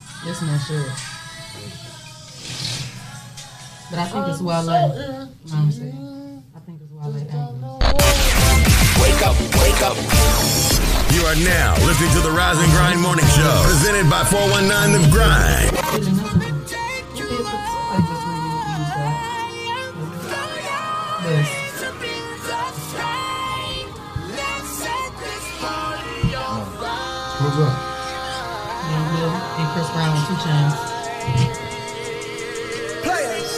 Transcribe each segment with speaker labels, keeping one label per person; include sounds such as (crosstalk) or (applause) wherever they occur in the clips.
Speaker 1: That's my shirt. But I think it's
Speaker 2: I'm
Speaker 1: well
Speaker 2: so
Speaker 1: laid.
Speaker 2: ill.
Speaker 1: No, I'm saying. I think it's well laid.
Speaker 3: Wake up, wake up.
Speaker 4: You are now listening to the Rise and Grind Morning Show, presented by 419 The Grind.
Speaker 1: Did another one. It is, I just really use that. This.
Speaker 5: What's up?
Speaker 1: Young Will and Chris Brown and Two Chainz.
Speaker 3: Players.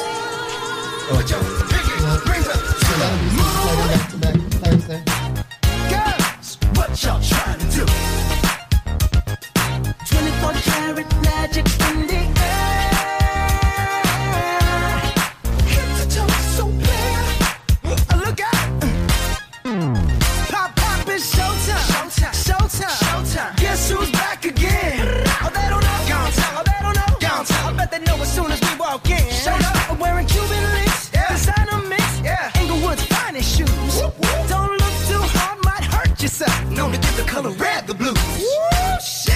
Speaker 3: Put your pinky rings up to the
Speaker 1: That'll be something played back to back Thursday.
Speaker 3: girls. What y'all trying to do?
Speaker 6: 24 karat magic in the air. Head to toe, so clear. Uh, Look out. Pop, pop, it's showtime. Showtime. Showtime. Showtime. Guess who's back again? Oh, they don't know. Gone time. Oh, they don't know. Gone time. I bet they know as soon as we walk in. Showed up. Wearing Cuban links. Yeah. Designer mix. Yeah. Inglewood's finest shoes. Don't look too hard, might hurt yourself.
Speaker 3: Known to give the color red the blues.
Speaker 6: Woo, shit.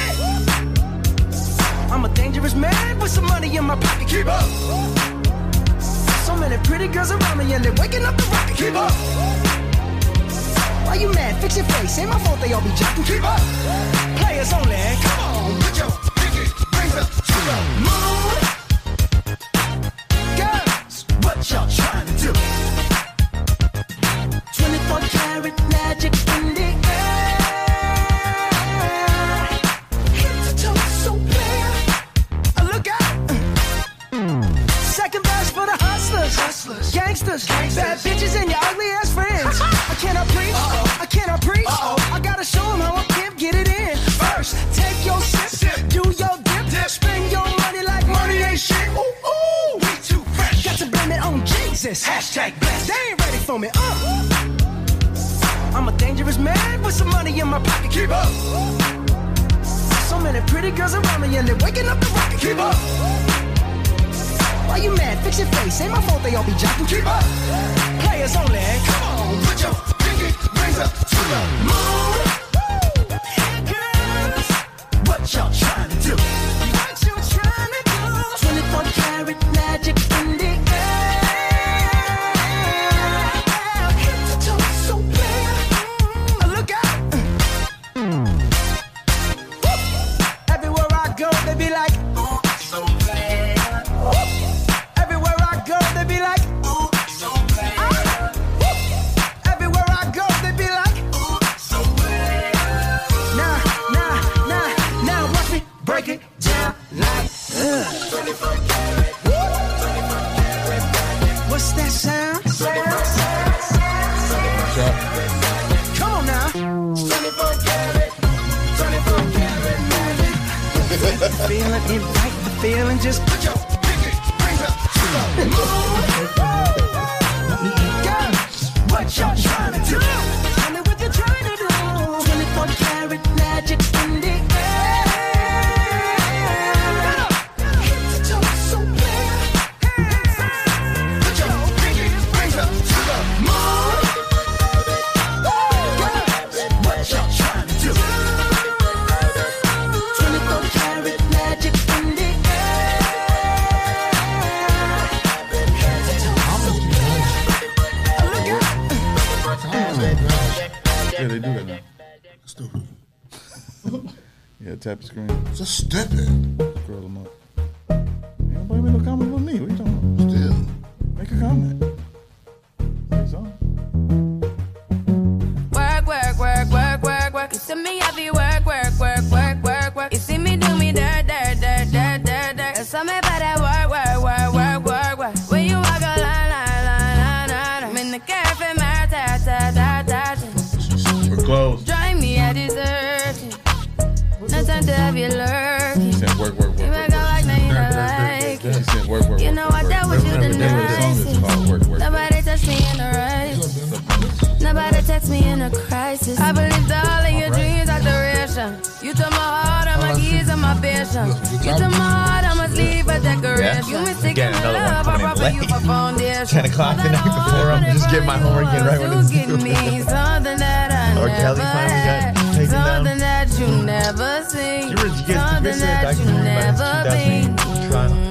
Speaker 6: I'm a dangerous man with some money in my pocket. Keep up. So many pretty girls around me and they're waking up the rocket. Keep up. Why you mad? Fix your face. Ain't my fault they all be jocking. Keep up. Players only. Come on.
Speaker 3: Put your pinky rings up to the moon. Girls, what y'all trying to do?
Speaker 6: 24 karat magic in the air. Head to toe, so clear. Uh, Look out. Second best for the hustlers, hustlers. Gangsters. bad bitches and your ugly ass (laughs) friends. I cannot preach, I cannot preach. I gotta show 'em how I can get it in. First, take your sip, do your dip, spend your money like money ain't shit. Ooh, ooh, we too fresh. Got to blame it on Jesus.
Speaker 3: Hashtag blessed.
Speaker 6: They ain't ready for me. Uh. I'm a dangerous man with some money in my pocket. Keep up. So many pretty girls around me and they're waking up the rocket. Keep up. Why you mad? Fix your face. Ain't my fault they all be jocking. Keep up. Players only. Come on.
Speaker 3: Put your pinky rings up to the moon.
Speaker 6: Girls,
Speaker 3: What y'all trying to do?
Speaker 6: what you trying to do? 24 karat magic in the air. Head to toe, so clear. Mm, Look out. Everywhere I go, they be like, ooh, so bad. Ooh. Everywhere I go, they be like, ooh, so bad. Ah. Ooh. Everywhere I go, they be like, ooh, so bad. Nah, nah, nah, nah, watch me break it down like, uh. ugh. What's that sound?
Speaker 5: What's up?
Speaker 6: Come on now. Feeling it right, the feeling just put your pinky rings up to the moon. Girls, what y'all trying to do? Tell me what you're trying to do. 24 karat magic in the air. Head to toe, so clear.
Speaker 3: Put your pinky rings up to the moon. Girls, what y'all trying to do?
Speaker 6: 24 karat magic in the air. Head to toe, so clear. Look out.
Speaker 5: Yeah, they do that now.
Speaker 2: Stupid.
Speaker 5: (laughs) Yeah, tap the screen,
Speaker 2: Just stupid.
Speaker 5: scroll them up. Ain't nobody made no comment with me. What you talking about?
Speaker 2: Still.
Speaker 5: Make a comment. Say something.
Speaker 7: Work, work, work, work, work, work. You see me, I be work, work, work, work, work, work. You see me do me dirt, dirt, dirt, dirt, dirt, dirt. There's something about that work, work, work, work, work, work. When you walk a line, line, line, line, line. I'm in the cafe, my ta, ta, ta, ta, ta.
Speaker 5: We're closed.
Speaker 7: Drive me, I deserve it. No time to have you
Speaker 5: She
Speaker 7: lurking.
Speaker 5: said work, work, work,
Speaker 7: You make a
Speaker 5: work. work.
Speaker 7: like, now you don't like
Speaker 5: She
Speaker 7: it.
Speaker 5: said work, work,
Speaker 7: You
Speaker 5: work,
Speaker 7: know I
Speaker 5: work, work,
Speaker 7: dealt
Speaker 5: work.
Speaker 7: with you
Speaker 5: Remember,
Speaker 7: the
Speaker 5: that's what the song is called. Work, work, work.
Speaker 7: Nobody touched me in the right. Nobody text me in a crisis. I believed all of your dreams are duration. You took my heart, all my keys, and my vision. You took my heart, all my sleep, a decoration. You mistaken
Speaker 8: Again,
Speaker 7: my
Speaker 8: another one
Speaker 7: love, I
Speaker 8: coming in
Speaker 7: brought for you
Speaker 8: late.
Speaker 7: for
Speaker 8: (laughs)
Speaker 7: foundation.
Speaker 8: 10 o'clock the
Speaker 7: All that
Speaker 8: night
Speaker 7: I
Speaker 8: before, I'm
Speaker 7: wanted
Speaker 8: just getting
Speaker 7: from
Speaker 8: my
Speaker 7: you
Speaker 8: homework in
Speaker 7: was
Speaker 8: (laughs) right when
Speaker 7: to
Speaker 8: it's-
Speaker 7: give me something that I
Speaker 8: Or
Speaker 7: never
Speaker 8: Kelly finally got
Speaker 7: had,
Speaker 8: taken down.
Speaker 7: something that you never see.
Speaker 8: You were just
Speaker 7: Something
Speaker 8: missing a
Speaker 7: that you
Speaker 8: documentary back
Speaker 7: never
Speaker 8: in
Speaker 7: be.
Speaker 8: 2008 Toronto.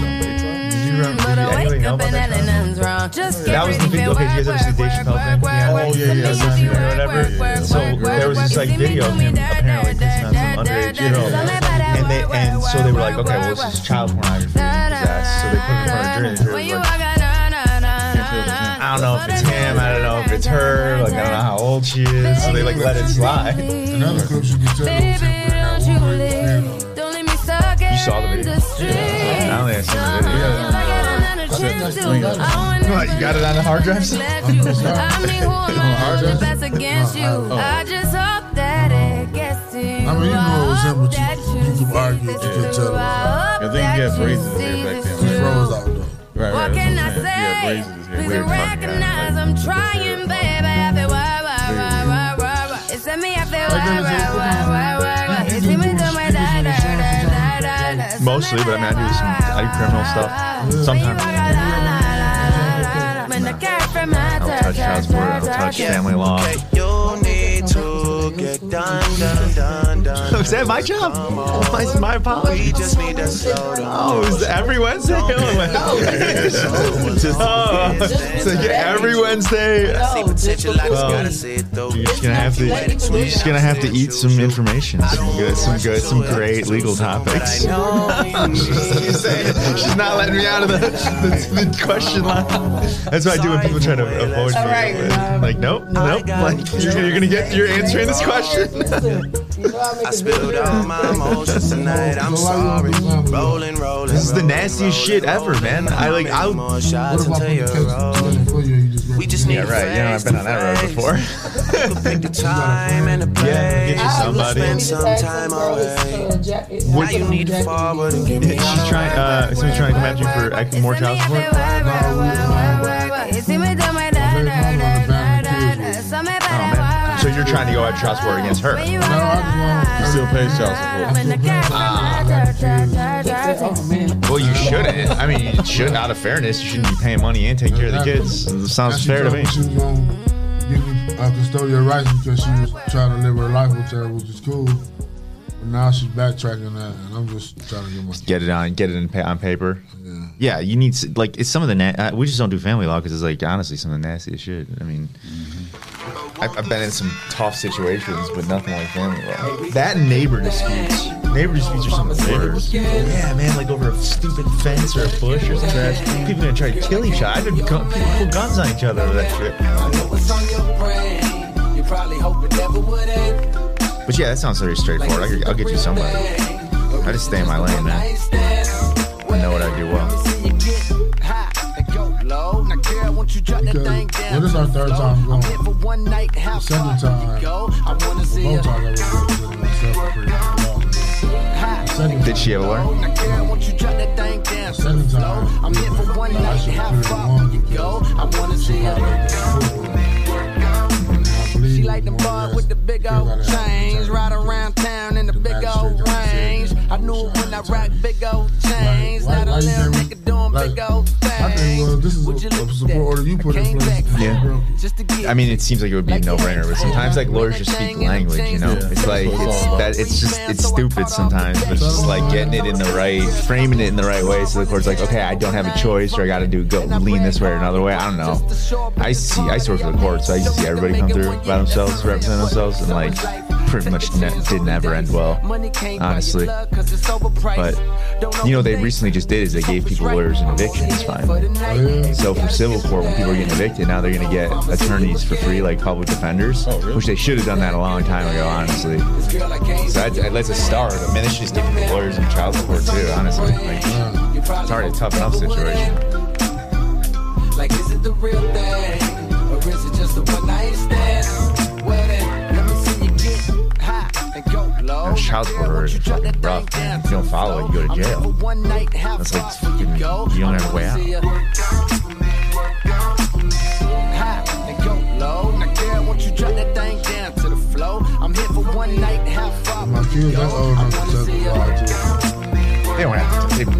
Speaker 8: Did you remember?
Speaker 7: But
Speaker 8: did
Speaker 7: I
Speaker 8: anybody
Speaker 7: wake
Speaker 8: know
Speaker 7: up
Speaker 8: about
Speaker 7: and
Speaker 8: that?
Speaker 7: then
Speaker 8: Toronto?
Speaker 7: nothing's wrong. Just get
Speaker 8: That was the
Speaker 7: ready
Speaker 8: big,
Speaker 7: to
Speaker 8: okay,
Speaker 7: work,
Speaker 8: you guys
Speaker 7: work,
Speaker 8: listen to Dave
Speaker 7: work,
Speaker 8: Chappelle
Speaker 7: work,
Speaker 8: thing? Yeah.
Speaker 7: work,
Speaker 8: Oh,
Speaker 7: work.
Speaker 8: yeah, yeah,
Speaker 7: Some
Speaker 8: that's
Speaker 7: easy
Speaker 8: right.
Speaker 7: work,
Speaker 8: Whatever.
Speaker 7: work, work,
Speaker 8: So there was
Speaker 7: work, work,
Speaker 8: this,
Speaker 7: work.
Speaker 8: like,
Speaker 7: You see me
Speaker 8: video of
Speaker 7: do me
Speaker 8: him
Speaker 7: that,
Speaker 8: apparently
Speaker 7: that,
Speaker 8: kissing on
Speaker 7: that,
Speaker 8: some
Speaker 7: that,
Speaker 8: underage
Speaker 7: that.
Speaker 8: girl.
Speaker 7: Some of that
Speaker 8: And they
Speaker 7: work,
Speaker 8: and
Speaker 7: work,
Speaker 8: so they were like,
Speaker 7: work,
Speaker 8: okay,
Speaker 7: work,
Speaker 8: well this is
Speaker 7: work.
Speaker 8: child pornography. That's, so they put him in front of a jury. and the jury
Speaker 7: When
Speaker 8: was
Speaker 7: you
Speaker 8: like,
Speaker 7: walk out, na, na, na, na, na.
Speaker 8: I don't know if it's him. I don't know if it's her. Like I don't know how old she is. So they like let it slide.
Speaker 2: And other clubs you can tell.
Speaker 7: Baby, don't you leave. Don't leave me stuck in
Speaker 8: saw the video.
Speaker 7: the street.
Speaker 8: Now they have seen the video.
Speaker 7: If I got another chance to, I would
Speaker 8: What, you got it on the hard (laughs) drive? still?
Speaker 7: left you. I mean, who am I
Speaker 2: hard
Speaker 7: holding
Speaker 2: drive?
Speaker 7: best against you? I just hope that it gets to you.
Speaker 2: I mean, you know it's him, but you- you can argue, you can tell
Speaker 7: I
Speaker 5: Yeah, they can get braces there back then, right?
Speaker 2: Throws out though.
Speaker 5: Right,
Speaker 7: What
Speaker 5: right,
Speaker 7: can I
Speaker 5: that's what I'm
Speaker 7: say?
Speaker 5: saying. Yeah, Brazen is here.
Speaker 7: Please
Speaker 5: Weird fucking guy.
Speaker 7: recognize I'm trying, baby. I feel wah, wah, wah, wah, wah, wah. It's me, I feel wah, wah, wah, wah, wah, wah. It's me do my da, da, da, da, da, da.
Speaker 8: (laughs) Mostly, but I mean, I do some I do criminal stuff sometimes.
Speaker 7: La, la, la, la, la, la. When the cat from my
Speaker 8: I'll touch child support. I'll touch family law.
Speaker 9: Okay, you need to get done, done, done, done.
Speaker 8: (laughs) Is that my job? (laughs) My, my
Speaker 9: We
Speaker 8: apologies.
Speaker 9: just need to slow down.
Speaker 8: Oh, is that every Wednesday? Oh, my- (laughs)
Speaker 9: (laughs)
Speaker 8: oh, so yeah, every Wednesday.
Speaker 9: See potential, I just
Speaker 8: Oh.
Speaker 9: gotta see it through.
Speaker 8: You're just gonna have to. You're just gonna have to eat some information, some good, some good, some great legal (laughs) topics. (laughs) She's not letting me out of the, the, the question line. That's what I do when people try to avoid me.
Speaker 1: right, um,
Speaker 8: like, nope, nope. Like, you're, you're gonna get. You're answering this
Speaker 2: (laughs)
Speaker 8: question.
Speaker 9: I spilled all my emotions tonight. I'm sorry. Rolling, rolling.
Speaker 8: This is the nastiest shit ever, man. I like. I.
Speaker 9: More shots
Speaker 2: What about
Speaker 9: until
Speaker 2: when you
Speaker 9: you're
Speaker 2: catch the
Speaker 9: rolling.
Speaker 2: kid for you and you just
Speaker 9: We just need
Speaker 8: Yeah, right. You know, I've been on that road before.
Speaker 9: Pick the time and the place.
Speaker 8: Yeah, get you somebody.
Speaker 9: Spend some time away. Now you need to forward and give me
Speaker 8: She's trying. Uh, somebody's trying to come after you for acting more child support. Oh man. So you're trying to go out child support against her?
Speaker 5: pays child support.
Speaker 8: Well, you shouldn't. I mean, you should. Out of fairness, you shouldn't be paying money and taking care of the kids. Sounds
Speaker 2: She
Speaker 8: fair to
Speaker 2: told
Speaker 8: me.
Speaker 2: She was gonna give me uh, custodial rights because she was trying to live her life with her, which is cool. But now she's backtracking that, and I'm just trying to get my
Speaker 8: Get it on. Get it in pa- on paper. Yeah, you need s- like it's some of the na- uh, we just don't do family law because it's like honestly some of the nastiest shit. I mean, I've, I've been in some tough situations, but nothing like family law. That and neighbor disputes, neighbor disputes are some of the worst. Yeah, man, like over a stupid fence or a bush or some trash. People gonna try to kill each other. I've been gu- people pull guns on each other over that shit.
Speaker 1: You probably hope it never would end.
Speaker 8: But yeah, that sounds very straightforward. I could, I'll get you somebody. I just stay in my lane, man. I know what I do well.
Speaker 2: Okay, well, this is our third time going. Second time, both times I was able to get myself free. Well, Second
Speaker 8: Did she ever learn?
Speaker 2: time, second time, I'm here for one night. I should have cleared one. You go. I wanna see her. She like the bar with the big old chains, right around town in the big old range. I knew when I rocked
Speaker 10: Big old chains,
Speaker 2: Like,
Speaker 10: not
Speaker 2: why
Speaker 10: a
Speaker 2: you
Speaker 10: little
Speaker 2: think-
Speaker 10: nigga doing
Speaker 2: like,
Speaker 10: big old
Speaker 2: I think
Speaker 10: things.
Speaker 2: well, this is a,
Speaker 10: Would you
Speaker 2: a
Speaker 10: look
Speaker 2: support
Speaker 10: back?
Speaker 2: order you
Speaker 10: I
Speaker 2: put in
Speaker 10: came
Speaker 2: place.
Speaker 10: back
Speaker 8: Yeah.
Speaker 10: Just to get
Speaker 8: I mean, it seems like it would be a no-brainer, but sometimes like lawyers just speak language, you know? It's like it's that it's just it's stupid sometimes, but it's just like getting it in the right, framing it in the right way, so the court's like, okay, I don't have a choice, or I got to do go lean this way or another way. I don't know. I used to see I used to work for the court, so I used to see everybody come through by themselves, represent themselves, and like pretty much ne- didn't ever end well, honestly. But you know, what they recently just did is they gave people lawyers an evictions fine. So for civil court, when people are getting evicted, now they're going to get attorneys for free, like public defenders, which they should have done that a long time ago, honestly. So that, that's a start. I mean, they should just give the lawyers and child support too, honestly. Like, it's already a tough enough situation.
Speaker 10: Like, is it the real thing? Or is it just a one night stand? Well, then, let me see you get high and go low.
Speaker 8: Now, child support is fucking rough. man. If you don't follow it, you go to jail.
Speaker 10: One night, half
Speaker 8: That's like fucking, you don't have a way out.
Speaker 10: high and go low. Now, girl, won't you drop that thing down to the flow? I'm here for one night, half far.
Speaker 2: My kids, that's all I'm accepting.
Speaker 8: They don't have to. They, they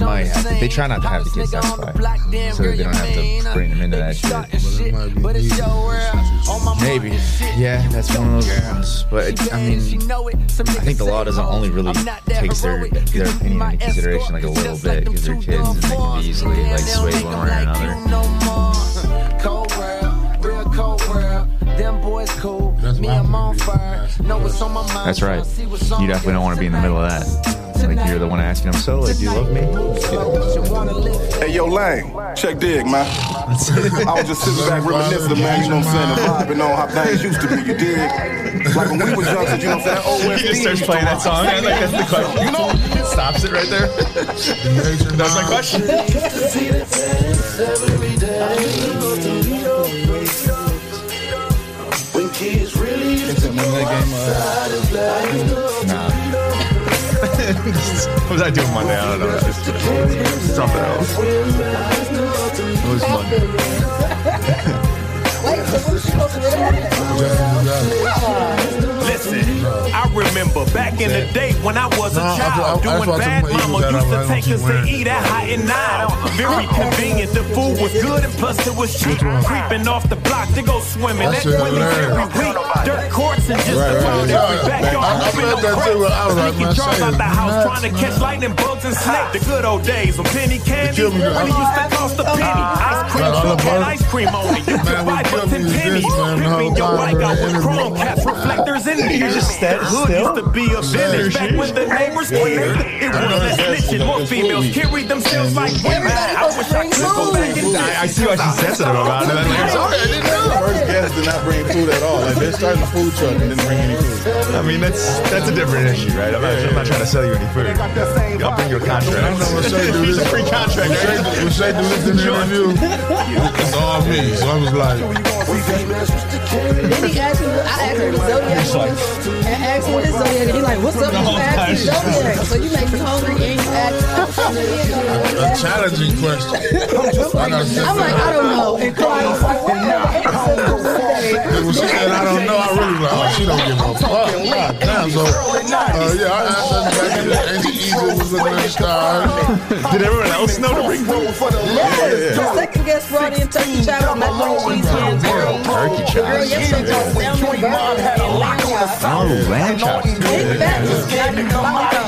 Speaker 8: might have to. They try not to have the kids, that's why. So that they don't have to bring them into that shit. Maybe. Yeah, that's one of those ones. But, I mean, I think the law doesn't only really takes their, their opinion into consideration like a little bit because they're kids and they can be easily like swayed one way or another.
Speaker 11: Them boys cool. That's me, I'm on fire. Know what's on my mind.
Speaker 8: That's right. You definitely don't want to be in the middle of that. Like you're the one asking them, so like, do you love me?
Speaker 12: Yeah. Hey, yo, Lang, check dig, man. I was just sitting back reminiscing, man. You know what I'm saying? And vibing on how things used to be. You dig? Like when we was young, you know what I'm saying?
Speaker 8: (laughs)
Speaker 12: OSD.
Speaker 8: He just starts playing that song. (laughs) Like that's the question. You know, it stops it right there. (laughs) that's my
Speaker 2: (laughs)
Speaker 8: question.
Speaker 5: kids really used to know
Speaker 2: uh,
Speaker 5: game,
Speaker 8: Nah. (laughs) what was I doing Monday? I don't know. Something else. It was Monday.
Speaker 3: Listen, I remember back in the day when I was a
Speaker 2: No, I
Speaker 3: child
Speaker 2: thought- I
Speaker 3: doing
Speaker 2: thought
Speaker 3: bad.
Speaker 2: somebody was
Speaker 3: Mama
Speaker 2: at
Speaker 3: used to
Speaker 2: Atlanta
Speaker 3: take us to
Speaker 2: somewhere.
Speaker 3: eat at high and nine. Very convenient. The food was good and plus it was cheap. Creeping off the block to go swimming.
Speaker 2: That
Speaker 3: That
Speaker 2: shit
Speaker 3: women
Speaker 2: hilarious.
Speaker 3: every week. Dirt courts and just
Speaker 2: Right, right,
Speaker 3: about
Speaker 2: yeah.
Speaker 3: every backyard.
Speaker 2: I- I
Speaker 3: open
Speaker 2: felt
Speaker 3: up
Speaker 2: that too.
Speaker 3: crates.
Speaker 2: I was like,
Speaker 3: Sneaking
Speaker 2: man,
Speaker 3: jars
Speaker 2: shit
Speaker 3: out
Speaker 2: is
Speaker 3: the house
Speaker 2: nuts,
Speaker 3: trying to catch lightning bugs and snake. The good old days when penny candy
Speaker 2: killed me,
Speaker 3: when
Speaker 2: man.
Speaker 3: it used to cost a penny. Ice cream,
Speaker 2: Man, I love
Speaker 3: truck had
Speaker 2: her.
Speaker 3: ice cream on it. You could buy for ten pennies. Pimping your bike out with chrome caps, reflectors in it.
Speaker 2: You just stand
Speaker 3: Hood
Speaker 2: still?
Speaker 3: used to be a village back when the neighbors cared. It
Speaker 2: I know
Speaker 3: was less
Speaker 2: that's-
Speaker 3: snitching, more
Speaker 2: that's
Speaker 3: females
Speaker 2: what we-
Speaker 3: carried themselves like women. I wish I could go back and
Speaker 8: I, I see why she's sensitive about it. Like, sorry, I didn't know.
Speaker 5: First guest did not bring food at all. Like they started a food truck and didn't bring any food.
Speaker 8: I mean, that's that's a different issue, right? I'm not, I'm not trying to sell you any food. I'll bring you a contract.
Speaker 2: I don't know what Shay do.
Speaker 8: Here's a free contract.
Speaker 2: Shay,
Speaker 8: right?
Speaker 2: when Shay do this in the interview, it's all me. So I was like,
Speaker 13: Then he asked me, I asked him the zodiac. I asked him what his zodiac. He like, what's up? You asked me zodiac. So you make me hungry and you ask.
Speaker 2: a challenging question. I gotta sit
Speaker 13: I'm like, I don't know. And Carlos like, what
Speaker 2: there. When she said, I don't know, I really was like, oh, she don't give a
Speaker 8: Oh,
Speaker 2: fuck. God damn, so, uh, yeah, I asked her back in the ancient Egypt was looking at the stars.
Speaker 8: Did everyone else know to bring
Speaker 13: Yes, the second guest brought in turkey chow with macaroni and cheese and
Speaker 8: Turkey
Speaker 13: The girl
Speaker 8: chops.
Speaker 13: yesterday was down in Burger King and lamb chops.
Speaker 8: Oh, lamb chops.
Speaker 13: Big fat E. was not in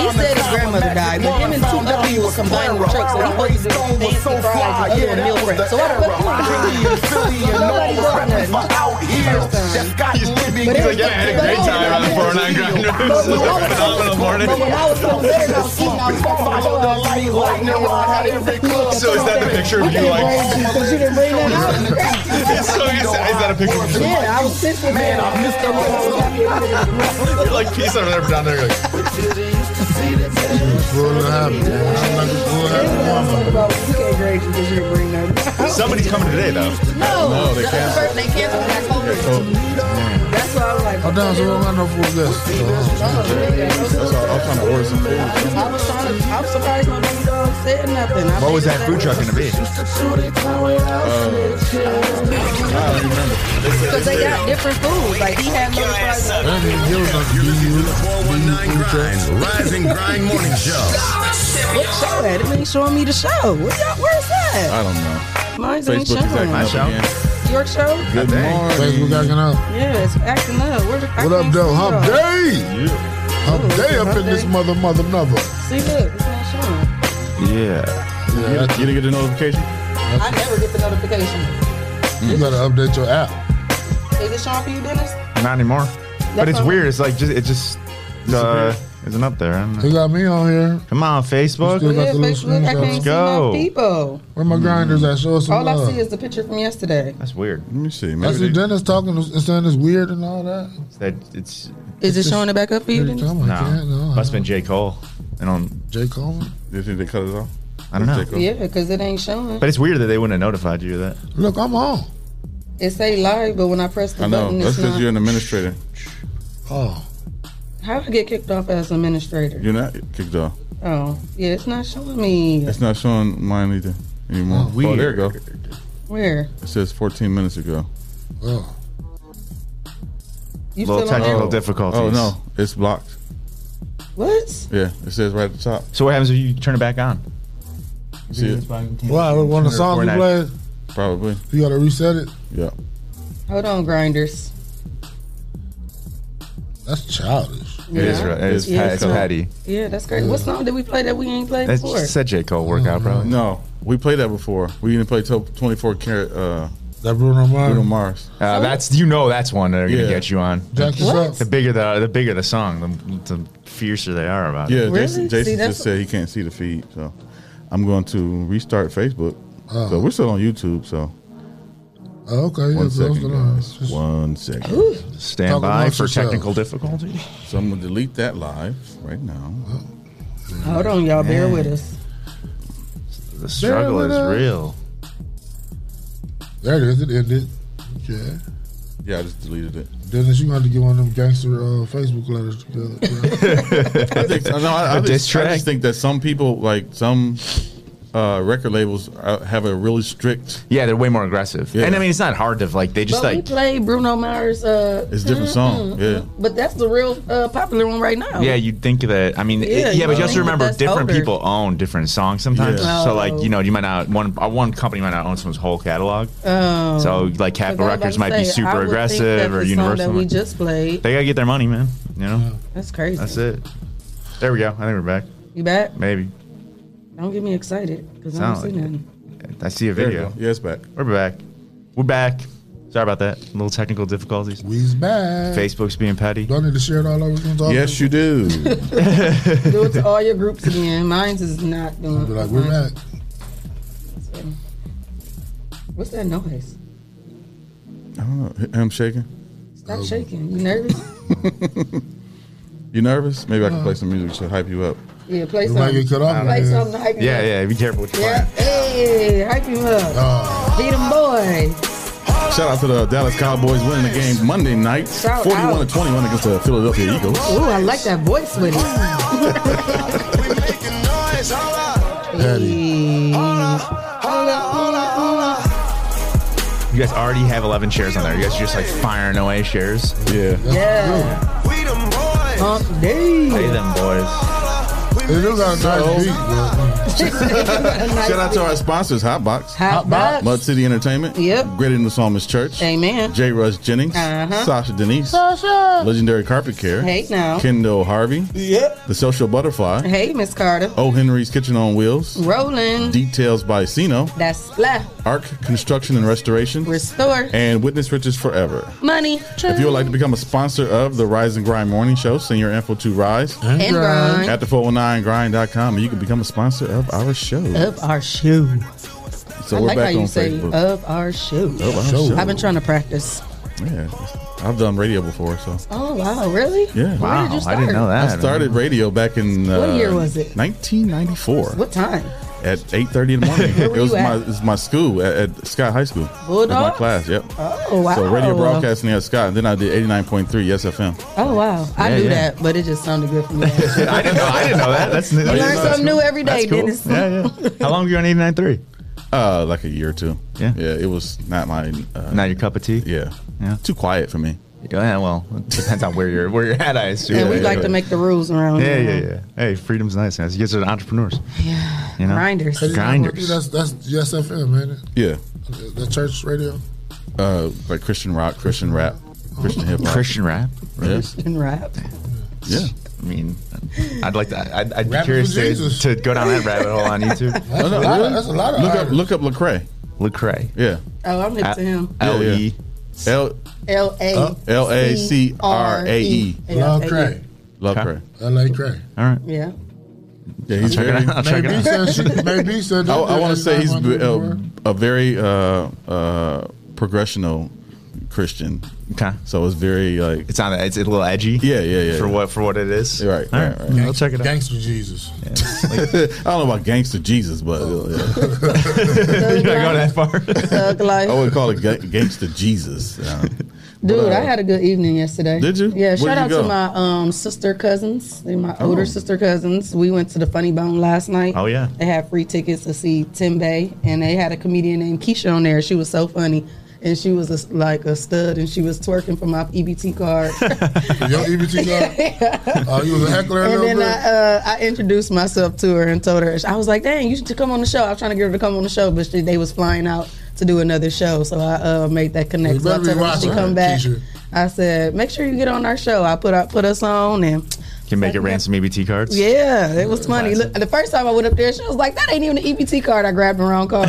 Speaker 13: He said his grandmother died, but him and two other people was combined with church, so he supposed to do fancy fries and the other one meal prep. So I what point?
Speaker 8: He's like, yeah, I had a great time on the 409 grinder. It was just a phenomenal morning. So is that the picture of you like? (laughs)
Speaker 13: Because you didn't bring that
Speaker 8: So is, is that a picture of
Speaker 13: out.
Speaker 8: you?
Speaker 13: Yeah, I was six with Man, I missed the
Speaker 8: You're like peace over there down there. You're like,
Speaker 2: Full of happy, man. I'm like a full happy woman.
Speaker 13: You can't grade you because you didn't bring that.
Speaker 8: somebody's coming today though.
Speaker 13: No,
Speaker 8: No, they
Speaker 13: the-
Speaker 8: canceled.
Speaker 13: They canceled that COVID. That's why I was like,
Speaker 2: Oh, damn, so we don't got no food left.
Speaker 5: That's all. I was trying to order some food.
Speaker 13: I was trying to, I'm surprised my baby dog said nothing. I
Speaker 8: What was
Speaker 13: figured
Speaker 8: that food truck gonna be? uh,
Speaker 13: Because they got different foods. Like, he had no fries.
Speaker 2: I didn't even give us nothing. Do you? Do you food trucks?
Speaker 14: Rise and Grind Morning Show.
Speaker 13: What show at? It ain't showing me the show. What y'all, where's that?
Speaker 5: I don't know.
Speaker 13: Mine's ain't
Speaker 5: Facebook is
Speaker 13: showing.
Speaker 5: acting up
Speaker 8: show?
Speaker 5: again.
Speaker 13: Your show?
Speaker 5: Good
Speaker 2: Facebook
Speaker 5: morning.
Speaker 2: acting up.
Speaker 13: Yeah, it's acting up. Where the, I
Speaker 2: What up,
Speaker 13: can't
Speaker 2: though?
Speaker 13: see
Speaker 2: Hump
Speaker 13: y'all.
Speaker 2: day!
Speaker 5: Yeah.
Speaker 2: Hump day up in this mother, mother, mother.
Speaker 13: See, look, it's not showing.
Speaker 5: Yeah. You
Speaker 2: Yeah,
Speaker 5: didn't- You didn't get the notification?
Speaker 13: I never get the notification.
Speaker 2: you gotta update your app.
Speaker 13: Is it showing for you, Dennis?
Speaker 8: Not anymore. But it's
Speaker 13: all.
Speaker 8: weird. It's like just it just uh, isn't up there. I don't know.
Speaker 2: They got me on here.
Speaker 8: Come on,
Speaker 2: Still
Speaker 8: Facebook.
Speaker 2: got
Speaker 13: Yeah,
Speaker 2: the little
Speaker 13: Facebook, I
Speaker 2: screenshot.
Speaker 13: can't see
Speaker 8: Go.
Speaker 13: my people.
Speaker 2: Where my grinders at? Show us some
Speaker 13: All I
Speaker 2: love.
Speaker 13: see is the picture from yesterday.
Speaker 8: That's weird.
Speaker 5: Let me see.
Speaker 2: I see
Speaker 5: Maybe they,
Speaker 2: Dennis talking and saying it's weird and all that.
Speaker 8: It's that it's
Speaker 13: Is it
Speaker 2: just-
Speaker 13: showing it back up for you,
Speaker 2: Every
Speaker 13: Dennis?
Speaker 2: time I can't, no,
Speaker 8: no.
Speaker 2: I
Speaker 8: Must have been J
Speaker 2: don't.
Speaker 8: Cole. I don't.
Speaker 2: J. Coleman.
Speaker 5: you think they cut it off?
Speaker 8: I don't know.
Speaker 5: Jacob.
Speaker 13: Yeah, because it ain't showing.
Speaker 8: But it's weird that they wouldn't have notified you of that.
Speaker 2: Look, I'm on.
Speaker 13: It say live, but when I press the
Speaker 5: I know.
Speaker 13: button,
Speaker 5: That's
Speaker 13: it's
Speaker 5: because
Speaker 13: not.
Speaker 5: you're an administrator.
Speaker 2: Oh,
Speaker 13: How I get kicked off as administrator?
Speaker 5: You're not kicked off.
Speaker 13: Oh, yeah, it's not showing me.
Speaker 5: It's not showing mine either anymore.
Speaker 8: Oh,
Speaker 5: Oh, there you go.
Speaker 13: Where?
Speaker 5: It says 14 minutes ago.
Speaker 2: well.
Speaker 13: You
Speaker 8: Little
Speaker 13: still on
Speaker 8: technical
Speaker 13: there?
Speaker 8: difficulties.
Speaker 5: Oh no, it's blocked.
Speaker 13: What?
Speaker 5: Yeah, it says right at the top.
Speaker 8: So what happens if you turn it back on?
Speaker 5: See it?
Speaker 2: Wow, when the song you play,
Speaker 5: Probably.
Speaker 2: you gotta reset it.
Speaker 5: Yeah.
Speaker 13: Hold on, grinders.
Speaker 2: That's childish.
Speaker 8: It is right. It is pat- it's
Speaker 13: not-
Speaker 8: patty.
Speaker 13: Yeah, that's great. What song did we play that we ain't played
Speaker 8: That's
Speaker 13: before?
Speaker 8: such a cool workout, bro.
Speaker 5: No, we played that before. We didn't play till 24 karat. Uh,
Speaker 2: that Bruno Mars.
Speaker 5: Bruno Mars.
Speaker 8: Uh, that's you know that's one they're gonna
Speaker 5: Yeah.
Speaker 8: get you on.
Speaker 5: Jack this What? up.
Speaker 8: The bigger the the bigger the song, the, the fiercer they are about
Speaker 5: yeah,
Speaker 8: it.
Speaker 5: Jason, Jason
Speaker 13: See, that's-
Speaker 5: just said he can't see the feed, so I'm going to restart Facebook.
Speaker 2: Oh.
Speaker 5: So we're still on YouTube. So
Speaker 2: Oh, okay, yeah,
Speaker 5: one
Speaker 2: so that's
Speaker 5: second,
Speaker 2: what I-
Speaker 5: guys. One second.
Speaker 8: Stand
Speaker 2: Talk
Speaker 8: by
Speaker 2: amongst
Speaker 8: for
Speaker 2: yourselves.
Speaker 8: technical difficulty.
Speaker 5: So I'm gonna delete that live right now.
Speaker 13: Hold on, y'all. Bear with us.
Speaker 8: The struggle
Speaker 2: with us.
Speaker 8: is real.
Speaker 2: There it is. It ended. Okay.
Speaker 5: Yeah, I just deleted it.
Speaker 2: Dennis, you gonna have to get one of them gangster uh, Facebook letters together.
Speaker 5: (laughs)
Speaker 2: bro.
Speaker 5: I think, no, I, I,
Speaker 8: A diss
Speaker 5: just, I
Speaker 8: track?
Speaker 5: just think that some people, like some uh, record labels, uh, have a really strict.
Speaker 8: Yeah, they're way more aggressive.
Speaker 5: Yeah.
Speaker 8: And I mean, it's not hard to like. They just
Speaker 13: but we (laughs)
Speaker 8: like.
Speaker 13: played Bruno Mars. Uh,
Speaker 5: It's a different
Speaker 13: (laughs)
Speaker 5: song. Yeah.
Speaker 13: but that's the real uh, popular one right now.
Speaker 8: Yeah, you'd think that. I mean, it-
Speaker 13: Yeah,
Speaker 8: yeah,
Speaker 13: you
Speaker 8: but you
Speaker 13: think
Speaker 8: also remember
Speaker 13: that's
Speaker 8: different
Speaker 13: older.
Speaker 8: people own different songs sometimes.
Speaker 5: Yeah.
Speaker 8: So like,
Speaker 13: Oh.
Speaker 8: you know, you might not one uh, one company might not own someone's whole catalog.
Speaker 13: Um,
Speaker 8: so like,
Speaker 13: like I was
Speaker 8: Capitol
Speaker 13: about
Speaker 8: Records
Speaker 13: to
Speaker 8: might be
Speaker 13: say, I
Speaker 8: super
Speaker 13: would think that
Speaker 8: aggressive or
Speaker 13: the
Speaker 8: Universal.
Speaker 13: Song that we
Speaker 8: might-
Speaker 13: just played.
Speaker 8: they gotta get their money, man. You know,
Speaker 13: That's crazy.
Speaker 8: that's it. There we go. I think we're back.
Speaker 13: You back?
Speaker 8: Maybe.
Speaker 13: Don't get me excited because I
Speaker 8: Sound
Speaker 13: don't see
Speaker 8: like
Speaker 13: nothing.
Speaker 8: I see a
Speaker 5: There you
Speaker 8: video.
Speaker 5: go. Yeah, it's back.
Speaker 8: We're back. We're back. Sorry about that. little technical difficulties.
Speaker 2: We's back.
Speaker 8: Facebook's being petty.
Speaker 2: Do I need to share it all over? again?
Speaker 5: Yes, you do.
Speaker 13: Do it to all your groups again. Mine's is not doing.
Speaker 2: Be like, we're
Speaker 13: mine's-
Speaker 2: back.
Speaker 13: What's that noise?
Speaker 5: I don't know. I'm shaking.
Speaker 2: Oh.
Speaker 13: Stop shaking.
Speaker 2: (laughs)
Speaker 13: You nervous?
Speaker 5: You nervous? Maybe I can play some music to hype you up.
Speaker 13: Yeah, play
Speaker 2: We might
Speaker 13: something.
Speaker 2: get cut off.
Speaker 13: Play
Speaker 2: man.
Speaker 13: something to hype you
Speaker 8: Yeah,
Speaker 13: up.
Speaker 8: yeah. Be careful with your
Speaker 13: Yeah.
Speaker 8: yeah.
Speaker 13: Hey, hype him up.
Speaker 2: Oh,
Speaker 13: Beat him boy.
Speaker 5: Shout out to the Dallas Cowboys winning the game Monday night,
Speaker 13: Shout
Speaker 5: forty-one
Speaker 13: out.
Speaker 5: to twenty-one against the Philadelphia Eagles.
Speaker 13: Ooh, I like that voice with it.
Speaker 2: Daddy.
Speaker 8: You guys already have 11 shares on there. You guys are just like firing away shares.
Speaker 5: Yeah.
Speaker 13: Yeah. Hump day.
Speaker 8: Hey, them boys.
Speaker 2: They do got a nice beat, bro.
Speaker 5: Shout out to our sponsors, Hotbox,
Speaker 13: Hot Box.
Speaker 5: Mud City Entertainment,
Speaker 13: Yep.
Speaker 5: Greater Than the Psalmist Church,
Speaker 13: Amen.
Speaker 5: J. Russ Jennings,
Speaker 13: Uh-huh.
Speaker 5: Sasha Denise, Legendary Carpet Care,
Speaker 13: Hey now.
Speaker 5: Kendall Harvey,
Speaker 13: Yep.
Speaker 5: The Social Butterfly,
Speaker 13: Hey, Miss Carter.
Speaker 5: O. Henry's Kitchen on Wheels,
Speaker 13: Rolling.
Speaker 5: Details by Sino,
Speaker 13: That's left.
Speaker 5: Arc Construction and Restoration,
Speaker 13: Restore.
Speaker 5: and Witness Riches Forever.
Speaker 13: Money.
Speaker 5: If you would like to become a sponsor of the Rise and Grind Morning Show, send your info to Rise
Speaker 13: and grind.
Speaker 5: at oh the419grind.com and you can become a sponsor of our show.
Speaker 13: Up our shoe.
Speaker 5: So
Speaker 13: I
Speaker 5: we're
Speaker 13: like how
Speaker 5: back on
Speaker 13: you say uh,
Speaker 5: Facebook.
Speaker 13: up our shoe.
Speaker 5: Up our show.
Speaker 13: I've been trying to practice.
Speaker 5: Yeah, I've done radio before, so
Speaker 13: Oh wow, really?
Speaker 5: Yeah.
Speaker 13: Where did you
Speaker 8: Wow, I
Speaker 13: start?
Speaker 8: didn't know that.
Speaker 5: I started radio back in uh,
Speaker 13: What year was it?
Speaker 5: 1994
Speaker 13: What time?
Speaker 5: at 8:30 in the morning.
Speaker 13: (laughs)
Speaker 5: it
Speaker 13: were
Speaker 5: was
Speaker 13: you at?
Speaker 5: my it was my school at, at Scott High School. It was my
Speaker 13: Bulldogs?
Speaker 5: class. Yep.
Speaker 13: Oh wow.
Speaker 5: So radio broadcasting at Scott, and then I did 89.3 Yes FM.
Speaker 13: Oh wow. I
Speaker 8: Yeah,
Speaker 13: knew
Speaker 8: yeah.
Speaker 13: that, but it just sounded good
Speaker 5: (laughs)
Speaker 13: for me. you
Speaker 8: I didn't know. I didn't know that. That's new.
Speaker 5: yeah,
Speaker 13: learn
Speaker 5: no,
Speaker 13: something new every
Speaker 8: That's
Speaker 13: day,
Speaker 8: cool.
Speaker 13: Dennis.
Speaker 8: Yeah, yeah. How long were you on 89.3?
Speaker 5: Uh, like a year or two.
Speaker 8: Yeah.
Speaker 5: Yeah. It was not my. Uh,
Speaker 8: Not your cup of tea.
Speaker 5: yeah.
Speaker 8: Yeah.
Speaker 5: Too quiet for me.
Speaker 8: Yeah, well, it depends on where you're where you're at. I assume.
Speaker 13: And we
Speaker 8: Yeah,
Speaker 13: like
Speaker 8: yeah.
Speaker 13: to make the rules around
Speaker 8: Yeah,
Speaker 13: here.
Speaker 8: yeah, yeah. Hey, freedom's nice, guys. You guys are entrepreneurs. Yeah. You know.
Speaker 13: Grinders.
Speaker 2: Hey, you know what,
Speaker 8: Grinders.
Speaker 2: dude? That's that's yes FM, man.
Speaker 5: Yeah.
Speaker 2: The church radio.
Speaker 5: Uh, like Christian rock, Christian rap, Christian hip hop.
Speaker 8: Christian rap.
Speaker 5: Yeah.
Speaker 13: And rap.
Speaker 5: yeah.
Speaker 8: I mean, I'd like to. I'd, I'd be
Speaker 2: Rapping
Speaker 8: curious
Speaker 2: for Jesus.
Speaker 8: to, to go down that rabbit hole on (laughs) YouTube.
Speaker 2: That's,
Speaker 5: Oh, no,
Speaker 2: a, lot
Speaker 5: really?
Speaker 2: of, that's a lot of
Speaker 5: Look up,
Speaker 2: artists.
Speaker 5: look up Lecrae.
Speaker 8: Lecrae.
Speaker 5: Yeah.
Speaker 13: Oh, I'm hip
Speaker 8: I-
Speaker 13: to him.
Speaker 5: Yeah,
Speaker 8: L
Speaker 5: yeah.
Speaker 8: E. Uh,
Speaker 5: L
Speaker 13: L A
Speaker 5: L A C R A E.
Speaker 2: Love Cray.
Speaker 5: Love
Speaker 8: Okay.
Speaker 5: Cray.
Speaker 2: L.A. Cray.
Speaker 8: All right.
Speaker 13: Yeah.
Speaker 5: Yeah, he's
Speaker 8: Check
Speaker 5: very.
Speaker 8: it out. I'll check it
Speaker 2: Maybe
Speaker 8: out.
Speaker 2: said she, maybe said
Speaker 5: (laughs) I,
Speaker 2: that.
Speaker 5: I want to say he's b- a,
Speaker 2: Well,
Speaker 5: a very uh, uh, progressional Christian.
Speaker 8: Okay.
Speaker 5: So it's very like
Speaker 8: It's on. the- It's a little edgy.
Speaker 5: Yeah, yeah, yeah,
Speaker 8: For
Speaker 5: yeah.
Speaker 8: what? For what it is.
Speaker 5: You're right,
Speaker 8: All
Speaker 5: right, right. (laughs)
Speaker 8: Yeah, I'll check it out.
Speaker 2: Gangster Jesus.
Speaker 5: I don't know about gangster Jesus, but uh,
Speaker 13: (laughs)
Speaker 5: yeah.
Speaker 8: You're not going that far.
Speaker 13: Thug life.
Speaker 5: I would call it ga- gangster Jesus. Uh,
Speaker 13: Dude,
Speaker 5: But, uh,
Speaker 13: I had a good evening yesterday.
Speaker 5: Did you?
Speaker 13: Yeah.
Speaker 5: Where
Speaker 13: shout
Speaker 5: did you
Speaker 13: out
Speaker 5: go?
Speaker 13: to my um, sister cousins. They're my
Speaker 5: Oh.
Speaker 13: older sister cousins. We went to the Funny Bone last night.
Speaker 8: Oh, yeah.
Speaker 13: They had free tickets to see Tim Bay, and they had a comedian named Keisha on there. She was so funny. and she was a s like a stud, and she was twerking for my EBT
Speaker 5: (laughs)
Speaker 13: card.
Speaker 2: (laughs) Your EBT
Speaker 13: (laughs)
Speaker 2: guy? Uh, you was a heckler a
Speaker 13: and
Speaker 2: little
Speaker 13: then
Speaker 2: bit?
Speaker 13: I, uh, I introduced myself to her and told her I was like, "Dang, you should come on the show." I was trying to get her to come on the show, but she, they was flying out to do another show, so I uh, made that connection. So I
Speaker 2: better
Speaker 13: told
Speaker 2: be
Speaker 13: her when she
Speaker 2: watching
Speaker 13: come
Speaker 2: her,
Speaker 13: back.
Speaker 2: Keisha.
Speaker 13: I said, "Make sure you get on our show." I put I put us on, and
Speaker 8: Can make it ransom EBT cards.
Speaker 13: yeah, it was funny. Look, the first time I went up there, she was like, "That ain't even an EBT card." I grabbed the wrong card.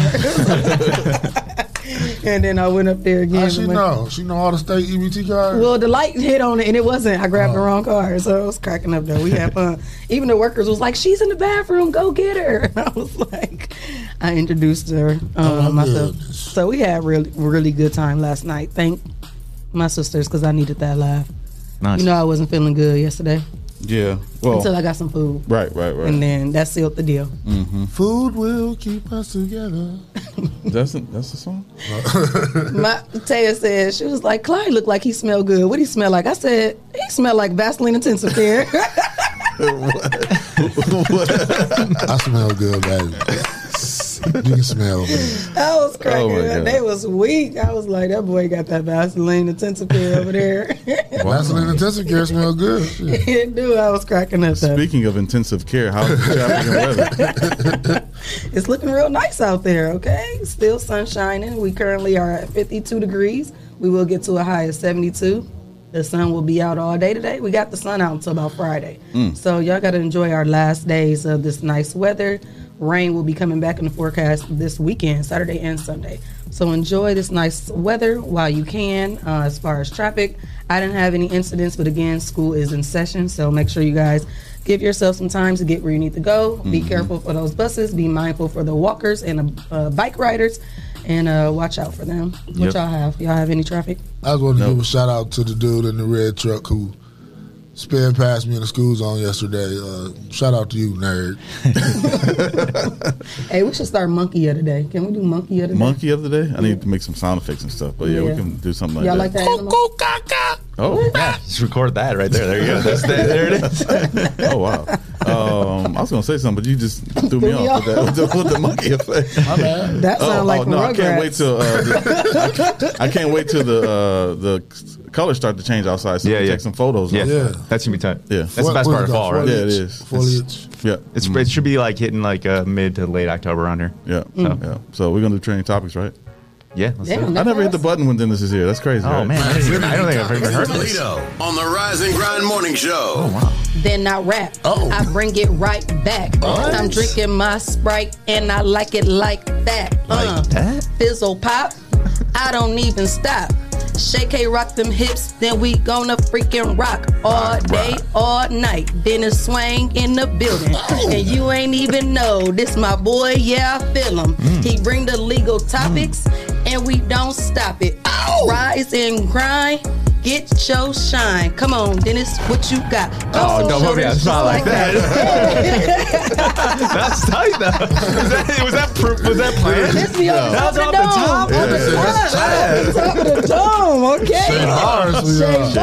Speaker 13: (laughs) and then I went up there again.
Speaker 2: How E she
Speaker 13: and went-
Speaker 2: know? She know all the state EBT cards?
Speaker 13: Well, the light hit on it and it wasn't. I
Speaker 2: Oh.
Speaker 13: grabbed the wrong card, so it was cracking up though. We had fun. Even the workers was like, "She's in the bathroom. Go get her." And (laughs) I was like, I introduced her
Speaker 2: Oh,
Speaker 13: uh,
Speaker 2: my
Speaker 13: myself. So we had really really good time last night. Thank my sisters because I needed that laugh.
Speaker 5: Nice.
Speaker 13: You know, I wasn't feeling good yesterday
Speaker 5: Yeah. Well,
Speaker 13: until I got some food,
Speaker 5: right, right, right.
Speaker 13: and then that sealed the deal. (laughs)
Speaker 5: hmm
Speaker 2: Food will keep us (laughs) together.
Speaker 5: That's the, that's the song.
Speaker 13: My Taya said she was like, "Clyde looked like he smelled good. What he smell like?" I said, "He smelled like Vaseline intensive (laughs) care."
Speaker 2: (laughs) I smell good, baby.
Speaker 5: (laughs)
Speaker 2: You can smell me.
Speaker 13: I was cracking
Speaker 2: Oh, my
Speaker 13: up.
Speaker 2: God.
Speaker 13: They was weak. I was like, that boy got that Vaseline intensive care over there.
Speaker 2: Vaseline intensive
Speaker 13: (laughs)
Speaker 2: care smell good. Shit.
Speaker 13: it do. I was cracking up. though.
Speaker 5: Speaking of intensive care, how's the traffic and
Speaker 13: (laughs)
Speaker 5: weather?
Speaker 13: It's looking real nice out there. Okay, still sun shining. We currently are at 52 degrees. We will get to a high of 72. The sun will be out all day today. We got the sun out until about Friday.
Speaker 7: 嗯
Speaker 12: Mm.
Speaker 13: So y'all got to enjoy our last days of this nice weather. Rain will be coming back in the forecast this weekend, Saturday and Sunday. So enjoy this nice weather while you can. Uh, as far as traffic, I didn't have any incidents, but again, school is in session, so make sure you guys give yourself some time to get where you need to go.
Speaker 5: Mm-hmm.
Speaker 13: Be
Speaker 12: Mhm.
Speaker 13: careful for those buses. Be mindful for the walkers and the uh, bike riders, and uh, watch out for them. What
Speaker 2: Yep.
Speaker 13: y'all have? Y'all have any traffic?
Speaker 2: I just want to give a shout out to the dude in the red truck who sped past me in the school zone yesterday. Uh, shout out to you, nerd.
Speaker 13: Hey, we should start monkey of the day. Can we do monkey of the day?
Speaker 5: Monkey of the day. I need to make some sound effects and stuff, but yeah,
Speaker 13: Yeah.
Speaker 5: we can do something like
Speaker 13: Y'all
Speaker 5: that.
Speaker 13: like that? animal?
Speaker 5: Oh, just record that right there. There you go. That's that. There it is. (laughs) oh wow. Um, I was gonna say something, but you just threw me
Speaker 13: Threw me
Speaker 5: off with, that, (laughs)
Speaker 13: off.
Speaker 5: with, the, with the monkey effect.
Speaker 13: My bad. That
Speaker 3: Oh,
Speaker 13: sound like
Speaker 5: Oh, no, I can't
Speaker 13: Rugrats.
Speaker 5: wait till uh,
Speaker 13: (laughs)
Speaker 5: the, I can't wait till the uh, the colors start to change outside. So yeah, yeah. Take some photos.
Speaker 8: Yeah.
Speaker 5: of it.
Speaker 8: Yeah. that's gonna be tight.
Speaker 5: Yeah,
Speaker 8: That's the best part of fall, right?
Speaker 5: Yeah, it is.
Speaker 2: Foliage.
Speaker 5: Yeah,
Speaker 8: it's, it should be like hitting like uh, mid to late October around here.
Speaker 5: Yeah, Mm.
Speaker 8: So.
Speaker 5: yeah. So we're gonna do training topics, right?
Speaker 8: Yeah,
Speaker 5: I never hit the button when Dennis is here. That's crazy.
Speaker 8: Oh,
Speaker 5: right?
Speaker 8: man, I didn't even- I don't think I've ever heard
Speaker 4: this. On the Rise and Grind Morning Show. Oh, wow.
Speaker 13: Then I rap. Oh. I bring it right back.
Speaker 4: What?
Speaker 13: I'm drinking my Sprite and I like it like that.
Speaker 4: Like
Speaker 8: that?
Speaker 13: Fizzle pop. I don't even stop. Shay K rock them hips, then we gonna freaking rock all day, all night. Dennis Swang in the building, and you ain't even know this my boy. Yeah, I feel him.
Speaker 8: Mm.
Speaker 13: He bring the legal topics, and we don't stop it. Rise and grind, get your shine. Come on, Dennis, what you got?
Speaker 8: Oh,
Speaker 13: Throw some
Speaker 8: don't put me on the
Speaker 13: shoulders
Speaker 8: spot like (laughs)
Speaker 13: (laughs)
Speaker 8: That's tight though. (laughs) Was that, was that proof? Was that planned?
Speaker 13: Miss me on
Speaker 8: That
Speaker 13: top
Speaker 8: was
Speaker 13: of
Speaker 8: off
Speaker 13: the
Speaker 8: the top.
Speaker 13: dome.
Speaker 8: Yeah.
Speaker 13: Top of the dome. Okay.
Speaker 8: Shake bars, we
Speaker 13: Shake
Speaker 8: are. Shake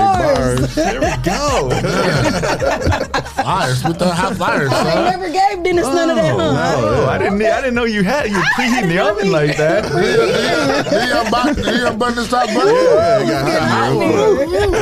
Speaker 13: bars.
Speaker 8: There we go.
Speaker 2: Flyers with the hot flyers.
Speaker 13: Oh, they never gave Dennis none of that, huh?
Speaker 8: Oh, I didn't. I didn't know you had. You preheating the oven like
Speaker 2: (laughs)
Speaker 8: that.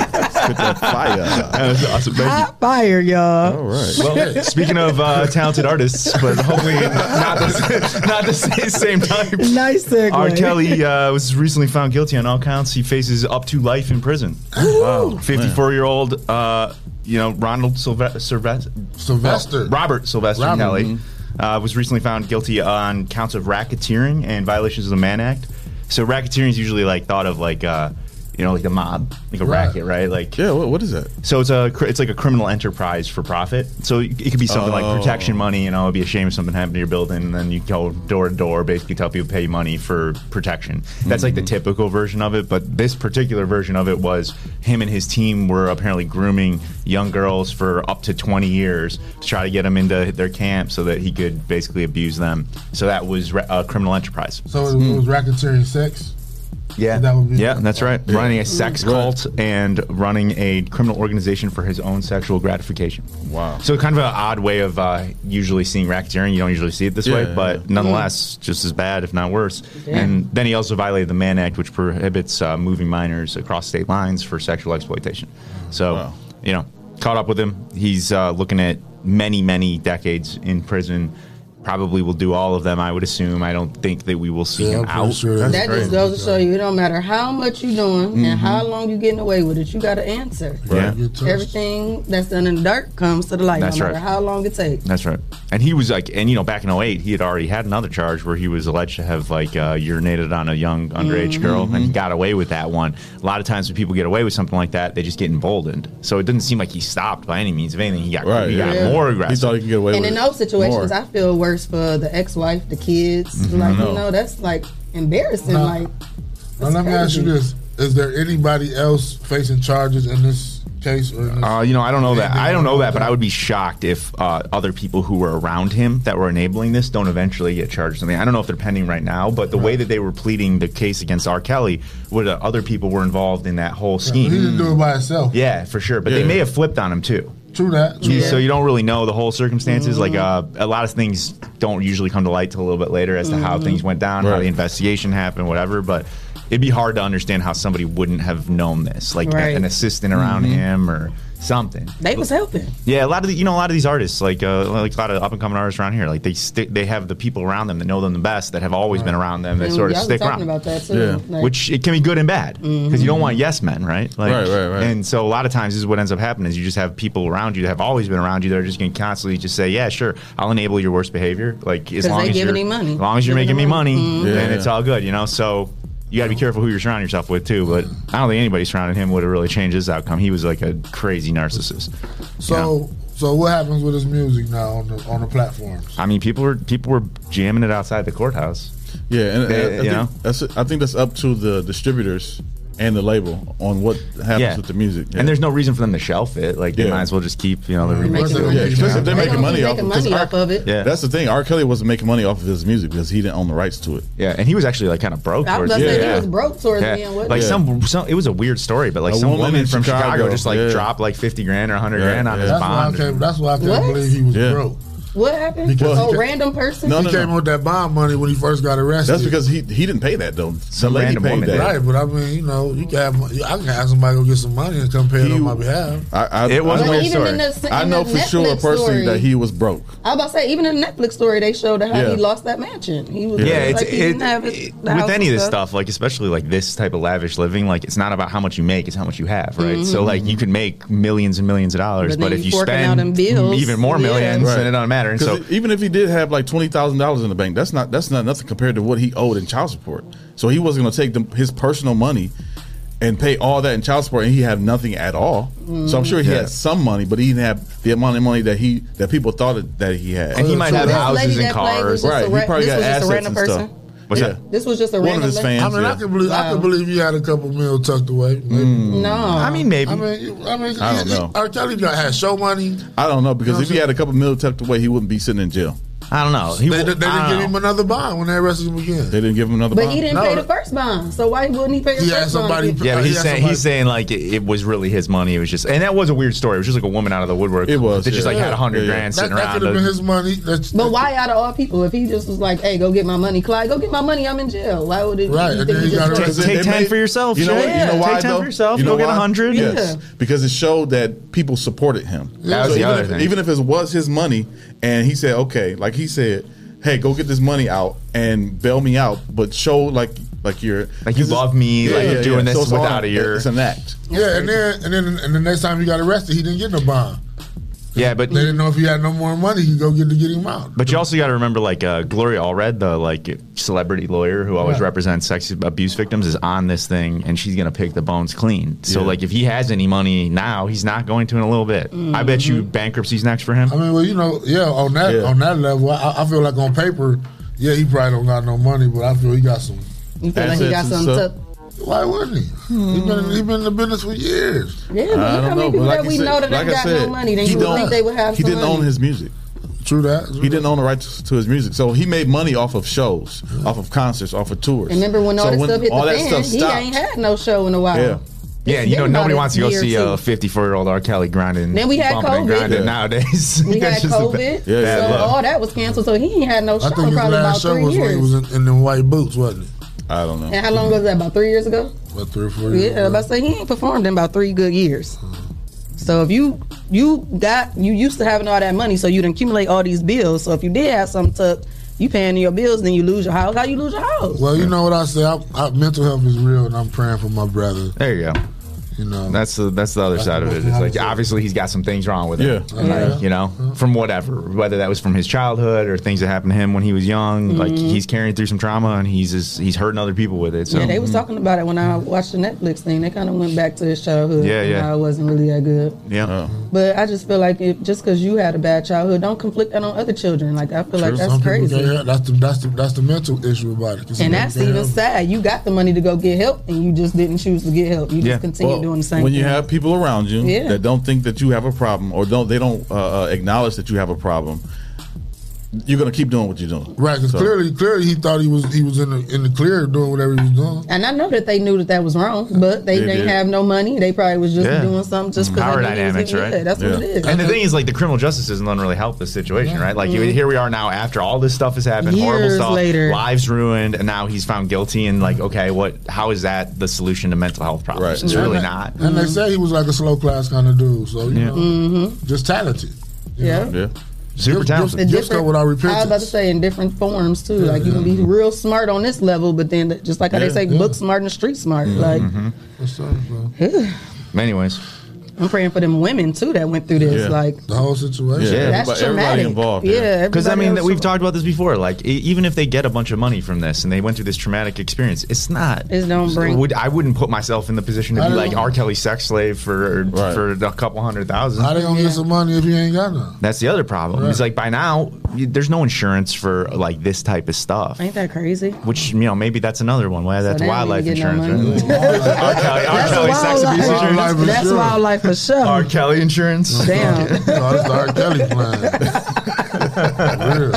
Speaker 3: (laughs)
Speaker 8: That's awesome. Thank you.
Speaker 13: Hot fire, y'all.
Speaker 5: All right.
Speaker 8: Well, speaking of uh, talented artists, but
Speaker 5: (laughs)
Speaker 8: hopefully not the, not the same, same type.
Speaker 13: (laughs) Nice segue.
Speaker 8: R. Kelly uh, was recently found guilty on all counts. He faces up to life in prison. Wow. 54 year old, uh, you know, Ronald Sylve- Sylvester.
Speaker 2: Sylvester.
Speaker 8: Robert Sylvester
Speaker 2: Robert.
Speaker 8: Kelly
Speaker 2: Mhm.
Speaker 5: mm-hmm.
Speaker 8: uh, was recently found guilty on counts of racketeering and violations of the Mann Act. So racketeering is usually like thought of like uh, you know like the mob, like a
Speaker 5: Right.
Speaker 8: racket, right? Like
Speaker 5: yeah, what, what is that?
Speaker 8: So it's a cr- it's like a criminal enterprise for profit. So it it could be something
Speaker 5: Oh.
Speaker 8: like protection money. You know, it'd be a shame if something happened to your building, and then you go door to door, basically tell people to pay money for protection. That's like the typical version of it. But this particular version of it was him and his team were apparently grooming young girls for up to 20 years to try to get them into their camp so that he could
Speaker 5: Hmm.
Speaker 8: basically abuse them. So that was ra- a criminal uh, enterprise.
Speaker 2: So it, was racketeering sex.
Speaker 8: Yeah,
Speaker 2: that would be
Speaker 8: yeah, that's right. Running a sex cult and running a criminal organization for his own sexual gratification.
Speaker 5: Wow.
Speaker 8: So kind of an odd way of uh, usually seeing racketeering. You don't usually see it this way,
Speaker 5: Yeah,
Speaker 8: but
Speaker 5: yeah.
Speaker 8: nonetheless, just as bad, if not worse.
Speaker 5: Damn.
Speaker 8: And then he also violated the Mann Act, which prohibits uh, moving minors across state lines for sexual exploitation. So, you know, caught up with him. He's uh, looking at many, many decades in prison. Probably will do all of them, I would assume. I don't think that we will see
Speaker 2: Yeah,
Speaker 8: him
Speaker 2: I'm pretty
Speaker 8: out.
Speaker 2: sure
Speaker 13: that just goes to show you, it don't matter how much you doing
Speaker 8: Mhm.
Speaker 13: and how long you getting away with it, you got to answer.
Speaker 8: Right.
Speaker 13: Everything that's done in the dark comes to the light,
Speaker 8: That's
Speaker 13: no matter
Speaker 8: right.
Speaker 13: how long it takes.
Speaker 8: That's right. And he was like, and you know, back in 08, he had already had another charge where he was alleged to have like uh, urinated on a young underage girl
Speaker 13: Mm-hmm.
Speaker 8: and he got away with that one. A lot of times when people get away with something like that, they just get emboldened. So it didn't seem like he stopped by any means. If anything, he got, he got
Speaker 5: yeah.
Speaker 8: more
Speaker 5: He
Speaker 8: aggressive.
Speaker 5: thought he could get away
Speaker 13: and in those situations, I feel worse for the ex-wife, the kids.
Speaker 8: Mhm.
Speaker 13: Like
Speaker 2: I know.
Speaker 13: you know, that's like embarrassing.
Speaker 2: Nah.
Speaker 13: Like
Speaker 2: Now let me ask you this: Is there anybody else facing charges in this case? Or in this
Speaker 8: Uh, you know, I don't know that. I don't know that, but I would be shocked if uh, other people who were around him that were enabling this don't eventually get charged. I mean, I don't know if they're pending right now, but the way that they were pleading the case against R. Kelly, would uh, other people were involved in that whole
Speaker 2: he
Speaker 8: scheme?
Speaker 2: didn't do it by himself.
Speaker 8: Yeah, for sure. But
Speaker 2: Yeah.
Speaker 8: they may have flipped on him too.
Speaker 2: True that. True
Speaker 8: You-
Speaker 2: that.
Speaker 8: So you don't really know the whole circumstances. Like uh,
Speaker 13: Mm-hmm.
Speaker 8: a lot of things don't usually come to light till a little bit later as to how
Speaker 13: Mm-hmm.
Speaker 2: Mhm.
Speaker 8: things went down, how
Speaker 2: Right.
Speaker 8: the investigation happened, whatever. But it'd be hard to understand how somebody wouldn't have known this, like a-
Speaker 13: Right. Mm-hmm.
Speaker 8: an assistant around him or something.
Speaker 13: they was helping.
Speaker 8: Yeah, a lot of the, you know a lot of these artists, like uh, like a lot of up and coming artists around here, like they sti- they have the people around them that know them the best, that have always been around them, that
Speaker 13: And
Speaker 8: sort of
Speaker 13: y'all was
Speaker 8: stick
Speaker 13: talking
Speaker 8: around.
Speaker 13: about that, too. Yeah. Like- Mm-hmm.
Speaker 8: which it can be good and bad because you don't want yes men, right?
Speaker 5: Right, right, right.
Speaker 8: And so a lot of times this is what ends up happening is you just have people around you that have always been around you that are just going to constantly just say, yeah, sure, I'll enable your worst behavior, like as
Speaker 13: 'Cause
Speaker 8: long
Speaker 13: they
Speaker 8: as
Speaker 13: giving
Speaker 8: you're
Speaker 13: him money.
Speaker 8: as long as you're
Speaker 13: Giving
Speaker 8: making me
Speaker 13: him
Speaker 8: money,
Speaker 13: money. Mm-hmm.
Speaker 5: Mhm.
Speaker 8: then
Speaker 5: Yeah.
Speaker 8: it's all good, you know. So. You gotta be careful who you're surrounding yourself with too, but I don't think anybody surrounding him would have really changed his outcome. He was like a crazy narcissist.
Speaker 2: So so what happens with his music now on the on the platform?
Speaker 8: I mean, people were people were jamming it outside the courthouse.
Speaker 5: Yeah, and, and
Speaker 8: They-
Speaker 5: I,
Speaker 8: you
Speaker 5: think
Speaker 8: know?
Speaker 5: that's I think that's up to the distributors and the label on what happens
Speaker 8: Yeah.
Speaker 5: with the music.
Speaker 8: And there's no reason for them to shelf it. Like they
Speaker 5: Yeah.
Speaker 8: might as well just keep you know the remix.
Speaker 5: yeah, especially if they're
Speaker 13: They
Speaker 5: making
Speaker 13: gonna
Speaker 5: money
Speaker 13: keep
Speaker 5: off,
Speaker 13: making
Speaker 5: of, 'cause
Speaker 13: money
Speaker 5: R-
Speaker 13: off of it.
Speaker 8: Yeah.
Speaker 5: That's the thing. R. Kelly wasn't making money off of his music because he didn't own the rights to it.
Speaker 8: Yeah, and he was actually like kind of broke.
Speaker 13: I was
Speaker 8: towards
Speaker 13: gonna
Speaker 8: the
Speaker 13: say
Speaker 8: end.
Speaker 13: he was broke towards
Speaker 8: Yeah.
Speaker 13: the end. wasn't
Speaker 8: Like
Speaker 13: he?
Speaker 8: some, some, it was a weird story, but like
Speaker 5: A
Speaker 8: some
Speaker 5: woman
Speaker 8: woman,
Speaker 5: in
Speaker 8: from Chicago,
Speaker 5: Chicago,
Speaker 8: just like
Speaker 5: yeah.
Speaker 8: dropped like fifty grand or hundred
Speaker 5: Yeah,
Speaker 8: grand on
Speaker 5: yeah.
Speaker 8: his
Speaker 5: That's
Speaker 2: That's why I
Speaker 8: bond.
Speaker 2: can't, that's why I can't
Speaker 13: What?
Speaker 2: believe he was
Speaker 5: Yeah.
Speaker 2: broke.
Speaker 13: What happened?
Speaker 2: Because-
Speaker 13: oh, random person.
Speaker 2: he came with that bond money when he first got arrested.
Speaker 5: That's because he he didn't pay that though. Some lady
Speaker 8: random
Speaker 5: paid
Speaker 8: woman
Speaker 5: that.
Speaker 2: Right, but I mean, you know, you can have, I can have somebody go get some money and come pay it on my behalf.
Speaker 5: I, I,
Speaker 8: It was
Speaker 5: I
Speaker 8: a
Speaker 5: know,
Speaker 8: weird Even
Speaker 13: in story. the-
Speaker 5: I
Speaker 13: in
Speaker 5: know
Speaker 13: the
Speaker 5: for sure
Speaker 13: Netflix
Speaker 5: personally
Speaker 13: story.
Speaker 5: that he was broke.
Speaker 13: I was about to say, even in the Netflix story, they showed how
Speaker 8: Yeah.
Speaker 13: he lost that mansion. He was
Speaker 8: Yeah,
Speaker 13: like,
Speaker 8: it's-
Speaker 13: he didn't
Speaker 8: it-
Speaker 13: have his, the house
Speaker 8: With any
Speaker 13: and
Speaker 8: of this stuff, like especially like this type of lavish living, like it's not about how much you make; it's how much you have, right? So
Speaker 13: Mhm.
Speaker 8: like you can make millions and millions of dollars,
Speaker 13: But
Speaker 8: but,
Speaker 13: then
Speaker 8: if you
Speaker 13: you forking out
Speaker 8: spend
Speaker 13: them bills,
Speaker 8: even more
Speaker 13: yeah.
Speaker 8: millions, then it doesn't matter. And
Speaker 5: 'Cause
Speaker 8: so
Speaker 5: e- even if he did have like twenty thousand dollars in the bank, that's not that's not nothing compared to what he owed in child support. So he wasn't going to take them, his personal money and pay all that in child support, and he had nothing at all. So I'm sure he
Speaker 8: Yeah.
Speaker 5: had some money, but he didn't have the amount of money that he that people thought it- that he had.
Speaker 8: And he might So have this houses lady and that played was cars. just a
Speaker 5: Right,
Speaker 8: ra-
Speaker 5: he probably
Speaker 8: this
Speaker 5: got
Speaker 8: was just a
Speaker 5: assets
Speaker 8: random
Speaker 5: and
Speaker 8: person?
Speaker 5: stuff.
Speaker 8: What's
Speaker 5: yeah.
Speaker 8: that?
Speaker 13: This was just a
Speaker 5: One of
Speaker 13: random
Speaker 5: his
Speaker 13: lady-
Speaker 5: fans,
Speaker 2: I mean, I
Speaker 5: yeah.
Speaker 2: can believe I can believe he had a couple mil tucked away. Maybe.
Speaker 13: No, I
Speaker 8: Hmm. mean maybe.
Speaker 2: I mean, you- I mean,
Speaker 5: I don't
Speaker 2: he- he-
Speaker 5: know.
Speaker 2: R. Kelly got had show money.
Speaker 5: I don't know because
Speaker 2: You know
Speaker 5: if he had a couple mil tucked away, he wouldn't be sitting in jail.
Speaker 8: I don't know.
Speaker 2: They, they didn't give him another bond when they arrested him again.
Speaker 5: They didn't give him another.
Speaker 13: But
Speaker 5: bond.
Speaker 13: he didn't
Speaker 2: No.
Speaker 13: pay the first bond, so why wouldn't he pay the
Speaker 2: He had
Speaker 13: first
Speaker 2: somebody-
Speaker 13: bond?
Speaker 8: Yeah, but
Speaker 2: Uh,
Speaker 8: he's
Speaker 2: yeah,
Speaker 8: saying he's saying like it, it was really his money. It was just, and that was a weird story. It was just like a woman out of the woodwork.
Speaker 5: It was,
Speaker 8: that just
Speaker 5: yeah.
Speaker 8: like had a hundred
Speaker 5: Yeah, yeah.
Speaker 8: grand
Speaker 5: That-
Speaker 8: sitting
Speaker 5: that
Speaker 8: around.
Speaker 5: could've
Speaker 8: uh,
Speaker 5: been
Speaker 2: His money. That's,
Speaker 13: But why out of all people, if he just was like, "Hey, go get my money, Clyde, go get my money, I'm in jail." Why would it?
Speaker 2: Right,
Speaker 13: you
Speaker 2: and
Speaker 13: think
Speaker 2: then
Speaker 13: he
Speaker 2: he
Speaker 13: just
Speaker 2: got
Speaker 13: wrote-
Speaker 2: arrested.
Speaker 8: Take- take 10 for yourself,
Speaker 5: You know,
Speaker 8: sure.
Speaker 5: you know
Speaker 8: Yeah.
Speaker 5: why
Speaker 8: Take 10
Speaker 5: though?
Speaker 8: for yourself,
Speaker 5: You
Speaker 8: go
Speaker 5: know
Speaker 8: get
Speaker 5: why?
Speaker 8: 100.
Speaker 5: Yes,
Speaker 8: Yeah.
Speaker 5: because it showed that people supported him.
Speaker 8: That was the
Speaker 5: even,
Speaker 8: other
Speaker 5: if,
Speaker 8: thing.
Speaker 5: even if it was his money, and he said, "Okay," like he said, "Hey, go get this money out and bail me out," but show like like you're
Speaker 8: Like you love me, like you're doing this
Speaker 5: it's all-
Speaker 8: without your-
Speaker 5: It's an act.
Speaker 2: Yeah, and then and then and the next time he got arrested, he didn't get no bond.
Speaker 8: yeah, but
Speaker 2: They didn't know if he had no more money, he could go get to get him out.
Speaker 8: But you also got to remember, like uh, Gloria Allred, the like celebrity lawyer who always
Speaker 2: Yeah.
Speaker 8: represents sex abuse victims, is on this thing, and she's gonna pick the bones clean. So
Speaker 5: Yeah.
Speaker 8: like, if he has any money now, he's not going to in a little bit. I bet you bankruptcy's next for him.
Speaker 2: I mean, well, you know, yeah, on that
Speaker 5: Yeah.
Speaker 2: on that level, I, I feel like on paper, yeah, he probably don't got no money, but I feel he got some.
Speaker 13: You feel like he got
Speaker 5: Assets and
Speaker 13: something
Speaker 5: stuff.
Speaker 13: tough?
Speaker 2: Why wouldn't he? He been he been in the business for years.
Speaker 13: Yeah, but look how many people that we know that ain't got no money. Then you would think they would have
Speaker 5: He
Speaker 13: some
Speaker 5: didn't own
Speaker 13: money.
Speaker 5: his music. True that. he didn't own the rights to his music, so he made money off of shows, off of concerts, off of tours.
Speaker 13: Remember when all
Speaker 5: So
Speaker 13: that stuff hit
Speaker 5: all
Speaker 13: the
Speaker 5: that
Speaker 13: fan?
Speaker 5: stuff
Speaker 13: He
Speaker 5: stopped.
Speaker 13: ain't had no show in a while.
Speaker 8: Yeah. Yeah, you know,
Speaker 13: been
Speaker 8: nobody
Speaker 13: about
Speaker 8: wants
Speaker 13: a
Speaker 8: to go
Speaker 13: year or
Speaker 8: see
Speaker 13: two.
Speaker 8: a 54 year old R. Kelly grinding.
Speaker 13: Then we had
Speaker 8: bumping and
Speaker 13: COVID.
Speaker 8: grinding
Speaker 13: Yeah.
Speaker 8: nowadays. (laughs)
Speaker 13: We had
Speaker 8: That's just a bad-
Speaker 13: COVID, so all that was canceled. So he ain't had no show
Speaker 8: I
Speaker 13: in
Speaker 8: think
Speaker 13: probably
Speaker 8: his
Speaker 13: about
Speaker 8: last show
Speaker 13: three
Speaker 8: was
Speaker 13: years.
Speaker 8: when he
Speaker 2: was in, in them white boots, wasn't it?
Speaker 5: I don't know.
Speaker 13: And how long was that? About three years ago.
Speaker 2: About three or four years.
Speaker 13: Yeah, I was about to say he ain't performed in about three good years. So if you you got you used to having all that money, so you would accumulate all these bills. So if you did have something tucked, you paying your bills, then you lose your house. How you lose your house?
Speaker 2: Well, you know what I say. I, I, mental health is real, and I'm praying for my brother.
Speaker 8: There you go.
Speaker 2: You know,
Speaker 8: that's the that's the other side of it. It's like obviously he's got some things wrong with him.
Speaker 2: Yeah. Yeah.
Speaker 8: Like, you know, from whatever, whether that was from his childhood or things that happened to him when he was young. Like
Speaker 13: Mhm.
Speaker 8: he's carrying through some trauma and he's just, he's hurting other people with it. So
Speaker 13: yeah, they was talking about it when I watched the Netflix thing. They kind of went back to his childhood.
Speaker 8: Yeah, yeah.
Speaker 13: How it wasn't really that good.
Speaker 8: Mm-hmm. Yeah.
Speaker 2: Oh.
Speaker 13: But I just feel like if, just because you had a bad childhood, don't conflict that on other children. Like I feel like that's
Speaker 2: Some people
Speaker 13: crazy.
Speaker 2: can't help- That's the that's the that's the mental issue about it. 'Cause some
Speaker 13: And
Speaker 2: people
Speaker 13: that's
Speaker 2: can't
Speaker 13: even
Speaker 2: help it.
Speaker 13: sad. You got the money to go get help, and you just didn't choose to get help. You just continue
Speaker 5: Well,
Speaker 13: doing the same.
Speaker 5: When you
Speaker 13: thing.
Speaker 5: have people around you
Speaker 13: Yeah.
Speaker 5: that don't think that you have a problem or don't they don't uh, uh, acknowledge that you have a problem, you're gonna keep doing what you're doing.
Speaker 2: Right, because
Speaker 5: So-
Speaker 2: clearly, clearly he thought he was he was in the in the clear doing whatever he was doing.
Speaker 13: And I know that they knew that that was wrong, but they
Speaker 8: They
Speaker 13: didn't
Speaker 8: did.
Speaker 13: have no money. They probably was just
Speaker 8: Yeah. Mm-hmm.
Speaker 13: doing something just because
Speaker 8: power
Speaker 13: they knew it was
Speaker 8: dynamics,
Speaker 13: getting
Speaker 8: right?
Speaker 13: good. That's what it is.
Speaker 8: And the thing is, like, the criminal justice isn't going to really help this situation,
Speaker 13: Yeah.
Speaker 8: right? Like, you
Speaker 13: Mhm.
Speaker 8: here we are now after all this stuff has happened, horrible
Speaker 13: Years
Speaker 8: stuff,
Speaker 13: later.
Speaker 8: lives ruined, and now he's found guilty. And like, okay, what? How is that the solution to mental health problems? It's
Speaker 2: And
Speaker 8: really
Speaker 2: they-
Speaker 8: not. Mm-hmm.
Speaker 2: And they say he was like a slow class kind of dude, so you
Speaker 8: Yeah.
Speaker 2: know,
Speaker 8: Mm-hmm.
Speaker 2: just talented. you
Speaker 13: Yeah.
Speaker 2: know?
Speaker 5: Yeah.
Speaker 8: Super
Speaker 13: In
Speaker 8: talented.
Speaker 2: Gifts come without
Speaker 13: I was
Speaker 2: repentance.
Speaker 13: about to say in different forms too. Like you can be real smart on this level, but then th- just like how they
Speaker 8: Yeah,
Speaker 13: say,
Speaker 8: yeah.
Speaker 13: book smart and street smart.
Speaker 8: Mhm.
Speaker 13: Like,
Speaker 8: Anyways,
Speaker 13: (sighs) I'm praying for them women too that went through this.
Speaker 8: Yeah.
Speaker 13: Like
Speaker 2: the whole situation.
Speaker 13: Yeah, that's traumatic. Yeah,
Speaker 8: Because I
Speaker 13: everybody
Speaker 8: mean,
Speaker 13: else-
Speaker 8: that we've talked about this before. Like, e- even if they get a bunch of money from this and they went through this traumatic experience, it's not.
Speaker 13: It don't bring-
Speaker 8: Would, I wouldn't put myself in the position to
Speaker 2: I
Speaker 8: be
Speaker 2: don't-
Speaker 8: like R. Kelly sex slave for for a couple hundred thousand.
Speaker 2: How they gonna get some money if you ain't got none?
Speaker 8: That's the other problem. It's like by now, y- there's no insurance for like this type of stuff.
Speaker 13: ain't that crazy?
Speaker 8: Which you know, maybe that's another one. Why that's
Speaker 13: they don't
Speaker 8: wildlife
Speaker 13: even get no
Speaker 8: insurance. right?
Speaker 2: (laughs)
Speaker 8: R. Kelly, R.
Speaker 13: That's
Speaker 8: Kelly sex
Speaker 13: wildlife-
Speaker 8: abuse insurance.
Speaker 13: That's wildlife for sure.
Speaker 8: R. Kelly insurance.
Speaker 2: (laughs)
Speaker 13: Damn.
Speaker 2: no, Oh, that's the R. Kelly plan. Real.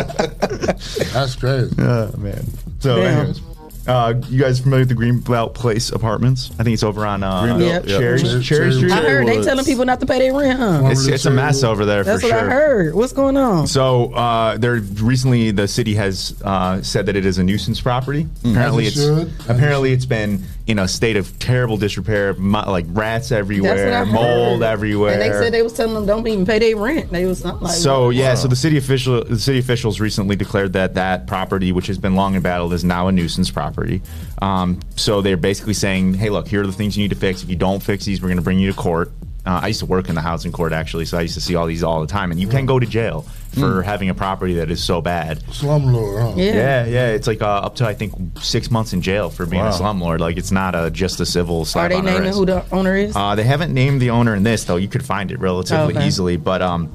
Speaker 2: That's crazy.
Speaker 8: Yeah, man. So,
Speaker 2: Damn.
Speaker 8: anyways, uh, you guys familiar with the Greenbelt Place apartments? I think it's over on uh,
Speaker 13: Greenbelt, Yep. yeah.
Speaker 8: Cherry,
Speaker 13: Cherry-
Speaker 8: Cherry, Street.
Speaker 13: I heard they telling people not to pay their rent. Huh?
Speaker 8: It's, it's a mess over there
Speaker 13: That's
Speaker 8: for
Speaker 13: what
Speaker 8: sure.
Speaker 13: I heard. What's going on?
Speaker 8: So uh, there recently, the city has uh, said that it is a nuisance property. Apparently,
Speaker 2: Mm. As it
Speaker 8: it's
Speaker 2: should.
Speaker 8: apparently it's been in a state of terrible disrepair, mo- like rats
Speaker 13: what I
Speaker 8: everywhere,
Speaker 13: heard.
Speaker 8: mold everywhere.
Speaker 13: And they said they was telling them don't even pay their rent. They was not like
Speaker 8: So yeah, so the city official, the city officials recently declared that that property, which has been long embattled, is now a nuisance property. Um, so they're basically saying, hey, look, here are the things you need to fix. If you don't fix these, we're going to bring you to court. Uh, I used to work in the housing court actually, so I used to see all these all the time, and you can go to jail for
Speaker 13: Hmm.
Speaker 8: having a property that is so bad.
Speaker 2: Slumlord, huh?
Speaker 8: Yeah, yeah, it's like uh, up to I think six months in jail for being
Speaker 13: Wow.
Speaker 8: a slumlord. Like it's not a just a civil.
Speaker 13: Are
Speaker 8: slap
Speaker 13: they
Speaker 8: on the
Speaker 13: naming
Speaker 8: wrist.
Speaker 13: who the owner is?
Speaker 8: Uh, they haven't named the owner in this, though. You could find it relatively
Speaker 13: Oh, Okay.
Speaker 8: easily, but um,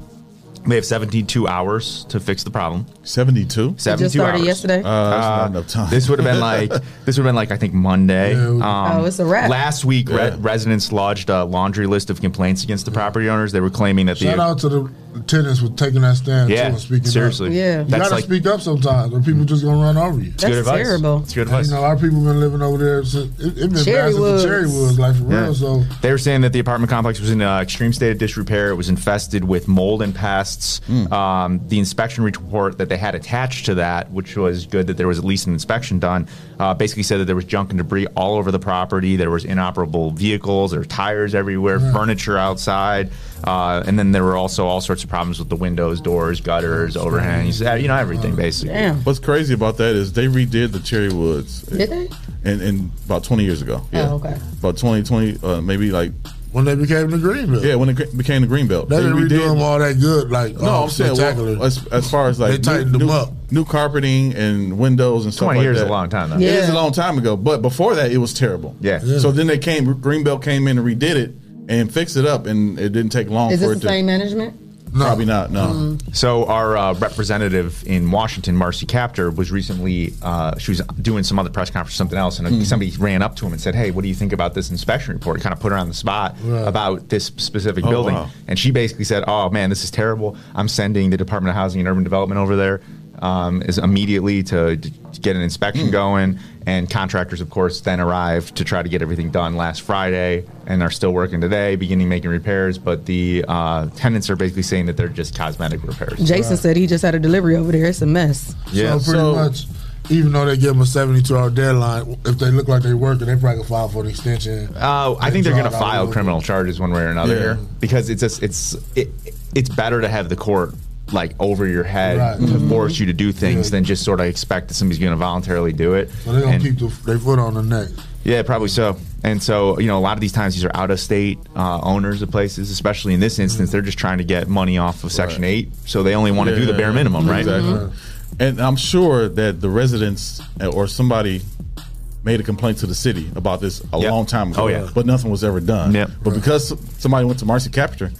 Speaker 8: they have 72 hours to fix the problem.
Speaker 5: 72?
Speaker 8: 72
Speaker 13: started
Speaker 8: hours.
Speaker 13: yesterday? Uh,
Speaker 5: that's not enough time.
Speaker 8: This would have been like this would have been like I think Monday. Um,
Speaker 13: Oh, it's a wrap.
Speaker 8: Last week, re-
Speaker 13: Yeah.
Speaker 8: residents lodged a laundry list of complaints against the property owners. They were claiming that
Speaker 2: Shout
Speaker 8: the
Speaker 2: out to the tenants for taking that stand
Speaker 8: Yeah,
Speaker 2: too and speaking up.
Speaker 8: seriously. Yeah.
Speaker 2: you
Speaker 8: That's
Speaker 2: gotta
Speaker 8: like-
Speaker 2: speak up sometimes, or people just gonna run over you.
Speaker 8: It's good That's advice. terrible. It's good
Speaker 2: And,
Speaker 8: advice.
Speaker 2: You know, our people been living over there since it, it been bad since the Cherry Woods, like for
Speaker 8: Yeah.
Speaker 2: real. So
Speaker 8: They were saying that the apartment complex was in an extreme state of disrepair. It was infested with mold and pests. Um, the inspection report that they had attached to that, which was good that there was at least an inspection done, uh, basically said that there was junk and debris all over the property. There was inoperable vehicles or tires everywhere, furniture outside, uh, and then there were also all sorts of problems with the windows, doors, gutters, overhangs, uh, you know, everything basically.
Speaker 13: Damn.
Speaker 5: What's crazy about that is they redid the Cherry Woods.
Speaker 13: Did they?
Speaker 5: And, and about 20 years ago.
Speaker 13: Oh, okay.
Speaker 5: About 2020, uh, maybe like.
Speaker 2: When they became the Greenbelt.
Speaker 5: Yeah, when it gre- became the Greenbelt.
Speaker 2: they didn't redo them all that good. Like
Speaker 5: No,
Speaker 2: oh,
Speaker 5: I'm saying
Speaker 2: spectacular.
Speaker 5: well, as, as far as like
Speaker 2: They tightened
Speaker 5: new,
Speaker 2: them
Speaker 5: new-
Speaker 2: up.
Speaker 5: new carpeting and windows and stuff
Speaker 8: 20
Speaker 5: like
Speaker 8: years
Speaker 5: that.
Speaker 8: is a long time, though.
Speaker 5: It is
Speaker 8: Yeah.
Speaker 5: a long time ago, but before that, it was terrible.
Speaker 8: Yeah. Yeah.
Speaker 5: So then they came, Greenbelt came in and redid it and fixed it up, and it didn't take long
Speaker 13: Is
Speaker 5: for
Speaker 13: this
Speaker 5: it
Speaker 13: the
Speaker 5: to.
Speaker 13: same management?
Speaker 5: Probably not. No. Mm-hmm.
Speaker 8: So our uh, representative in Washington, Marcy Kaptur, was recently uh, she was doing some other press conference, something else, and
Speaker 5: Mm-hmm.
Speaker 8: somebody ran up to him and said, "Hey, what do you think about this inspection report?" Kind of put her on the spot
Speaker 5: Right.
Speaker 8: about this specific
Speaker 5: Oh,
Speaker 8: building,
Speaker 5: wow.
Speaker 8: and she basically said, "Oh man, this is terrible. I'm sending the Department of Housing and Urban Development over there." Um, is immediately to, to get an inspection going, and contractors, of course, then arrived to try to get everything done last Friday, and are still working today, beginning making repairs. But the uh, tenants are basically saying that they're just cosmetic repairs.
Speaker 13: Jason said he just had a delivery over there. It's a mess.
Speaker 2: So pretty much, even though they give them a seventy-two hour deadline, if they look like they working, they probably can file for an extension.
Speaker 8: Uh, I think they're
Speaker 2: Draw
Speaker 8: going to
Speaker 2: it out a
Speaker 8: file
Speaker 2: little
Speaker 8: criminal charges one way or another
Speaker 2: Yeah.
Speaker 8: here because it's just it's it, it's better to have the court like over your head
Speaker 2: Right.
Speaker 8: to
Speaker 2: Mhm.
Speaker 8: force you to do things
Speaker 2: Yeah.
Speaker 8: than just sort of expect that somebody's going to voluntarily do it.
Speaker 2: So they're gonna
Speaker 8: And-
Speaker 2: keep the, their foot on the neck.
Speaker 8: yeah, probably so. And so, you know, a lot of these times these are out of state uh, owners of places, especially in this
Speaker 2: Mm.
Speaker 8: instance, they're just trying to get money off of Section 8. So they only want to do the
Speaker 5: Yeah,
Speaker 8: bare minimum, right? Mm-hmm.
Speaker 5: Exactly.
Speaker 2: Mm-hmm.
Speaker 5: And I'm sure that the residents or somebody made a complaint to the city about this a long time ago.
Speaker 8: Oh, yeah.
Speaker 5: But nothing was ever done. But because somebody went to Marcy Capture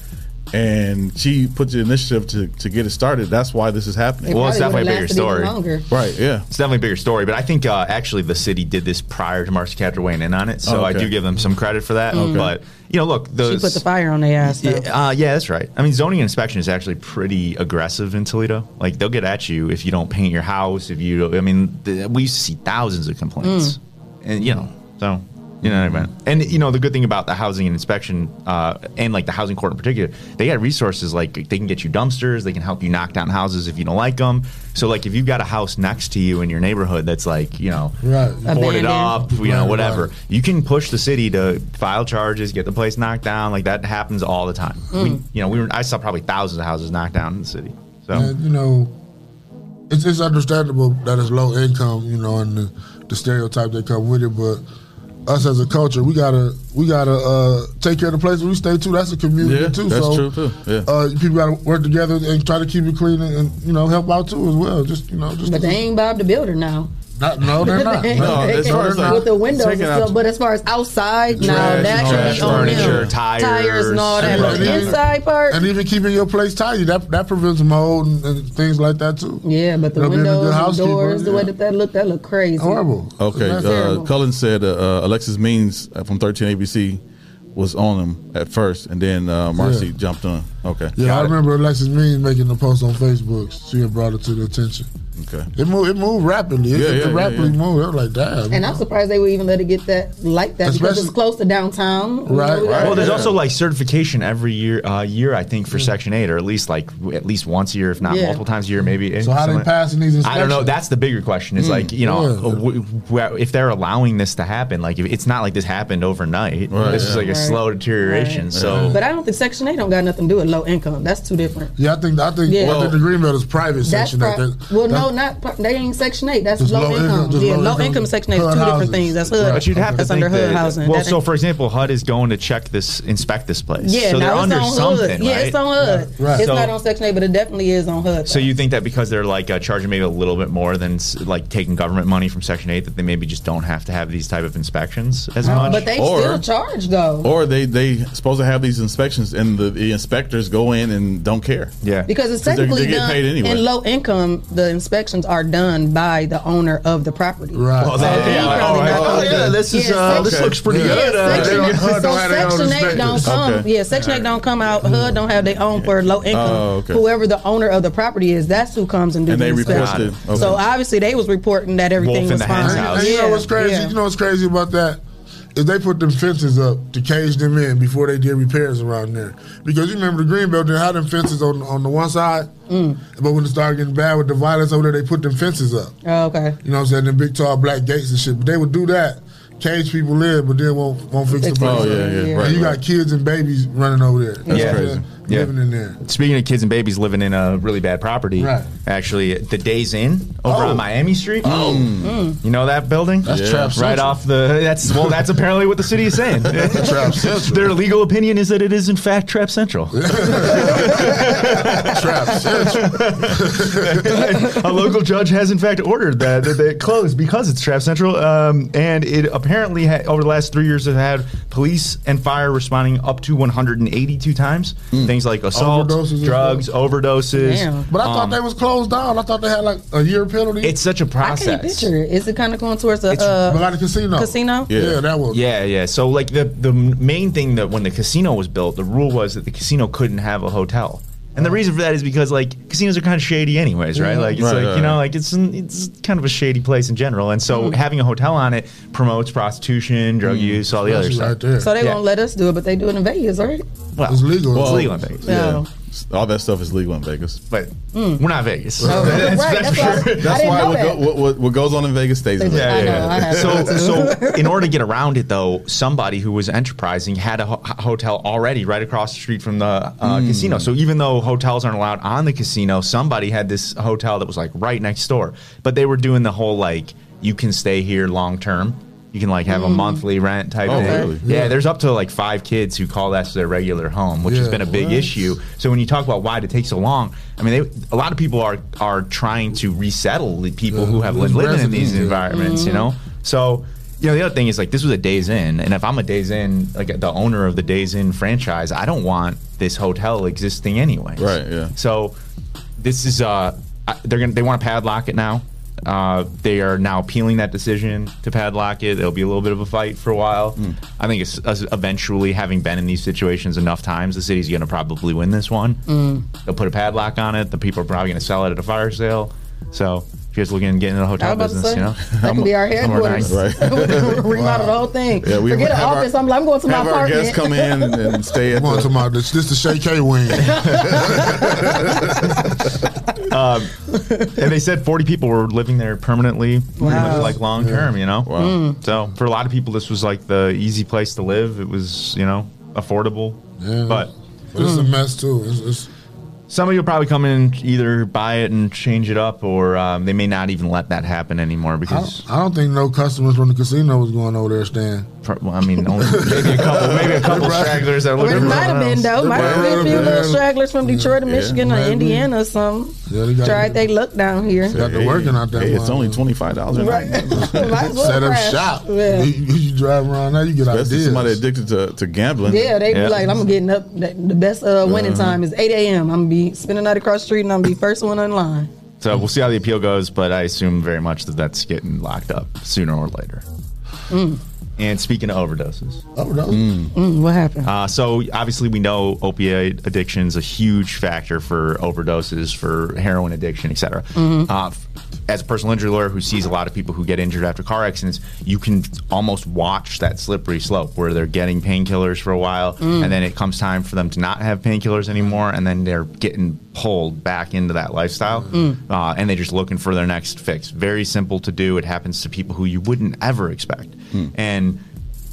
Speaker 5: and she put the initiative to, to get it started, that's why this is happening.
Speaker 13: It Well, it's probably definitely a would've bigger lasted even story. longer.
Speaker 5: Right, yeah.
Speaker 8: It's definitely a bigger story, but I think uh, actually the city did this prior to Marcy Capture weighing in on it, so
Speaker 5: Oh,
Speaker 8: I
Speaker 5: okay.
Speaker 8: do give them some credit for that.
Speaker 13: Okay.
Speaker 8: But you know, look, the
Speaker 13: Mm-hmm. she put the fire on their ass. Though.
Speaker 8: Yeah, uh, yeah, that's right. I mean, zoning inspection is actually pretty aggressive in Toledo. Like they'll get at you if you don't paint your house. If you, I mean, th- we used to see thousands of complaints,
Speaker 13: Mm.
Speaker 8: and you know, so you know what I mean. And you know, the good thing about the housing and inspection, uh, and like the housing court in particular, they got resources. Like they can get you dumpsters. They can help you knock down houses if you don't like them. So like if you've got a house next to you in your neighborhood that's like you know
Speaker 2: Right.
Speaker 8: boarded up, you know,
Speaker 2: Right,
Speaker 8: whatever.
Speaker 2: right.
Speaker 8: You can push the city to file charges, get the place knocked down. Like that happens all the time. We,
Speaker 2: Mm.
Speaker 8: you know, we were, I saw probably thousands of houses knocked down in the city. So
Speaker 2: And, you know, it's, it's understandable that it's low income, you know, and the, the stereotype that come with it. But us as a culture, we gotta we gotta uh, take care of the place where we stay too. That's a community
Speaker 5: Yeah,
Speaker 2: too.
Speaker 5: that's
Speaker 2: so
Speaker 5: true, too. Yeah.
Speaker 2: Uh, people gotta work together and try to keep it clean and, and you know help out too as well. Just you know, just
Speaker 13: But they ain't Bob the Builder now.
Speaker 2: not, no, they're
Speaker 13: (laughs)
Speaker 2: not.
Speaker 13: They-
Speaker 2: they're
Speaker 13: they-
Speaker 2: not.
Speaker 13: with the windows and
Speaker 2: Taking out
Speaker 13: stuff. But as far as outside, no,
Speaker 2: Trash,
Speaker 13: that should
Speaker 2: trash,
Speaker 13: be on
Speaker 2: furniture,
Speaker 13: them.
Speaker 2: tires.
Speaker 13: and all that. But
Speaker 2: Yeah.
Speaker 13: the inside part,
Speaker 2: And even keeping your place tidy, that that prevents mold and, and things like that too.
Speaker 13: Yeah, but the windows, and doors, the way that that looked, that looked crazy.
Speaker 2: Horrible.
Speaker 5: Okay,
Speaker 13: That's
Speaker 5: uh,
Speaker 13: terrible.
Speaker 5: Cullen said uh, uh, Alexis Means uh, from 13 ABC was on him at first, and then uh, Marcy
Speaker 2: Yeah.
Speaker 5: jumped on. Okay,
Speaker 2: Yeah, I remember Alexis Means making the post on Facebook. She had brought it to the attention.
Speaker 5: Okay.
Speaker 2: It moved. It moved rapidly. It,
Speaker 5: Yeah,
Speaker 2: it
Speaker 5: yeah, yeah,
Speaker 2: rapidly
Speaker 5: yeah.
Speaker 2: moved. I was like, damn.
Speaker 13: And I'm surprised they would even let it get that like that because it's close to downtown. You know, we got-
Speaker 8: Well, there's also like certification every year, uh, year I think for Section Eight, or at least like w- at least once a year, if not
Speaker 2: Yeah.
Speaker 8: multiple times a year, maybe.
Speaker 2: so how they
Speaker 8: Something-
Speaker 2: passing these
Speaker 8: I
Speaker 2: inspections?
Speaker 8: don't know. That's the bigger question. Is
Speaker 2: Hmm.
Speaker 8: like you know, uh,
Speaker 2: Yeah.
Speaker 8: w- w- if they're allowing this to happen, like if it's not like this happened overnight.
Speaker 5: Right,
Speaker 8: this is
Speaker 5: yeah.
Speaker 8: like a
Speaker 5: Right.
Speaker 8: slow deterioration.
Speaker 5: Right.
Speaker 8: So
Speaker 13: But I don't think Section Eight don't got nothing to do with low income. That's too different.
Speaker 2: Yeah, I think I think
Speaker 13: Yeah.
Speaker 2: I think the Greenbelt is private
Speaker 13: That's
Speaker 2: section.
Speaker 13: pri-
Speaker 2: out there.
Speaker 13: well,
Speaker 2: That's-
Speaker 13: no, not pri- they ain't Section Eight. That's
Speaker 2: Just
Speaker 13: low,
Speaker 2: low income,
Speaker 13: income.
Speaker 2: just
Speaker 13: Yeah,
Speaker 2: low
Speaker 13: low
Speaker 2: income.
Speaker 13: income, Section Eight is
Speaker 2: Hood
Speaker 13: two
Speaker 2: houses.
Speaker 13: different things. That's hood.
Speaker 8: But you'd have
Speaker 13: that's
Speaker 8: to
Speaker 13: under
Speaker 8: think
Speaker 13: hood
Speaker 8: that-
Speaker 13: housing.
Speaker 8: Well,
Speaker 13: That
Speaker 8: so
Speaker 13: ain't-
Speaker 8: for example, HUD is going to check this, inspect this place.
Speaker 13: yeah,
Speaker 8: so they're
Speaker 13: now it's
Speaker 8: under
Speaker 13: on
Speaker 8: something,
Speaker 13: hood. Yeah,
Speaker 8: right?
Speaker 13: it's on hood.
Speaker 8: Right.
Speaker 13: It's
Speaker 8: So-
Speaker 13: not on Section Eight, but it definitely is on hood.
Speaker 8: So you think that because they're like uh, charging maybe a little bit more than s- like taking government money from Section Eight, that they maybe just don't have to have these type of inspections as much.
Speaker 13: but they still charge though.
Speaker 5: Or they they supposed to have these inspections, and the, the inspectors go in and don't care.
Speaker 8: Yeah,
Speaker 13: Because it's technically done in low income, the inspections are done by the owner of the property.
Speaker 5: Right.
Speaker 13: So
Speaker 5: Oh, that-
Speaker 13: he
Speaker 5: yeah,
Speaker 13: probably
Speaker 5: all right.
Speaker 13: not
Speaker 5: Oh,
Speaker 13: gonna
Speaker 5: yeah,
Speaker 13: do-
Speaker 5: this is,
Speaker 13: Yeah,
Speaker 5: uh, this
Speaker 13: section-
Speaker 5: looks pretty
Speaker 13: yeah,
Speaker 5: good, uh,
Speaker 13: section-
Speaker 5: they don't- HUD
Speaker 13: so
Speaker 5: don't have their own
Speaker 13: section eight don't
Speaker 5: inspectors.
Speaker 13: come.
Speaker 5: Okay.
Speaker 13: Yeah, section eight don't come out. HUD don't have their own for low income.
Speaker 5: Oh, okay.
Speaker 13: Whoever the owner of the property is, that's who comes and do
Speaker 5: And
Speaker 13: the
Speaker 5: they report
Speaker 13: inspection.
Speaker 5: it. Okay.
Speaker 13: So obviously they was reporting that everything was fine.
Speaker 2: And you
Speaker 13: Yeah,
Speaker 2: know what's crazy?
Speaker 13: yeah.
Speaker 2: You know what's crazy about that is they put them fences up to cage them in before they did repairs around there. Because you remember the Greenbelt they had them fences on on the one side,
Speaker 8: Mm.
Speaker 2: but when it started getting bad with the violence over there, they put them fences up.
Speaker 13: Oh, okay.
Speaker 2: You know what I'm saying? The big tall black gates and shit. But they would do that. Cage people in, but then won't won't fix the
Speaker 8: Fix
Speaker 2: place.
Speaker 8: it. Oh, yeah, yeah,
Speaker 2: And
Speaker 8: right,
Speaker 2: you
Speaker 8: right.
Speaker 2: got kids and babies running over there. You know what I'm saying? Living in there.
Speaker 8: Speaking of kids and babies living in a really bad property,
Speaker 2: Right.
Speaker 8: actually, the Days Inn over
Speaker 2: Oh.
Speaker 8: on Miami Street.
Speaker 2: Oh.
Speaker 8: Mm. you know that building?
Speaker 2: That's Yeah. Trap
Speaker 8: Right
Speaker 2: Central.
Speaker 8: off the. That's well. That's apparently what the city is
Speaker 2: (laughs)
Speaker 8: saying.
Speaker 2: Trap Central.
Speaker 8: Their legal opinion is that it is in fact Trap
Speaker 2: (laughs)
Speaker 8: Central. (laughs)
Speaker 13: (laughs)
Speaker 8: a local judge has in fact ordered that that they close because it's Trap Central, um, and it apparently ha-
Speaker 5: Hmm.
Speaker 8: over the last three years have had police and fire responding up to 182 times. Thanks things like assault,
Speaker 2: Overdoses and
Speaker 8: drugs, overdoses.
Speaker 2: But I thought
Speaker 8: Um,
Speaker 2: they was closed down. I thought they had like a year penalty.
Speaker 8: It's such a
Speaker 13: I can't
Speaker 8: process.
Speaker 13: picture it. Is it kind of going towards a uh,
Speaker 2: casino?
Speaker 13: Casino?
Speaker 2: that was.
Speaker 8: Yeah, yeah. So like the the main thing that when the casino was built, the rule was that the casino couldn't have a hotel. And
Speaker 2: Oh.
Speaker 8: the reason for that is because like casinos are kind of shady, anyways, right?
Speaker 5: Yeah.
Speaker 8: Like it's
Speaker 5: Right,
Speaker 8: like
Speaker 5: right,
Speaker 8: you know,
Speaker 5: right.
Speaker 8: like it's an, it's kind of a shady place in general. And so
Speaker 13: Mhm.
Speaker 8: having a hotel on it promotes prostitution,
Speaker 2: Mm.
Speaker 8: drug use, all the other stuff.
Speaker 13: So they
Speaker 8: Yeah.
Speaker 13: won't let us do it, but they do it in Vegas, right?
Speaker 8: Well,
Speaker 2: it's legal.
Speaker 8: It's legal in Vegas.
Speaker 13: Yeah.
Speaker 5: All that stuff is legal in Vegas.
Speaker 8: But we're not Vegas.
Speaker 13: No,
Speaker 8: (laughs)
Speaker 5: that's
Speaker 13: Oh, right,
Speaker 5: that's
Speaker 13: that's why I- I
Speaker 5: That's
Speaker 13: didn't
Speaker 5: why
Speaker 13: know
Speaker 5: what, go,
Speaker 13: that.
Speaker 5: what, what, what goes on in Vegas stays in
Speaker 13: They-
Speaker 5: Vegas.
Speaker 13: I know, I
Speaker 8: (laughs)
Speaker 13: have
Speaker 8: So,
Speaker 13: that too.
Speaker 8: so in order to get around it, though, somebody who was enterprising had a ho- hotel already right across the street from the uh, casino. So even though hotels aren't allowed on the casino, somebody had this hotel that was like right next door. But they were doing the whole like you can stay here long term. You can like have a
Speaker 5: Mm.
Speaker 8: monthly rent type
Speaker 5: Oh,
Speaker 8: thing.
Speaker 5: really?
Speaker 8: Yeah,
Speaker 5: Yeah.
Speaker 8: there's up to like five kids who call that their regular home, which has
Speaker 5: Yeah,
Speaker 8: been a big
Speaker 5: what?
Speaker 8: issue. So when you talk about why it takes so long, I mean, they, a lot of people are are trying to resettle the people who have
Speaker 5: Those
Speaker 8: been living in these
Speaker 5: residents, yeah.
Speaker 8: environments. You know,
Speaker 5: Mhm.
Speaker 8: so, you know, the other thing is like this was a Days Inn, and if I'm a Days Inn, like the owner of the Days Inn franchise, I don't want this hotel existing anyway. Right. Yeah. So, this is uh, I- they're gonna they want to padlock it now. Uh, they are now appealing that decision to padlock it. It'll be a little bit of a fight for a while. I think it's us eventually, having been in these situations enough times, the city's going to probably win this one.
Speaker 13: Mm.
Speaker 8: They'll put a padlock on it. The people are probably going to sell it at a fire sale. So if you're just looking to get into the hotel
Speaker 13: (laughs) I was
Speaker 8: business,
Speaker 13: about to say,
Speaker 8: you know,
Speaker 13: that could be
Speaker 8: (laughs)
Speaker 13: our headquarters. (laughs)
Speaker 2: (laughs)
Speaker 13: Remodel the whole thing. Forget an office. I'm, like, I'm going to my apartment.
Speaker 5: and, and stay
Speaker 2: at the, my, this, this the Shay K wing.
Speaker 8: um, and they said 40 people were living there permanently, pretty
Speaker 5: Wow.
Speaker 8: much like long term, you know?
Speaker 5: Wow.
Speaker 13: Hmm.
Speaker 5: Mm.
Speaker 8: So for a lot of people, this was like the easy place to live. It was, you know, affordable. But,
Speaker 2: But it's a
Speaker 13: Hmm.
Speaker 2: mess too. It's, it's,
Speaker 8: somebody will probably come in and either buy it and change it up, or um, they may not even let that happen anymore
Speaker 2: I,
Speaker 13: Oh.
Speaker 8: because.
Speaker 2: don't, I don't think no customers from the casino was going over there, Stan.
Speaker 8: Well, I mean, only
Speaker 2: (laughs)
Speaker 8: maybe a couple, maybe a couple stragglers that are looking
Speaker 13: It
Speaker 8: for
Speaker 13: might have
Speaker 8: something
Speaker 13: been
Speaker 8: else.
Speaker 13: though. Might have been a few little stragglers from Detroit or
Speaker 8: Yeah.
Speaker 13: Michigan or
Speaker 8: Maybe.
Speaker 13: Indiana or something.
Speaker 2: Yeah, they got-
Speaker 13: Tried they luck down here.
Speaker 2: Got to working out there.
Speaker 5: Hey, it's only twenty five dollars an
Speaker 13: Right. (laughs) Might as well
Speaker 2: Set up
Speaker 13: crash.
Speaker 2: shop.
Speaker 13: Yeah.
Speaker 2: You, you drive around now, you get
Speaker 5: Especially
Speaker 2: ideas.
Speaker 5: somebody addicted to, to gambling.
Speaker 13: Yeah, they be like, I'm getting up. The the best uh, winning
Speaker 8: Uh-huh.
Speaker 13: time is 8 a.m. I'm gonna be spending the night across the street and I'm gonna be first one in line.
Speaker 8: So we'll see how the appeal goes, but I assume very much that that's getting locked up sooner or later.
Speaker 13: Mm.
Speaker 8: And speaking of overdoses,
Speaker 2: overdose.
Speaker 13: Mm, what happened?
Speaker 8: Uh, so obviously we know opioid addiction is a huge factor for overdoses, for heroin addiction, et cetera.
Speaker 5: Mm-hmm.
Speaker 13: Mhm.
Speaker 8: Uh, f- as a personal injury lawyer who sees a lot of people who get injured after car accidents, you can almost watch that slippery slope where they're getting painkillers for a while,
Speaker 5: Mm.
Speaker 8: and then it comes time for them to not have painkillers anymore, and then they're getting pulled back into that lifestyle,
Speaker 5: Mm.
Speaker 8: uh, and they're just looking for their next fix. Very simple to do. It happens to people who you wouldn't ever expect,
Speaker 5: Hmm.
Speaker 8: and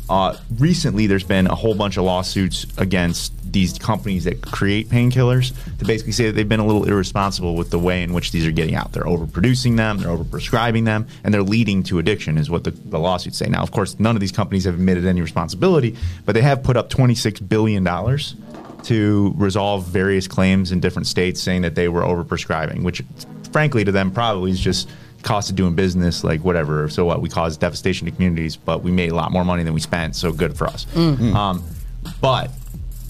Speaker 8: uh, recently there's been a whole bunch of lawsuits against these companies that create painkillers to basically say that they've been a little irresponsible with the way in which these are getting out. They're overproducing them, they're overprescribing them, and they're leading to addiction, is what the, the lawsuits say. Now, of course, none of these companies have admitted any responsibility, but they have put up $26 billion to resolve various claims in different states saying that they were overprescribing, which frankly to them probably is just cost of doing business, like whatever. So what? We caused devastation to communities, but we made a lot more money than we spent, so good for us.
Speaker 5: Mm.
Speaker 8: Um, but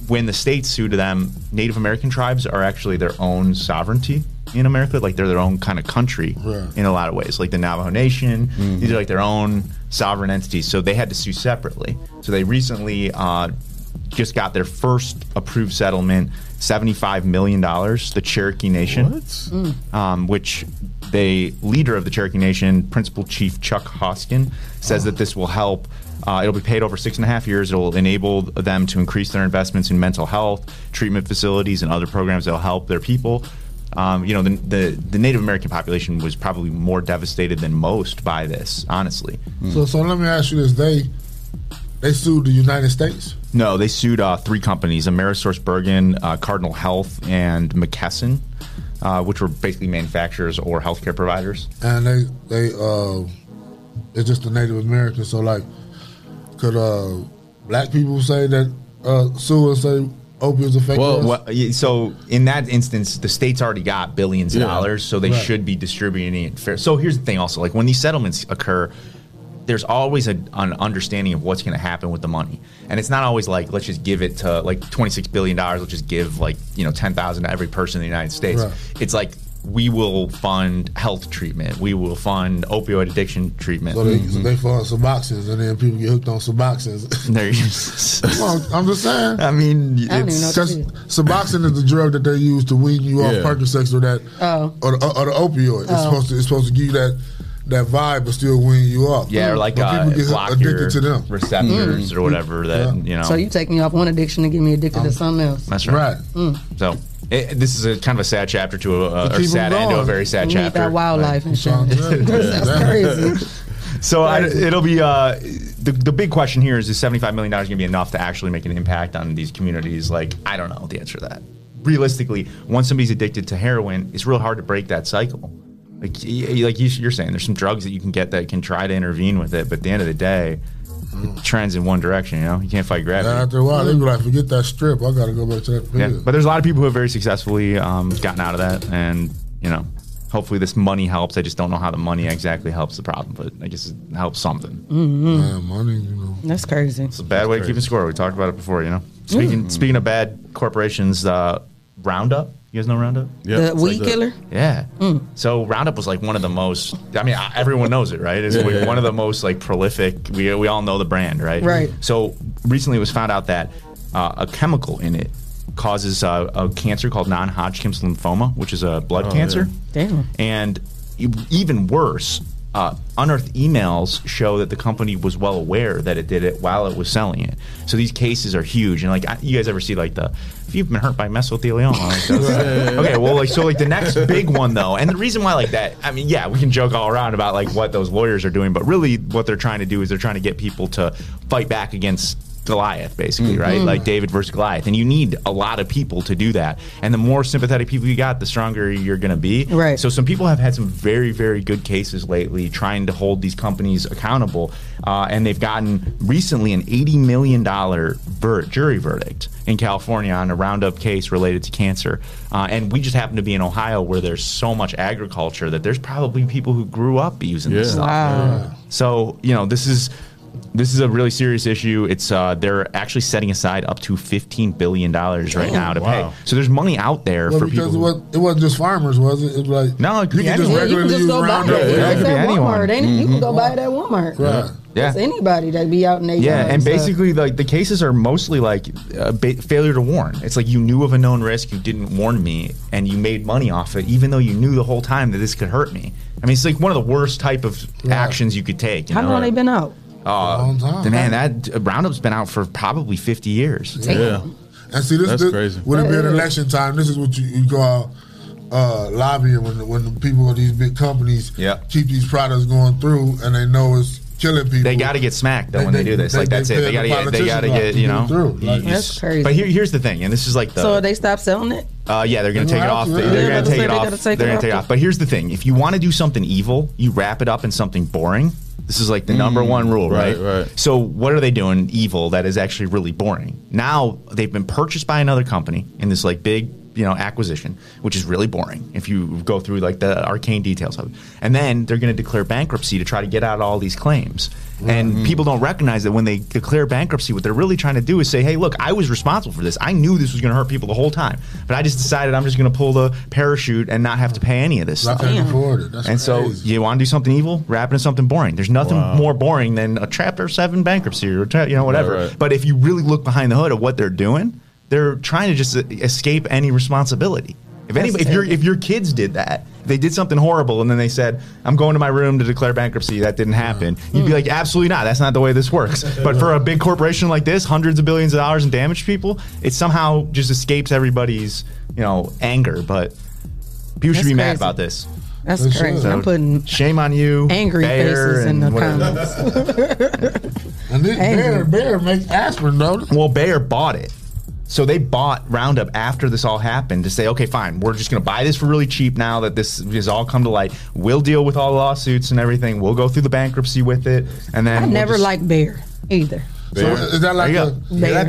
Speaker 8: when the states sue to them, Native American tribes are actually their own sovereignty in America. Like they're their own kind of country
Speaker 5: Right.
Speaker 8: in a lot of ways. Like the Navajo Nation, these are like their own sovereign entities. So they had to sue separately. So they recently uh, just got their first approved settlement, $75 million, the Cherokee Nation
Speaker 13: Mm.
Speaker 8: um, which the leader of the Cherokee Nation, Principal Chief Chuck Hoskin, says that this will help. Uh, it'll be paid over six and a half years. It'll enable them to increase their investments in mental health, treatment facilities, and other programs that'll help their people. Um, you know, the, the the Native American population was probably more devastated than most by this, honestly.
Speaker 2: So, so let me ask you this: They they sued the United States.
Speaker 8: No, they sued uh, three companies: Amerisource Bergen, uh, Cardinal Health, and McKesson, uh, which were basically manufacturers or healthcare providers.
Speaker 2: and they they uh it's just the Native American. So like, could uh black people say that uh sue and say opioids affect
Speaker 8: Well,
Speaker 2: us?
Speaker 8: what, yeah, so in that instance, the state's already got billions of
Speaker 2: Yeah.
Speaker 8: dollars, so they
Speaker 2: Right.
Speaker 8: should be distributing it fair. So here's the thing, also, like when these settlements occur, there's always a, an understanding of what's going to happen with the money, and it's not always like let's just give it to like 26 billion dollars. Let's just give like you know 10,000 to every person in the United States.
Speaker 12: Right.
Speaker 8: It's like we will fund health treatment, we will fund opioid addiction treatment.
Speaker 2: So they, so they fall on Suboxones, and then people get hooked on (laughs) Suboxones.
Speaker 8: (laughs) There you
Speaker 2: Well, I'm just saying.
Speaker 8: I mean,
Speaker 13: I don't even know what that
Speaker 2: because Suboxone is the drug that they use to wean you off
Speaker 13: Yeah.
Speaker 2: Percocets or that
Speaker 13: Oh.
Speaker 2: or, the, or the opioid. It's
Speaker 13: Oh.
Speaker 2: supposed to it's supposed to give you that that vibe, but still wean you off.
Speaker 8: (laughs) Yeah, or like
Speaker 2: But
Speaker 8: uh,
Speaker 2: people get
Speaker 8: block your
Speaker 2: addicted to them. Mm-hmm.
Speaker 8: receptors
Speaker 13: Mm.
Speaker 8: or whatever that you know.
Speaker 13: So you take me off one addiction and get me addicted to something else.
Speaker 8: That's right.
Speaker 13: Mm.
Speaker 8: So it, this is a kind of a sad chapter to a, a or
Speaker 13: Keep 'em
Speaker 8: sad end to a
Speaker 13: going.
Speaker 8: very sad
Speaker 13: We need
Speaker 8: chapter.
Speaker 13: that wildlife insurance. (laughs) That's crazy.
Speaker 8: (laughs) So I, it'll be uh, the the big question here is: Is seventy five million dollars going to be enough to actually make an impact on these communities? Like I don't know the answer to that. Realistically, once somebody's addicted to heroin, it's real hard to break that cycle. Like y- y- like you- you're saying, there's some drugs that you can get that can try to intervene with it, but at the end of the day, it trends in one direction. You know, you can't fight
Speaker 2: And
Speaker 8: gravity.
Speaker 2: Mm. after a while, they be like, "Forget that strip. I gotta go back to that
Speaker 8: Yeah.
Speaker 2: pill."
Speaker 8: But there's a lot of people who have very successfully um, gotten out of that, and you know, hopefully this money helps. I just don't know how the money exactly helps the problem, but I guess it helps something.
Speaker 13: Mm-hmm.
Speaker 2: Man, money, you know.
Speaker 13: That's crazy.
Speaker 8: It's a bad way of keeping score. We talked about it before, you know. Speaking
Speaker 13: Mm.
Speaker 8: speaking of bad corporations, uh, Roundup. You guys know Roundup?
Speaker 13: Yeah. The
Speaker 8: It's
Speaker 13: weed killer?
Speaker 8: Yeah.
Speaker 13: Mm.
Speaker 8: So Roundup was like one of the most. I mean, I- everyone knows it, right? It's
Speaker 5: Yeah,
Speaker 8: like
Speaker 5: yeah,
Speaker 8: one
Speaker 5: yeah.
Speaker 8: of the most like prolific. We we all know the brand, right?
Speaker 5: Right.
Speaker 8: So recently, it was found out that uh, a chemical in it causes uh, a cancer called non-Hodgkin's lymphoma, which is a blood
Speaker 13: Oh,
Speaker 8: cancer.
Speaker 13: Damn.
Speaker 8: And e- even worse, uh, unearthed emails show that the company was well aware that it did it while it was selling it. So these cases are huge. And like, I, you guys ever see like the if you've been hurt by mesothelioma? Like those-
Speaker 5: Yeah, yeah,
Speaker 8: (laughs)
Speaker 5: yeah.
Speaker 8: okay, well, like so, like the next big one though, and the reason why like that, I mean, yeah, we can joke all around about like what those lawyers are doing, but really what they're trying to do is they're trying to get people to fight back against. Goliath, basically, right?
Speaker 5: Mhm.
Speaker 8: Like David versus Goliath. And you need a lot of people to do that. And the more sympathetic people you got, the stronger you're going to be. Right. So some people have had some very, very good cases lately trying to hold these companies accountable. Uh, and they've gotten recently an $80 million ver- jury verdict in California on a Roundup case related to cancer. Uh, and we just happen to be in Ohio where there's so much agriculture that there's probably people who grew up using this
Speaker 5: Yeah.
Speaker 8: stuff.
Speaker 5: Wow. Yeah.
Speaker 8: So you know this is this is a really serious issue. It's uh, they're actually setting aside up to fifteen billion dollars right
Speaker 2: Damn.
Speaker 8: now to
Speaker 2: Wow.
Speaker 8: pay. So there's money out there
Speaker 2: Well,
Speaker 8: for
Speaker 2: because
Speaker 8: people.
Speaker 2: it,
Speaker 8: who-
Speaker 2: was, it wasn't just farmers, was it? It was like no,
Speaker 8: it could be anyone.
Speaker 13: Yeah, you can just go buy
Speaker 2: Roundup.
Speaker 13: that.
Speaker 8: Yeah, it
Speaker 13: That's
Speaker 8: could be
Speaker 13: at
Speaker 8: anyone.
Speaker 13: Walmart, ain't it? You can go
Speaker 8: Mhm.
Speaker 13: buy it at Walmart.
Speaker 8: Right. Yeah.
Speaker 13: It's anybody that be out in their
Speaker 8: yeah,
Speaker 13: yard
Speaker 8: and
Speaker 13: stuff.
Speaker 8: basically, like the cases are mostly like uh, ba- failure to warn. It's like you knew of a known risk, you didn't warn me, and you made money off it, even though you knew the whole time that this could hurt me. I mean, it's like one of the worst type of actions you could take. you
Speaker 13: How
Speaker 8: know?
Speaker 13: long they been out?
Speaker 8: Uh, Man, that uh, Roundup's been out for probably 50 years.
Speaker 2: Yeah. Yeah. And see, this, this would have been election time. This is what you, you call uh, lobbying when the- when the people of these big companies
Speaker 8: Yeah.
Speaker 2: keep these products going through, and they know it's killing people.
Speaker 8: They got to get smacked though when they, do this. like that's it. They got to get. They got to get. You know. You-
Speaker 13: That's crazy.
Speaker 8: But here, here's the thing, and this is like the.
Speaker 13: so they stop selling it?
Speaker 8: uh, yeah, they're gonna
Speaker 13: They're
Speaker 8: take it
Speaker 13: gonna
Speaker 8: off.
Speaker 13: have
Speaker 8: They,
Speaker 13: to, right?
Speaker 8: are
Speaker 13: Yeah,
Speaker 8: gonna
Speaker 13: they
Speaker 8: take it
Speaker 13: gotta
Speaker 8: off.
Speaker 13: take it
Speaker 8: They're gonna
Speaker 13: off.
Speaker 8: take it off. But here's the thing: if you want to do something evil, you wrap it up in something boring. This is like the number
Speaker 5: Mm,
Speaker 8: one rule,
Speaker 5: right,
Speaker 8: right? Right. So what are they doing evil that is actually really boring? Now they've been purchased by another company in this like big, you know, acquisition, which is really boring if you go through like the arcane details of it. And then they're going to declare bankruptcy to try to get out all these claims. And people don't recognize that when they declare bankruptcy, what they're really trying to do is say, "Hey, look, I was responsible for this. I knew this was going to hurt people the whole time, but I just decided I'm just going to pull the parachute and not have to pay any of this
Speaker 2: I
Speaker 8: stuff."
Speaker 2: can't afford it. That's
Speaker 8: and so you want to do something evil, wrap it in something boring. There's nothing
Speaker 5: Wow.
Speaker 8: more boring than a Chapter Seven bankruptcy or tra- you know whatever.
Speaker 5: Right, right.
Speaker 8: But if you really look behind the hood of what they're doing, they're trying to just uh, escape any responsibility. If
Speaker 5: That's
Speaker 8: anybody, if your
Speaker 5: terrible.
Speaker 8: if your kids did that, they did something horrible, and then they said, "I'm going to my room to declare bankruptcy." That didn't happen. You'd be like, "Absolutely not. That's not the way this
Speaker 5: (laughs)
Speaker 8: works." But for a big corporation like this, hundreds of billions of dollars in damage to people, it somehow just escapes everybody's you know anger. But people should
Speaker 13: That's
Speaker 8: be mad
Speaker 13: crazy.
Speaker 8: about this.
Speaker 13: That's They should. crazy. I'm putting
Speaker 8: shame on you.
Speaker 13: angry
Speaker 8: Bayer,
Speaker 13: faces in the
Speaker 8: and whatever.
Speaker 13: comments.
Speaker 2: (laughs) And this
Speaker 8: Angry.
Speaker 2: bear, bear makes aspirin, though.
Speaker 8: Well, Bayer bought it. So they bought Roundup after this all happened to say, okay, fine, we're just going to buy this for really cheap now that this has all come to light. We'll deal with all the lawsuits and everything. We'll go through the bankruptcy with it, and then
Speaker 13: I
Speaker 8: we'll
Speaker 13: never
Speaker 8: just-
Speaker 13: liked bear either.
Speaker 2: So is that like a
Speaker 13: Yeah, I didn't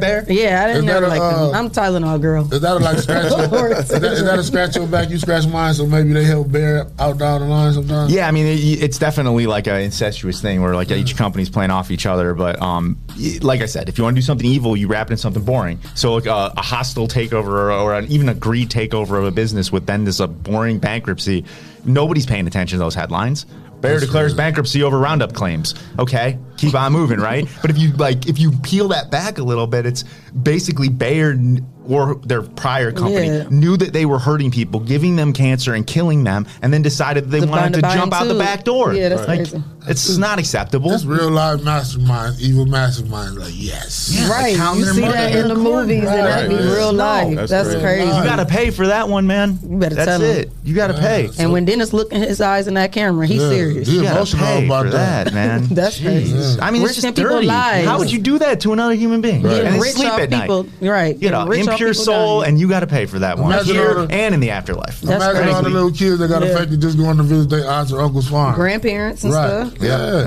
Speaker 2: Is
Speaker 13: know
Speaker 2: that a,
Speaker 13: like
Speaker 2: uh,
Speaker 13: them. I'm Tylenol girl.
Speaker 2: Is that a,
Speaker 13: (laughs)
Speaker 2: like scratch? your, is, that, is that a scratch your back? You scratch mine, so maybe they help bear out down the line sometimes.
Speaker 8: Yeah, I mean, it, it's definitely like an incestuous thing where like each company's playing off each other. But um, y- like I said, if you want to do something evil, you wrap it in something boring. So like uh, a, a hostile takeover or, or an, even a greed takeover of a business with then this a boring bankruptcy. Nobody's paying attention to those headlines. Bayer
Speaker 12: That's
Speaker 8: declares bankruptcy over Roundup claims. Okay, keep on moving, right? But if you like, if you peel that back a little bit, it's basically Bayer kn- or their prior company
Speaker 13: Yeah.
Speaker 8: knew that they were hurting people, giving them cancer and killing them, and then decided that they
Speaker 13: To
Speaker 8: wanted to
Speaker 13: buy- buy
Speaker 8: jump out the
Speaker 13: into.
Speaker 8: back door.
Speaker 13: Yeah, that's
Speaker 8: like,
Speaker 13: crazy.
Speaker 8: It's not acceptable.
Speaker 2: That's real live masterminds, evil masterminds. Like yes,
Speaker 13: right.
Speaker 2: Like,
Speaker 13: You see that in the movies, and that be
Speaker 2: Right.
Speaker 13: real
Speaker 2: No.
Speaker 13: life. That's, crazy.
Speaker 8: You gotta pay for that one, man. You
Speaker 13: better
Speaker 8: That's
Speaker 13: tell him.
Speaker 8: it. You gotta pay.
Speaker 13: And when Dennis look in his eyes in that camera, he's
Speaker 8: Yeah,
Speaker 13: serious.
Speaker 8: he You gotta emotional pay about for that. that, man.
Speaker 13: That's crazy.
Speaker 8: I mean,
Speaker 13: Rich
Speaker 8: it's just
Speaker 13: people
Speaker 8: dirty.
Speaker 13: lies.
Speaker 8: How would you do that to another human being?
Speaker 13: Right.
Speaker 8: And then
Speaker 13: Rich
Speaker 8: sleep
Speaker 13: off
Speaker 8: at
Speaker 13: people-
Speaker 8: night.
Speaker 13: right.
Speaker 8: You know,
Speaker 13: Rich off
Speaker 8: impure
Speaker 13: people
Speaker 8: soul, and you got to pay for that one
Speaker 2: Imagine
Speaker 8: here
Speaker 2: all the-
Speaker 8: and in the afterlife.
Speaker 2: Imagine all the little kids that got
Speaker 13: Yeah.
Speaker 2: affected just going to visit their aunts or uncles' farm.
Speaker 13: Grandparents and
Speaker 2: Right.
Speaker 13: stuff.
Speaker 2: Yeah.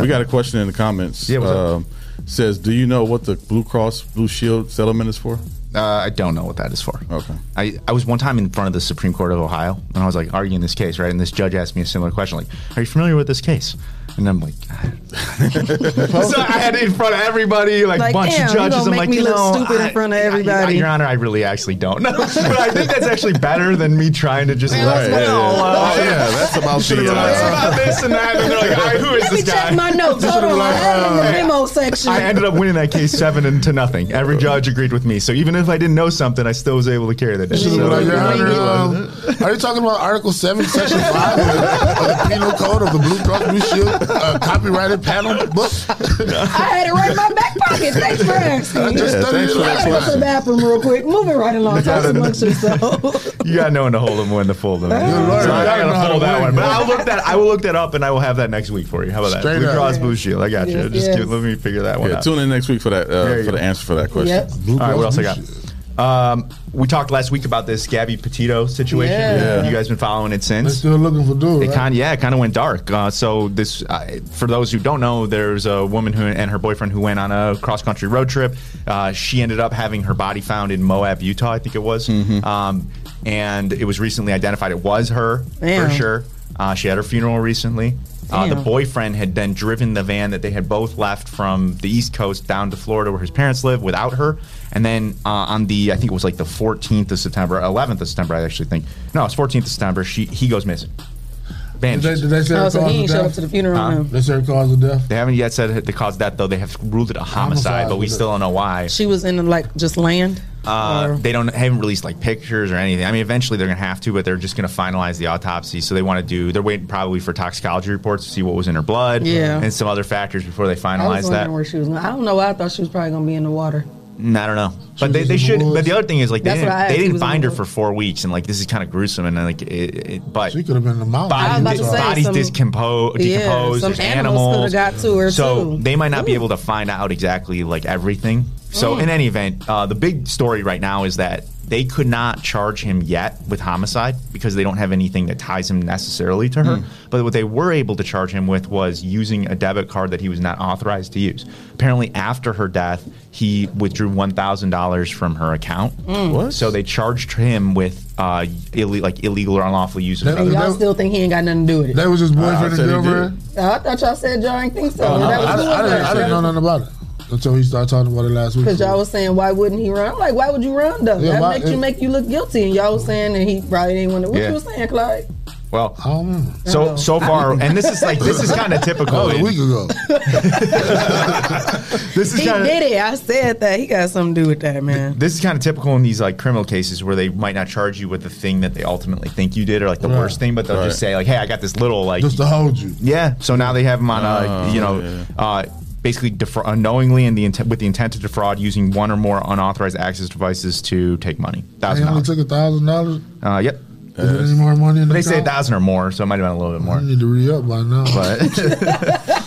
Speaker 5: We got a question in the comments. Yeah, um, says, do you know what the Blue Cross Blue Shield settlement is for?
Speaker 8: Uh, I don't know what that is for. Okay. I, I was one time in front of the Supreme Court of Ohio, and I was like arguing this case, right? And this judge asked me a similar question, like, "Are you familiar with this case?" And I'm like,
Speaker 5: (laughs)
Speaker 8: (laughs) so I had it in front of everybody, like,
Speaker 13: Like,
Speaker 8: bunch
Speaker 13: damn,
Speaker 8: of
Speaker 13: you
Speaker 8: judges. I'm
Speaker 13: gonna make
Speaker 8: like,
Speaker 13: me
Speaker 8: you
Speaker 13: look
Speaker 8: know,
Speaker 13: stupid in
Speaker 8: I-
Speaker 13: front of
Speaker 8: I- I-
Speaker 13: everybody."
Speaker 8: Your Honor, I really actually don't know, (laughs) but I think that's actually better than me trying to just
Speaker 13: Right,
Speaker 8: like, well, uh,
Speaker 5: yeah, that's about
Speaker 8: should've
Speaker 5: the,
Speaker 8: realized
Speaker 5: uh,
Speaker 8: about this and that, and they're like, all right, (laughs) who is
Speaker 13: Let
Speaker 8: this
Speaker 13: me
Speaker 8: guy?
Speaker 13: check
Speaker 2: (laughs)
Speaker 13: my notes. Hold on. I'm
Speaker 8: (laughs)
Speaker 13: in the memo section.
Speaker 8: I ended up winning that case seven and to nothing. Every judge agreed with me. So even if I didn't know something, I still was able to carry the day.
Speaker 2: Should've
Speaker 8: So-
Speaker 2: been like, Your Honor, um, are you talking about Article 7, Section 5 of the Penal Code of the Blue Cross Blue Shield uh, copyrighted panel book?
Speaker 13: I had it right in my back pocket. Thanks for
Speaker 2: (laughs)
Speaker 13: asking.
Speaker 2: I just Yeah, studied thanks it for that last
Speaker 13: I gotta go to
Speaker 2: question.
Speaker 13: the bathroom real quick. Moving right along.
Speaker 2: (laughs)
Speaker 13: Talk amongst yourself.
Speaker 8: you gotta know when to hold them, when to fold them.
Speaker 13: Lord,
Speaker 8: so I
Speaker 13: you
Speaker 8: gotta
Speaker 13: gotta know how
Speaker 8: fold
Speaker 13: to
Speaker 8: that
Speaker 13: win.
Speaker 8: one. But I'll look that. I will look that up, and I will have that next week for you. How about that?
Speaker 5: Straight
Speaker 8: Blue
Speaker 5: up.
Speaker 8: Cross Blue Shield. I got you.
Speaker 5: Yes,
Speaker 8: Just
Speaker 5: yes.
Speaker 8: give, let me figure that one
Speaker 5: Yeah,
Speaker 8: out.
Speaker 5: tune in next week for that
Speaker 8: There
Speaker 5: uh,
Speaker 8: you
Speaker 5: for the
Speaker 8: go.
Speaker 5: answer for that question.
Speaker 8: Yep. All right, what else I got? Um, we talked last week about this Gabby Petito situation.
Speaker 2: Yeah. Yeah.
Speaker 8: You guys been following it since?
Speaker 2: They're still looking for dude.
Speaker 8: It
Speaker 2: right?
Speaker 8: kind of, yeah, it kind of went dark. Uh, so this, uh, for those who don't know, there's a woman who and her boyfriend who went on a cross country road trip. Uh, she ended up having her body found in Moab, Utah, I think it was.
Speaker 13: Mm-hmm.
Speaker 8: Um, and it was recently identified it was her
Speaker 13: Damn.
Speaker 8: for sure. Uh, she had her funeral recently. Uh, the
Speaker 13: Damn.
Speaker 8: boyfriend had then driven the van that they had both left from the East Coast down to Florida, where his parents live, without her. And then uh, on the, I think it was like the 14th of September, 11th of September, I actually think. No, it's 14th of September. She he goes missing.
Speaker 2: Did they,
Speaker 8: Vanishes.
Speaker 2: did they say
Speaker 13: Oh,
Speaker 2: the
Speaker 13: so
Speaker 2: cause
Speaker 13: he
Speaker 2: of
Speaker 13: ain't showed
Speaker 2: death?
Speaker 13: up to the funeral,
Speaker 8: Huh?
Speaker 13: no.
Speaker 2: They said cause of death?
Speaker 8: They haven't yet said the cause of death, though. They have ruled it a homicide,
Speaker 13: Homicide,
Speaker 8: but we
Speaker 13: was it?
Speaker 8: still don't know why.
Speaker 13: She was in like just land.
Speaker 8: Uh, they don't haven't released like pictures or anything. I mean, eventually they're gonna have to, but they're just gonna finalize the autopsy. So they want to do. They're waiting probably for toxicology reports to see what was in her blood,
Speaker 13: Yeah.
Speaker 8: and some other factors before they
Speaker 13: I was
Speaker 8: finalize
Speaker 13: wondering
Speaker 8: that.
Speaker 13: where she was going. I don't know why I thought she was probably gonna be in the water.
Speaker 8: Mm, I don't know, but they, they should. But the other thing is like they
Speaker 13: That's what I
Speaker 8: didn't,
Speaker 13: asked.
Speaker 8: they
Speaker 13: He
Speaker 8: didn't
Speaker 13: was in
Speaker 8: find
Speaker 13: the
Speaker 8: her for four weeks, and like this is kind of gruesome. And like, it, it, but she
Speaker 2: could have been in the mountain.
Speaker 13: I was about
Speaker 8: Bodies,
Speaker 13: to say,
Speaker 8: bodies
Speaker 13: some-
Speaker 8: discompo-
Speaker 13: Yeah,
Speaker 8: decomposed.
Speaker 13: some
Speaker 8: there's
Speaker 13: animals
Speaker 8: animals.
Speaker 13: coulda got to her,
Speaker 8: so
Speaker 13: too.
Speaker 8: they might not be able to find out exactly like everything. So
Speaker 13: Mm.
Speaker 8: in any event, uh, the big story right now is that they could not charge him yet with homicide because they don't have anything that ties him necessarily to
Speaker 13: Mm.
Speaker 8: her. But what they were able to charge him with was using a debit card that he was not authorized to use. Apparently, after her death, he withdrew one thousand dollars from her account.
Speaker 13: Mm. What?
Speaker 8: So they charged him with uh, ille- like illegal or unlawful use of.
Speaker 13: And
Speaker 8: another-
Speaker 13: y'all still think he ain't got nothing to do with it.
Speaker 2: That was his
Speaker 8: Uh, I
Speaker 2: boyfriend
Speaker 8: said
Speaker 2: and
Speaker 8: he did.
Speaker 2: girlfriend?
Speaker 13: I thought y'all said y'all ain't think so.
Speaker 2: Oh, no,
Speaker 13: that was
Speaker 2: I,
Speaker 13: the
Speaker 2: I,
Speaker 13: one
Speaker 2: didn't, I didn't know nothing about it until he started talking about it last week.
Speaker 13: Because y'all was saying, why wouldn't he run? I'm like, why would you run though?
Speaker 2: Yeah,
Speaker 13: that
Speaker 2: why-
Speaker 13: makes you
Speaker 2: it-
Speaker 13: make you look guilty. And y'all was saying that he probably didn't want to. What
Speaker 8: Yeah.
Speaker 13: you was saying, Clyde?
Speaker 8: Well,
Speaker 13: Oh.
Speaker 8: so so
Speaker 2: (laughs)
Speaker 8: far, and this is like this is kind of typical.
Speaker 13: That was a
Speaker 8: week
Speaker 2: ago.
Speaker 8: (laughs) this is
Speaker 13: He
Speaker 8: kind of
Speaker 13: did it. I said that. He got something to do with that, man.
Speaker 8: this is kind of typical in these like criminal cases where they might not charge you with the thing that they ultimately think you did or like the
Speaker 2: Right.
Speaker 8: worst thing, but they'll
Speaker 2: Right.
Speaker 8: just say like, "Hey, I got this little like
Speaker 2: Just to hold you.
Speaker 8: yeah." So now they have him on a
Speaker 2: Oh,
Speaker 8: you know. Uh, Basically, defra- unknowingly and the intent with the intent to defraud, using one or more unauthorized access devices to take money.
Speaker 2: He
Speaker 8: Thousand
Speaker 2: only
Speaker 8: dollars.
Speaker 2: took a thousand dollars.
Speaker 8: Uh, yep.
Speaker 2: Is there any more money in the
Speaker 8: They say a
Speaker 2: account? (laughs)
Speaker 8: thousand or more, so it might have been a little bit more.
Speaker 2: You need to re up by now.
Speaker 8: but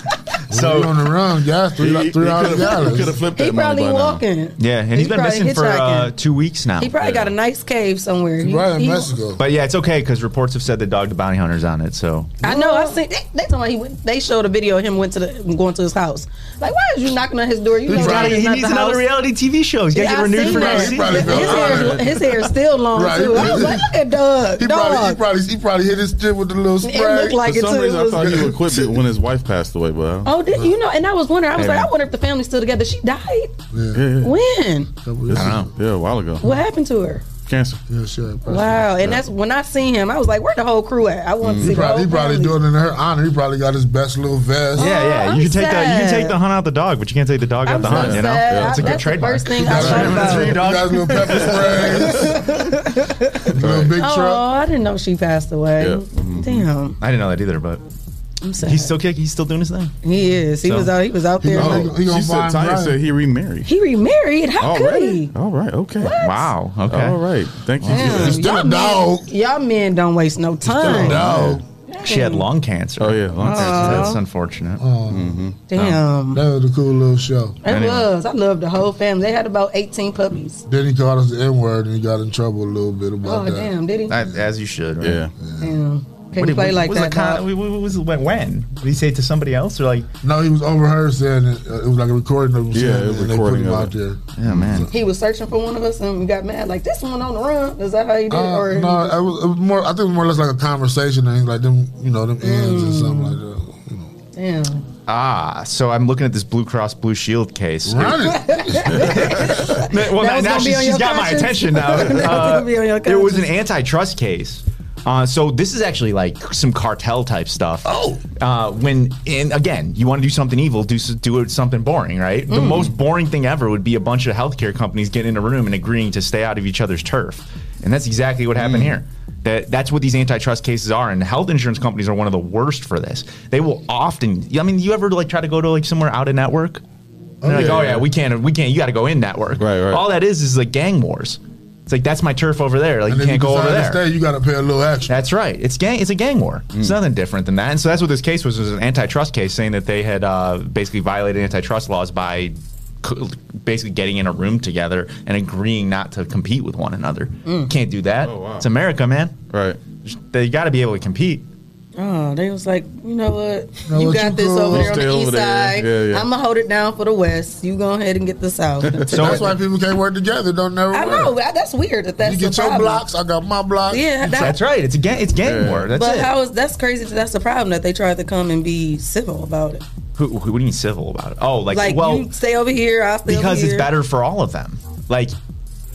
Speaker 8: So
Speaker 2: on the run, guys, three,
Speaker 8: He-
Speaker 2: three
Speaker 8: he
Speaker 2: hundred
Speaker 8: could've- he
Speaker 2: dollars.
Speaker 8: could've
Speaker 13: flipped He that money probably by now. walking.
Speaker 8: Yeah, and
Speaker 13: He
Speaker 8: he's been
Speaker 13: probably
Speaker 8: missing for uh,
Speaker 13: hitchhiking.
Speaker 8: two weeks now.
Speaker 13: He probably got a nice cave somewhere. He- he-
Speaker 8: But yeah, it's okay because reports have said the dog the bounty hunter's on it. So
Speaker 13: I know. I seen. They, they told me he went, they showed a video of him went to the going to his house. Like, why is you knocking on his door? You know
Speaker 8: He's
Speaker 13: that
Speaker 8: gotta-
Speaker 13: is
Speaker 8: he
Speaker 13: not
Speaker 8: needs
Speaker 13: the
Speaker 8: another
Speaker 13: house.
Speaker 8: reality TV show. He's
Speaker 13: Yeah,
Speaker 8: got to
Speaker 13: I
Speaker 8: get renewed
Speaker 13: seen
Speaker 8: for another
Speaker 13: that.
Speaker 8: season. (laughs)
Speaker 13: His hair, is- his hair is still long
Speaker 2: Right,
Speaker 13: too.
Speaker 2: he
Speaker 13: I was
Speaker 2: probably-
Speaker 13: like, look at Doug.
Speaker 2: He
Speaker 13: dog.
Speaker 2: probably, he probably he probably hit his tip with the little spray.
Speaker 13: It looked like
Speaker 5: For
Speaker 13: it
Speaker 5: some
Speaker 13: too.
Speaker 5: reason, I
Speaker 13: It
Speaker 5: thought
Speaker 13: was-
Speaker 5: he would quit it when his wife passed away. But uh, I don't-
Speaker 13: Oh, did, you know, and I was wondering. I was
Speaker 5: Hey,
Speaker 13: like,
Speaker 5: man.
Speaker 13: I wonder if the family's still together. She died.
Speaker 5: yeah, yeah.
Speaker 13: When?
Speaker 5: This is- Yeah, a while ago.
Speaker 13: What happened to her?
Speaker 5: Cancer.
Speaker 2: Yeah, sure.
Speaker 13: Wow. And that's when I seen him. I was like, where the whole crew at? I want to
Speaker 2: Mm-hmm.
Speaker 13: see
Speaker 2: He
Speaker 13: the
Speaker 2: probably, he
Speaker 13: whole
Speaker 2: probably doing it in her honor. He probably got his best little vest.
Speaker 8: Yeah,
Speaker 13: Oh,
Speaker 8: yeah. You can take the you can take the hunt out the dog, but you can't take the dog out the hunt. You know,
Speaker 2: sad.
Speaker 8: that's a good
Speaker 2: That's the
Speaker 8: trademark.
Speaker 2: first thing I thought about.
Speaker 8: Tree
Speaker 2: You
Speaker 8: dog.
Speaker 2: guys little
Speaker 13: (laughs)
Speaker 2: pepper
Speaker 8: Right.
Speaker 13: oh, I didn't know she passed away.
Speaker 8: Mm-hmm.
Speaker 13: Damn.
Speaker 8: I didn't know that either, but
Speaker 13: I'm sad.
Speaker 8: he's still kick. He's still doing his thing.
Speaker 13: He is. He
Speaker 8: So-
Speaker 13: was out. He was out there.
Speaker 5: she said Tanya said he remarried.
Speaker 13: He remarried. How could
Speaker 5: Already?
Speaker 13: he?
Speaker 5: All right. Okay. Wow.
Speaker 8: okay.
Speaker 5: All right. Thank you.
Speaker 13: Damn, y'all men- Y'all men don't waste no time.
Speaker 8: She had lung cancer. Oh yeah,
Speaker 13: lung cancer.
Speaker 8: That's unfortunate.
Speaker 13: Oh.
Speaker 8: Mm-hmm.
Speaker 13: Damn.
Speaker 2: That was a cool little show.
Speaker 13: It was. I loved the whole family. They had about 18 puppies.
Speaker 2: Then he called us the N word and he got in trouble a little bit about
Speaker 13: Oh,
Speaker 2: that.
Speaker 13: damn, did he?
Speaker 8: As you should. Right?
Speaker 5: Yeah.
Speaker 13: Damn. Can't
Speaker 8: What-
Speaker 13: play
Speaker 8: what-
Speaker 13: like
Speaker 8: was
Speaker 13: that.
Speaker 8: the con-
Speaker 13: dog.
Speaker 8: what- what- what was when? When did he say it to somebody else or like?
Speaker 2: No, he was over her saying it, uh, it was like a recording of him
Speaker 8: Yeah,
Speaker 2: saying
Speaker 8: a
Speaker 2: it, and they put
Speaker 8: recording
Speaker 2: him
Speaker 8: of
Speaker 2: out
Speaker 8: it.
Speaker 2: there.
Speaker 8: Yeah, man.
Speaker 13: He was searching for one of us and we got mad. Like, this one on the run. Is that how you did it?
Speaker 2: Uh,
Speaker 13: Or
Speaker 2: no, it was, it was more. I think it was more or less like a conversation and like them, you know, them ends and something like that.
Speaker 13: damn.
Speaker 8: Ah, so I'm looking at this Blue Cross Blue Shield case.
Speaker 2: Run it.
Speaker 13: (laughs)
Speaker 8: well, now, now
Speaker 13: That was gonna be
Speaker 8: she's,
Speaker 13: on
Speaker 8: she's
Speaker 13: your
Speaker 8: got my
Speaker 13: conscience?
Speaker 8: attention now.
Speaker 13: (laughs) That was
Speaker 8: Uh,
Speaker 13: gonna be on your
Speaker 8: it was an
Speaker 13: conscience.
Speaker 8: antitrust case. Uh, so this is actually like some cartel type stuff. Oh, uh, when and again, you want to do something evil, do s- do it something boring, right? The
Speaker 12: Mm.
Speaker 8: most boring thing ever would be a bunch of healthcare companies getting in a room and agreeing to stay out of each other's turf, and that's exactly what happened
Speaker 13: Mm.
Speaker 8: here. That that's what these antitrust cases are, and health insurance companies are one of the worst for this. They will often, I mean, you ever like try to go to like somewhere out of network?
Speaker 5: Oh,
Speaker 8: And they're like,
Speaker 5: yeah,
Speaker 8: oh
Speaker 5: yeah.
Speaker 8: yeah, we can't, we can't. You got to go in network. Right, right. All that is is like gang wars. It's like that's my turf over there. Like
Speaker 2: And
Speaker 8: you
Speaker 2: if
Speaker 8: can't
Speaker 2: you
Speaker 8: go over
Speaker 2: decide
Speaker 8: there.
Speaker 2: to stay, you got to pay a little extra.
Speaker 8: That's right. It's gang. It's a gang (laughs) war. It's nothing different than that. And so that's what this case was. was an antitrust case saying that they had uh, basically violated antitrust laws by co- basically getting in a room together and agreeing not to compete with one another. Can't do that.
Speaker 13: Oh, wow.
Speaker 8: It's America, man. Right. They got to be able to compete.
Speaker 13: Oh, they was like, you know what?
Speaker 8: Know
Speaker 13: you
Speaker 8: what
Speaker 13: got
Speaker 8: you
Speaker 13: this
Speaker 8: cool.
Speaker 13: over there on
Speaker 8: Stay
Speaker 13: the
Speaker 8: over
Speaker 13: east
Speaker 8: there.
Speaker 13: side.
Speaker 8: Yeah, yeah.
Speaker 13: I'm going to hold it down for the west. You go ahead and get the south.
Speaker 2: (laughs) So that's why people can't work together. Don't never.
Speaker 13: I
Speaker 2: work.
Speaker 13: know. that- That's weird that that's
Speaker 2: You get
Speaker 13: the
Speaker 2: your
Speaker 13: problem.
Speaker 2: blocks. I got my blocks.
Speaker 13: Yeah, that- That's
Speaker 8: right. It's a gang. It's gang war. That's
Speaker 13: but
Speaker 8: it.
Speaker 13: how is that's crazy? That that's the problem that they tried to come and be civil about it.
Speaker 8: who, who, what do you mean civil about it? Oh,
Speaker 13: Like,
Speaker 8: like, well,
Speaker 13: you stay over here, I stay
Speaker 8: because
Speaker 13: over
Speaker 8: it's
Speaker 13: here.
Speaker 8: better for all of them. Like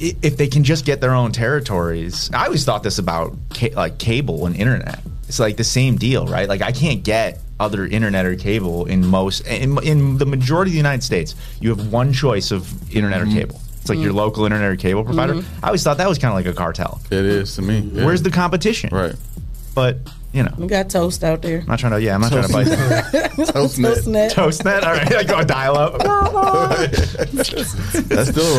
Speaker 8: i- if they can just get their own territories. I always thought this about ca- like cable and internet. It's like the same deal, right? Like I can't get other internet or cable in most in, in the majority of the United States. You have one choice of internet or cable. It's like your local internet or cable provider.
Speaker 5: Mhm.
Speaker 8: I always thought that was kind of like a cartel. It is to me.
Speaker 5: yeah.
Speaker 8: Where's the competition? Right. But you know,
Speaker 13: We got toast out there.
Speaker 8: I'm not trying to. Yeah, I'm not
Speaker 2: (laughs)
Speaker 8: trying to bite.
Speaker 13: Toastnet. Toastnet.
Speaker 8: Toastnet. All right, (laughs) I go dial up.
Speaker 5: That's still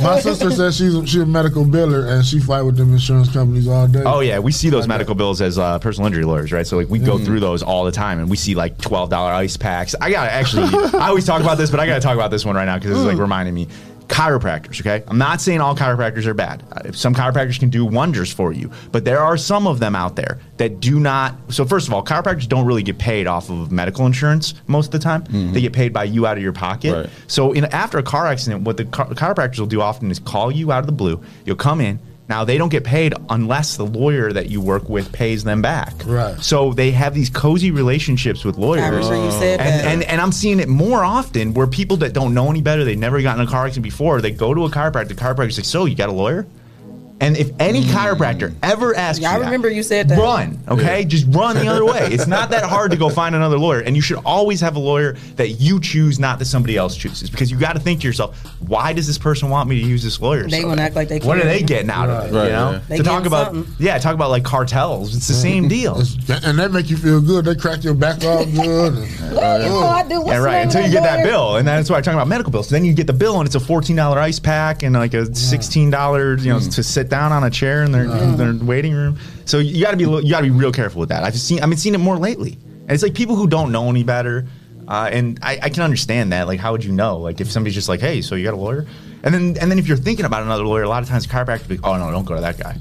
Speaker 2: (laughs) My sister says she's a, she a medical biller and she fight with them insurance companies all day.
Speaker 8: Oh yeah, we see those medical bills as uh, personal injury lawyers, right? So like we go
Speaker 2: Mhm.
Speaker 8: through those all the time, and we see like twelve dollar ice packs. I gotta actually, I always talk about this, but I gotta talk about this one right now because it's like
Speaker 12: Mm.
Speaker 8: reminding me. Chiropractors, okay? I'm not saying all chiropractors are bad. Uh, Some chiropractors can do wonders for you, but there are some of them out there that do not. So, first of all, chiropractors don't really get paid off of medical insurance most of the time. They get paid by you out of your pocket. So, in, after a car accident, what the chi- chiropractors will do often is call you out of the blue. You'll come in, now they don't get paid unless the lawyer that you work with pays them back. Right. So they have these cozy relationships with lawyers.
Speaker 13: remember you said
Speaker 8: and,
Speaker 13: that.
Speaker 8: and and I'm seeing it more often where people that don't know any better, they've never gotten in a car accident before, they go to a chiropractor, the chiropractor's like, So you got a lawyer? And if
Speaker 2: Mm.
Speaker 8: any chiropractor ever asks
Speaker 13: Yeah, I
Speaker 8: you that,
Speaker 13: remember you said that.
Speaker 8: Run, okay? Just run the other way. It's not that hard to go find another lawyer. And you should always have a lawyer that you choose, not that somebody else chooses. Because you got to think to yourself, why does this person want me to use this lawyer?
Speaker 13: They
Speaker 8: so
Speaker 13: gonna
Speaker 8: bad?
Speaker 13: act like they
Speaker 8: What are
Speaker 13: care.
Speaker 8: they getting out of
Speaker 2: Right.
Speaker 8: it?
Speaker 2: Right,
Speaker 8: You know?
Speaker 2: yeah.
Speaker 13: They
Speaker 8: To talk
Speaker 13: getting
Speaker 8: about,
Speaker 13: something.
Speaker 8: yeah, talk about like cartels. It's the same deal.
Speaker 2: and that make you feel good. They crack your back off
Speaker 13: (laughs)
Speaker 2: good. And, uh,
Speaker 13: you know I do. What's
Speaker 8: yeah,
Speaker 13: the
Speaker 8: right.
Speaker 13: name of
Speaker 8: Until you get that
Speaker 13: lawyer?
Speaker 8: bill, and that's why I'm talking about medical bills. So then you get the bill, and it's a fourteen dollar ice pack and like a sixteen dollar, you know, to sit down on a chair in their, in their waiting room. So you got to be a little- you got to be real careful with that. I've seen I've been seeing it more lately, and it's like people who don't know any better. Uh, and I, I can understand that. Like, how would you know? Like, if somebody's just like, "Hey, so you got a lawyer?" And then, and then if you're thinking about another lawyer, a lot of times chiropractors be, like, "Oh no, don't go to that guy.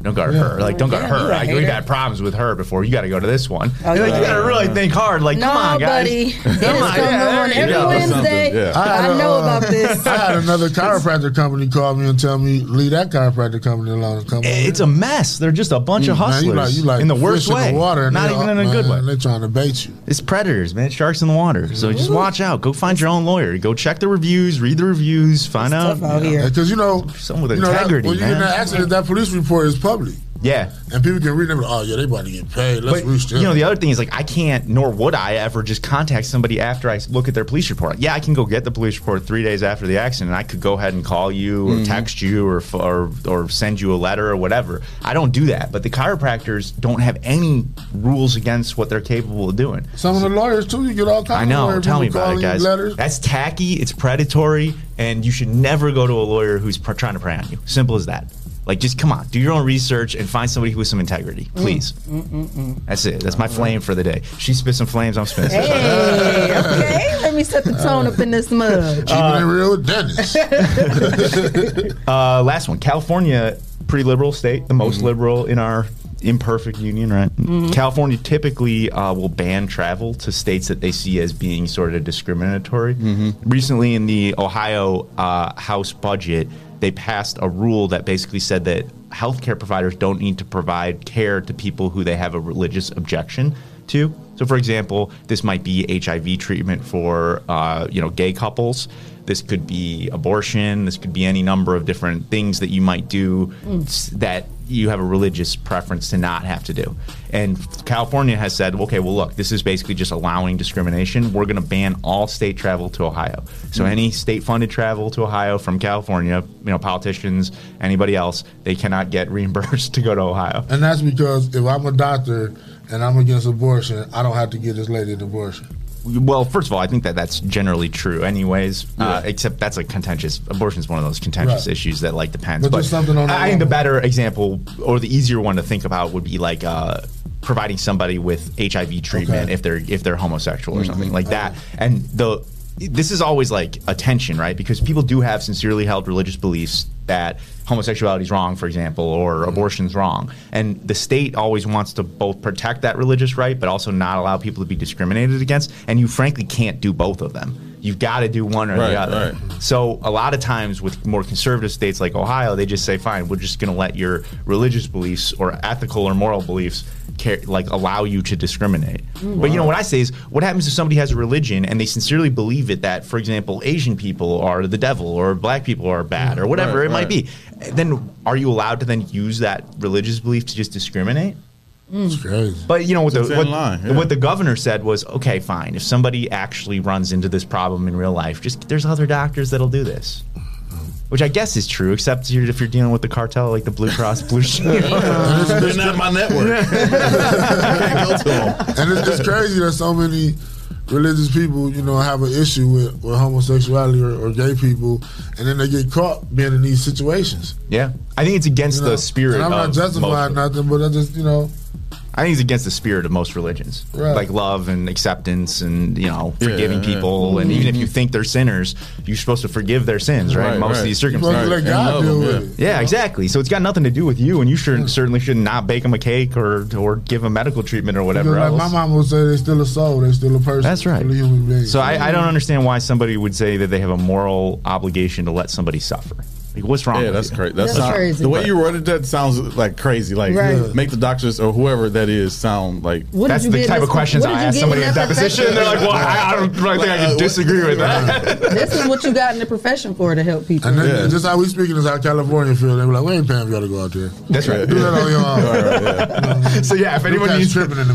Speaker 8: Don't go to
Speaker 12: Yeah.
Speaker 8: her. Like, don't go to
Speaker 12: Yeah, you
Speaker 8: her.
Speaker 12: a
Speaker 8: Like, we've
Speaker 12: hater.
Speaker 8: had problems with her before. You got to go to this one.
Speaker 12: Oh,
Speaker 8: And, like, you
Speaker 12: yeah.
Speaker 8: got to really think hard. Like,
Speaker 13: no,
Speaker 8: come on, guys.
Speaker 2: (laughs)
Speaker 13: buddy.
Speaker 8: Come
Speaker 13: It is
Speaker 8: on,
Speaker 13: coming
Speaker 8: yeah, there
Speaker 13: on
Speaker 8: you
Speaker 13: every
Speaker 8: go.
Speaker 13: Wednesday. I,
Speaker 2: had a,
Speaker 13: know
Speaker 2: uh,
Speaker 13: about this.
Speaker 2: I had another chiropractor company call me and tell me leave that chiropractor company alone. Come
Speaker 8: Eh, It's a mess. They're just a bunch of
Speaker 2: Mm, man, you
Speaker 8: hustlers
Speaker 2: like- you like
Speaker 8: in the worst
Speaker 2: fish in
Speaker 8: way.
Speaker 2: the water and
Speaker 8: Not
Speaker 2: they
Speaker 8: even
Speaker 2: all-
Speaker 8: in a good
Speaker 2: man,
Speaker 8: way.
Speaker 2: They're trying to bait you.
Speaker 8: It's predators, man. Sharks in the water. So just
Speaker 2: Ooh.
Speaker 8: watch out. Go find your own lawyer. Go check the reviews. Read the reviews. Find out.
Speaker 2: because you know,
Speaker 8: someone with
Speaker 2: you know, that-
Speaker 8: integrity,
Speaker 2: when you get in
Speaker 8: man.
Speaker 2: that accident, that police report is public,
Speaker 8: yeah.
Speaker 2: and people can read it. Oh yeah, they about to get paid. Let's
Speaker 8: But
Speaker 2: reach them.
Speaker 8: you know the other thing is like I can't, nor would I ever just contact somebody after I s- look at their police report. Yeah, I can go get the police report three days after the accident. And I could go ahead and call you or
Speaker 2: Mm-hmm.
Speaker 12: Mhm.
Speaker 8: text you or, f- or or send you a letter or whatever. I don't do that. But the chiropractors don't have any rules against what they're capable of doing.
Speaker 2: Some of the lawyers too. You get all kinds.
Speaker 8: I know.
Speaker 2: Of
Speaker 8: Tell me
Speaker 2: people
Speaker 8: about it,
Speaker 2: calling you
Speaker 8: guys.
Speaker 2: Letters.
Speaker 8: That's tacky. It's predatory, and you should never go to a lawyer who's pr- trying to prey on you. Simple as that. Like, just come on, do your own research and find somebody who has some integrity,
Speaker 2: Mm.
Speaker 8: please. That's it. That's my flame for the day. She spit some flames. I'm spitting. some flames.
Speaker 13: Hey, okay. Let me set the tone up in this mug.
Speaker 8: Uh,
Speaker 2: real Dennis.
Speaker 13: (laughs)
Speaker 8: (laughs) Uh, last one. California, pretty liberal state, the most liberal in our imperfect union, right?
Speaker 12: Mhm.
Speaker 8: California typically uh, will ban travel to states that they see as being sort of discriminatory. Recently, in the Ohio uh, House budget, they passed a rule that basically said that healthcare providers don't need to provide care to people who they have a religious objection to. So, for example, this might be HIV treatment for uh, you know gay couples. This could be abortion. This could be any number of different things that you might do
Speaker 12: Mm.
Speaker 8: s- that you have a religious preference to not have to do. And California has said, okay, well, look, this is basically just allowing discrimination. We're going to ban all state travel to Ohio. So
Speaker 12: Mm.
Speaker 8: any state-funded travel to Ohio from California, you know, politicians, anybody else, they cannot get (laughs) reimbursed to go to Ohio.
Speaker 2: And that's because if I'm a doctor and I'm against abortion, I don't have to give this lady an abortion.
Speaker 8: Well, first of all, I think that that's generally true, anyways. Uh, except that's a contentious abortion is one of those contentious
Speaker 2: Right.
Speaker 8: issues that like depends.
Speaker 2: But
Speaker 8: But,
Speaker 2: there's something on that
Speaker 8: I think the better example or the easier one to think about would be like uh, providing somebody with HIV treatment
Speaker 12: Okay.
Speaker 8: if they're if they're homosexual
Speaker 5: Mm-hmm.
Speaker 8: or something like that. And the this is always like a tension, right? Because people do have sincerely held religious beliefs that homosexuality is wrong, for example, or
Speaker 5: Mm-hmm.
Speaker 8: abortion's wrong. And the state always wants to both protect that religious right, but also not allow people to be discriminated against. And you frankly can't do both of them. You've got to do one or
Speaker 5: Right,
Speaker 8: the other. So a lot of times with more conservative states like Ohio, they just say, "Fine, we're just going to let your religious beliefs or ethical or moral beliefs." Care, like allow you to discriminate,
Speaker 12: Mm.
Speaker 8: but you know
Speaker 12: Wow.
Speaker 8: what I say is, what happens if somebody has a religion and they sincerely believe it that, for example, Asian people are the devil or black people are bad or whatever
Speaker 12: Mm. Right,
Speaker 8: it might
Speaker 12: right.
Speaker 8: be? Then are you allowed to then use that religious belief to just discriminate?
Speaker 13: Mm.
Speaker 8: But you know what the
Speaker 5: It's a
Speaker 8: what,
Speaker 5: thin line, yeah.
Speaker 8: what the governor said was okay, fine. If somebody actually runs into this problem in real life, just there's other doctors that'll do this. Which I guess is true, except you're, if you're dealing with the cartel like the Blue Cross
Speaker 2: (laughs)
Speaker 8: Blue Shield.
Speaker 5: They're not my network.
Speaker 8: (laughs)
Speaker 2: and it's, it's crazy that so many religious people, you know, have an issue with, with homosexuality or, or gay people, and then they get caught being in these situations.
Speaker 8: Yeah, I think it's against
Speaker 2: You know?
Speaker 8: the spirit.
Speaker 2: And I'm
Speaker 8: of
Speaker 2: not justifying
Speaker 8: most-
Speaker 2: nothing, but I just, you know,
Speaker 8: I think it's against the spirit of most religions,
Speaker 2: Right.
Speaker 8: like love and acceptance, and you know, forgiving
Speaker 5: yeah.
Speaker 8: people. And even if you think they're sinners, you're supposed to forgive their sins, right?
Speaker 5: Right,
Speaker 8: most
Speaker 5: right.
Speaker 8: of these
Speaker 5: You're supposed to
Speaker 8: circumstances,
Speaker 5: let Right, and God love deal them, with yeah. it.
Speaker 8: Yeah, exactly. So it's got nothing to do with you, and you should certainly should not bake them a cake or or give them medical treatment or
Speaker 2: because
Speaker 8: whatever
Speaker 2: like
Speaker 8: else.
Speaker 2: my mama would say, they're still a soul, they're still a person. That's right. Still a human being.
Speaker 8: So I, I don't understand why somebody would say that they have a moral obligation to let somebody suffer. Like, what's wrong?
Speaker 5: Yeah,
Speaker 8: with
Speaker 5: that's
Speaker 8: you?
Speaker 5: crazy. That's, not crazy. The way you wrote it, that sounds like crazy. Like
Speaker 8: Right.
Speaker 5: make the doctors or whoever that is sound like.
Speaker 8: What did That's you the get in type of this- questions what I did you ask get somebody in in (laughs) that deposition. profession? They're like, well, I- I don't really think I
Speaker 5: uh,
Speaker 8: can disagree with that.
Speaker 13: this is what you got in the profession for to help people.
Speaker 2: And then, just how we speaking is how California feel. They were like, we ain't paying for y'all to go out there.
Speaker 8: That's right.
Speaker 2: Do that
Speaker 8: (laughs)
Speaker 2: on your own.
Speaker 8: So yeah, if
Speaker 2: Them
Speaker 8: anyone
Speaker 2: cats
Speaker 8: needs
Speaker 2: tripping in
Speaker 8: (laughs)
Speaker 2: the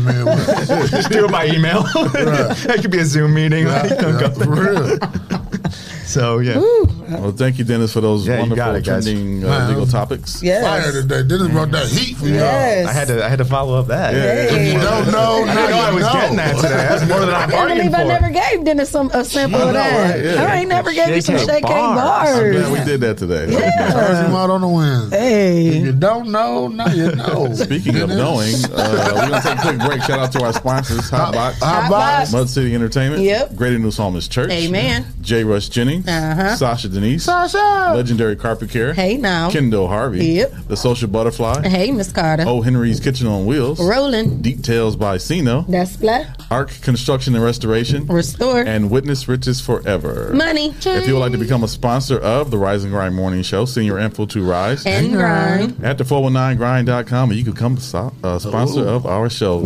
Speaker 8: (laughs)
Speaker 2: Midwest, (laughs)
Speaker 8: just do it by email. That could be a Zoom meeting. like, don't go. So yeah.
Speaker 5: Well, thank you, Dennis, for those
Speaker 8: Yeah, you
Speaker 5: wonderful
Speaker 8: got it, guys.
Speaker 5: trending uh,
Speaker 8: Man,
Speaker 5: legal
Speaker 8: I'm
Speaker 5: topics.
Speaker 8: Yes. fired today.
Speaker 2: Dennis brought that heat for y'all. Yes.
Speaker 8: I had to. I had to follow up that.
Speaker 2: Yeah. If you don't know,
Speaker 8: I didn't know
Speaker 2: now
Speaker 8: I
Speaker 2: you
Speaker 8: was
Speaker 2: know.
Speaker 8: getting that today. That's more than I
Speaker 13: (laughs) I can't
Speaker 8: bargained
Speaker 13: believe
Speaker 8: for.
Speaker 13: I never gave Dennis some a sample
Speaker 8: I
Speaker 13: of
Speaker 8: know,
Speaker 13: that.
Speaker 8: right? Yeah.
Speaker 13: I ain't never gave you some
Speaker 8: Shake
Speaker 13: Shake
Speaker 5: I'm glad
Speaker 13: bars.
Speaker 5: we did that today.
Speaker 2: Charge him out on the wind.
Speaker 13: Hey.
Speaker 2: If you don't know, now you know.
Speaker 5: (laughs) Speaking of knowing, uh, we're going to take a quick break. Shout out to our sponsors, Hotbox,
Speaker 13: Hotbox.
Speaker 5: Mud City Entertainment,
Speaker 13: Yep.
Speaker 5: Greater New Psalmist Church,
Speaker 13: Amen.
Speaker 5: J. Rush Jennings,
Speaker 13: Uh-huh.
Speaker 5: Sasha Denise,
Speaker 13: Sasha.
Speaker 5: Legendary Carpet Care,
Speaker 13: Hey, now.
Speaker 5: Kendall Harvey,
Speaker 13: Yep.
Speaker 5: The Social Butterfly,
Speaker 13: Hey, Miss Carter.
Speaker 8: Oh.
Speaker 5: O. Henry's Kitchen on Wheels,
Speaker 13: Rolling.
Speaker 5: Details by Sino,
Speaker 13: That's flat.
Speaker 5: Arc Construction and Restoration,
Speaker 13: Restore,
Speaker 5: and Witness Riches Forever.
Speaker 13: Money.
Speaker 5: If you would like to become a sponsor of the Rise and Grind Morning Show, send your info to Rise
Speaker 13: And grind.
Speaker 5: at the 419grind.com and you can come so, uh, sponsor of our show.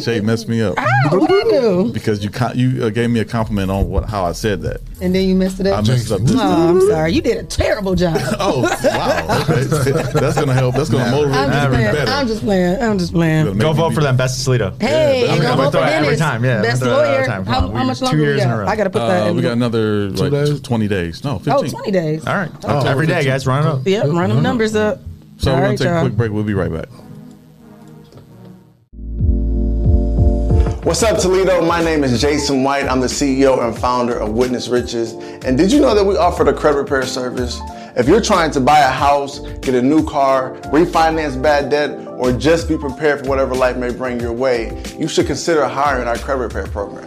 Speaker 5: Shay messed me up
Speaker 13: Oh, what I do?
Speaker 5: because you co- you uh, gave me a compliment on what how I said that.
Speaker 13: And then you messed it up.
Speaker 5: I messed up this
Speaker 13: Oh, I'm sorry. You did a terrible job.
Speaker 8: (laughs)
Speaker 5: Oh, wow. Okay. (laughs) That's going to help. That's going to motivate
Speaker 13: (laughs) I'm just
Speaker 5: me
Speaker 13: playing.
Speaker 5: better.
Speaker 13: I'm just playing. I'm just playing.
Speaker 8: Go vote for them, best of Toledo.
Speaker 13: Hey,
Speaker 8: I'm
Speaker 13: go
Speaker 8: gonna
Speaker 13: vote
Speaker 8: throw
Speaker 13: for
Speaker 8: it every
Speaker 13: Dennis.
Speaker 8: time. Yeah, I'm
Speaker 13: Best
Speaker 8: gonna throw it every
Speaker 13: lawyer.
Speaker 8: time. Come
Speaker 13: How-
Speaker 8: on,
Speaker 13: how
Speaker 8: we-
Speaker 13: much
Speaker 8: Two
Speaker 13: longer
Speaker 8: years
Speaker 13: we
Speaker 8: in
Speaker 13: got?
Speaker 8: a row. Uh,
Speaker 13: I gotta put that in
Speaker 5: Uh, We
Speaker 13: the-
Speaker 5: got another like tw- 20 days. No, 15.
Speaker 13: Oh, 20 days.
Speaker 5: All right.
Speaker 13: Oh.
Speaker 8: Every day, guys, run it up.
Speaker 13: Yep, run them numbers up.
Speaker 5: So
Speaker 13: All
Speaker 5: we're going
Speaker 13: right,
Speaker 5: to take a
Speaker 13: y'all.
Speaker 5: quick break. We'll be right back.
Speaker 12: What's up, Toledo? My name is Jason White. I'm the CEO and founder of Witness Riches. And did you know that we offer the credit repair service? If you're trying to buy a house, get a new car, refinance bad debt, or just be prepared for whatever life may bring your way, you should consider hiring our credit repair program.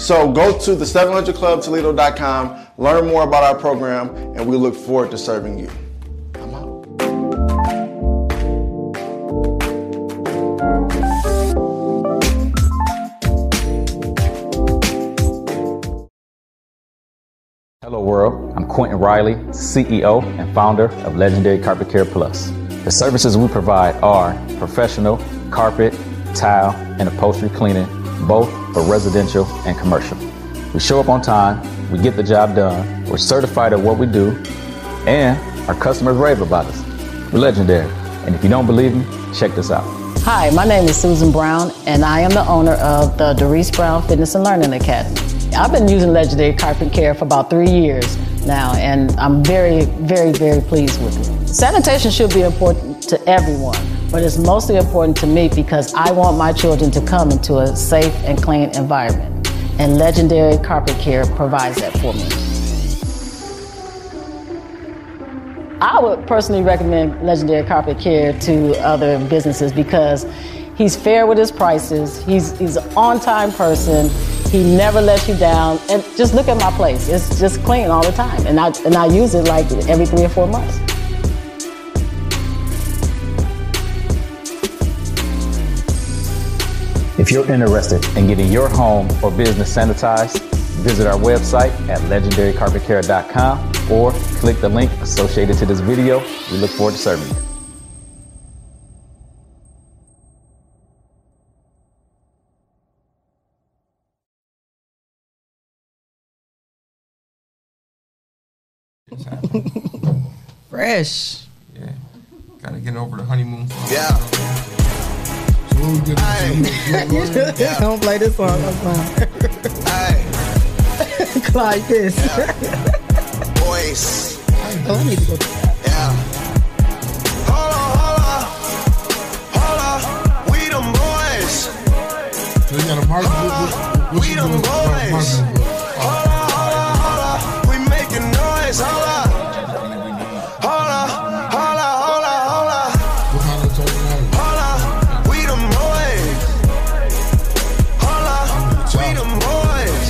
Speaker 12: So, go to the 700clubtoledo.com, learn more about our program, and we look forward to serving you.
Speaker 15: Hello, world. I'm Quentin Riley, CEO and founder of Legendary Carpet Care Plus. The services we provide are professional carpet, tile, and upholstery cleaning, both for residential and commercial. We show up on time, we get the job done, we're certified at what we do, and our customers rave about us. We're legendary. And if you don't believe me, check this out.
Speaker 16: Hi, my name is Susan Brown, and I am the owner of the Doris Brown Fitness and Learning Academy. I've been using Legendary Carpet Care for about three years now, and I'm very, very, very pleased with it. Sanitation should be important to everyone, but it's mostly important to me because I want my children to come into a safe and clean environment, and Legendary Carpet Care provides that for me. I would personally recommend Legendary Carpet Care to other businesses because he's fair with his prices. He's he's an on-time person. He never lets you down. And just look at my place; it's just clean all the time, and I and I use it like every three or four months.
Speaker 15: If you're interested in getting your home or business sanitized, visit our website at legendarycarpetcare.com or click the link associated to this video. We look forward to serving you.
Speaker 13: Fresh.
Speaker 17: Gotta get over the honeymoon.
Speaker 13: Yeah.
Speaker 17: Yeah.
Speaker 13: (laughs) Don't play this song. That's fine. (laughs) like this.
Speaker 17: Voice.
Speaker 13: oh, I need to go.
Speaker 3: Hold on, hold on. Hold on. We them boys. Hold on. We them boys. Hold on, hold on, hold on. We making noise. Hold on. Hold on, hold on, hold on, hold on. Hold on. We them boys. Hold on. We them boys.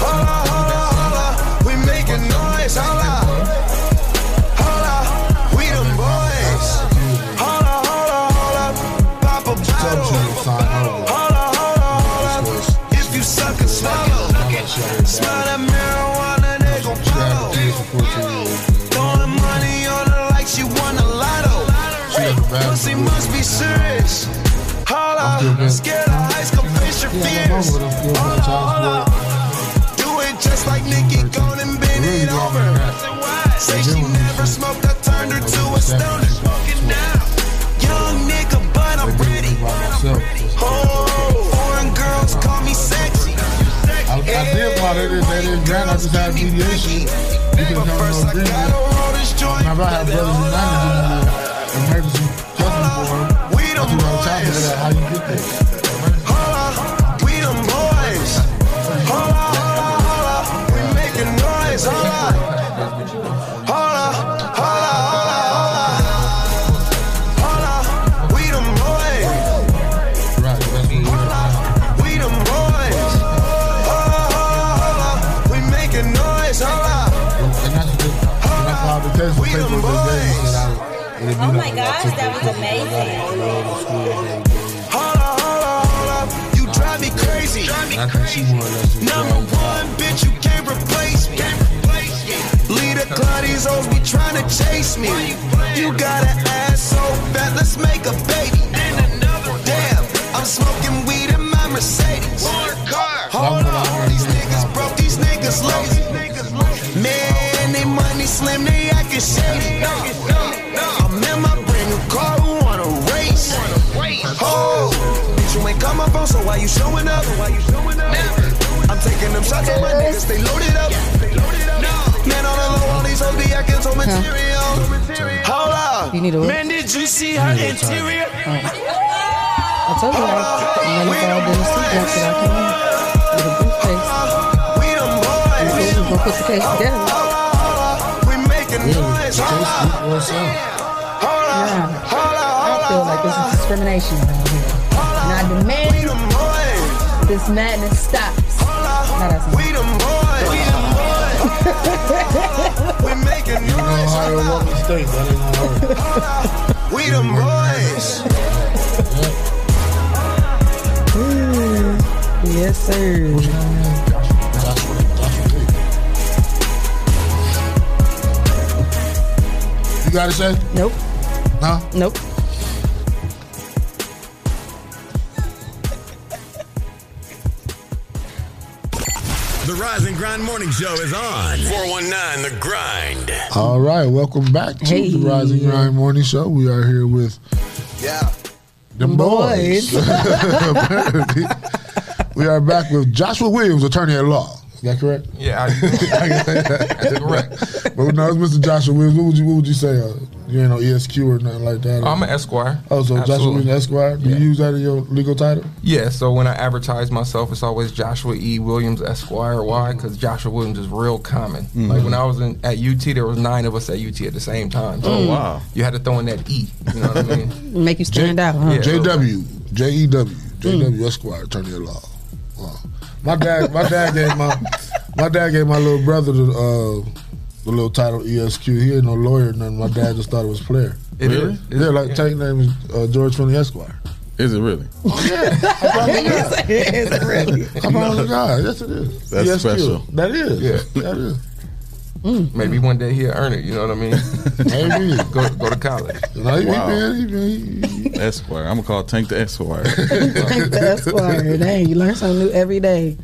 Speaker 3: Hold on, hold on, hold on. We making noise. Hold on. Hold on. We them boys. Hold on, hold on, hold up. Pop a bottle. Hold on, hold on, hold up. If you suck and slow.
Speaker 6: Pussy must be serious. Holla, scared of heights, confess your fears. Holla, holla. Do it just like Nikki Golden, bend it over. Say she never smoked, I turned her to a stoner. Smoking now. Young nigga, but I'm ready. Oh, foreign girls call me sexy.
Speaker 2: I, I did why they didn't, they didn't grant. I just had mediation. You could have come to an agreement. Now, if I had brothers and nines, you know, emergency justice for them.
Speaker 6: We the boys.
Speaker 2: How you get there?
Speaker 6: We the boys. Holla, holla, holla. We making noise. Holla. Holla, holla, holla, holla. Holla. We the boys. Holla. We the boys. Holla, holla, holla. We making noise. Holla.
Speaker 2: And that's why the test was paper they gave me said I would.
Speaker 18: Oh my gosh, that was amazing.
Speaker 6: Holla, holla, holla. You drive me crazy.
Speaker 2: I think she more or less just
Speaker 6: Number one, bitch, you can't replace me. Lead a club, these hoes be trying to chase me. You got an ass so fat, let's make a baby. And another damn, I'm smoking weed in my Mercedes. Hold on, these niggas broke, these niggas lazy. Man, they money slim, they acting shady. I'm in my brand new car, who wanna race? Oh, bitch, you ain't call my phone, so why you showing up? Why you showing up? I'm taking them shots on my niggas, they loaded up. Man, on the low, all these hoes be acting so material. Hold up.
Speaker 13: You need a whip.
Speaker 6: Man, did you see her
Speaker 13: Yeah, sorry. (laughs)
Speaker 6: interior?
Speaker 13: I told you I never thought didn't sleep after I came in with a briefcase. And so we was gonna put the case together.
Speaker 6: We making noise.
Speaker 13: I feel like this is discrimination around here. And I demand this madness stops. Now that's
Speaker 6: We them boys. We them boys. we making
Speaker 2: You know how to walk the state. That ain't gonna work.
Speaker 6: We them boys.
Speaker 13: (laughs) Yes, sir.
Speaker 2: You got to say?
Speaker 13: Nope.
Speaker 2: Huh?
Speaker 13: Nope.
Speaker 3: The Rise and Grind Morning Show is on. 419 The Grind.
Speaker 2: All right, welcome back to
Speaker 3: Hey.
Speaker 2: the Rising Grind Morning Show. We are here with
Speaker 6: Yeah.
Speaker 2: them boys.
Speaker 6: Boys.
Speaker 2: Apparently. we are back with Joshua Williams, attorney at law. Is that correct?
Speaker 17: Yeah, I,
Speaker 18: (laughs)
Speaker 2: correct. But no, it's Mr. Joshua Williams. What would you What would you say? Uh, you ain't no ESQ or nothing like (laughs) that.
Speaker 17: I'm an Esquire.
Speaker 2: Oh, so Joshua
Speaker 17: Absolutely.
Speaker 2: Williams Esquire. Do you use that in your legal title?
Speaker 17: Yeah, so when I advertise myself, it's always Joshua E. Williams Esquire. Why? Because Joshua Williams is real common.
Speaker 2: Mhm.
Speaker 17: Like when I was in, at UT, there was nine of us at UT at the same time. So
Speaker 2: Oh, wow.
Speaker 17: You had to throw in that E. You know what I
Speaker 2: (laughs)
Speaker 17: mean?
Speaker 13: Make you stand out, huh?
Speaker 2: JW, JEW, JW Esquire, attorney at law. Wow. Hmm. My dad, my dad gave my, my dad gave my little brother the, uh, the little title ESQ. He ain't no lawyer, or nothing. My dad just thought it was player.
Speaker 17: It Really? is?
Speaker 2: Yeah, like take name is uh, George Finney Esquire.
Speaker 5: Is it really?
Speaker 2: (laughs) Come on, Oh, God, yes it is.
Speaker 17: That's
Speaker 2: ESQ.
Speaker 17: special.
Speaker 2: That is.
Speaker 17: Yeah.
Speaker 2: that is.
Speaker 17: Maybe one day he'll earn it. You know what I mean?
Speaker 2: (laughs) Maybe
Speaker 17: go go to college.
Speaker 2: No, he- he been- he been- he-
Speaker 5: Esquire. I'm gonna call Tank the
Speaker 2: (laughs)
Speaker 5: Esquire.
Speaker 13: (laughs) Thank the Esquire. Dang, you learn something new every day.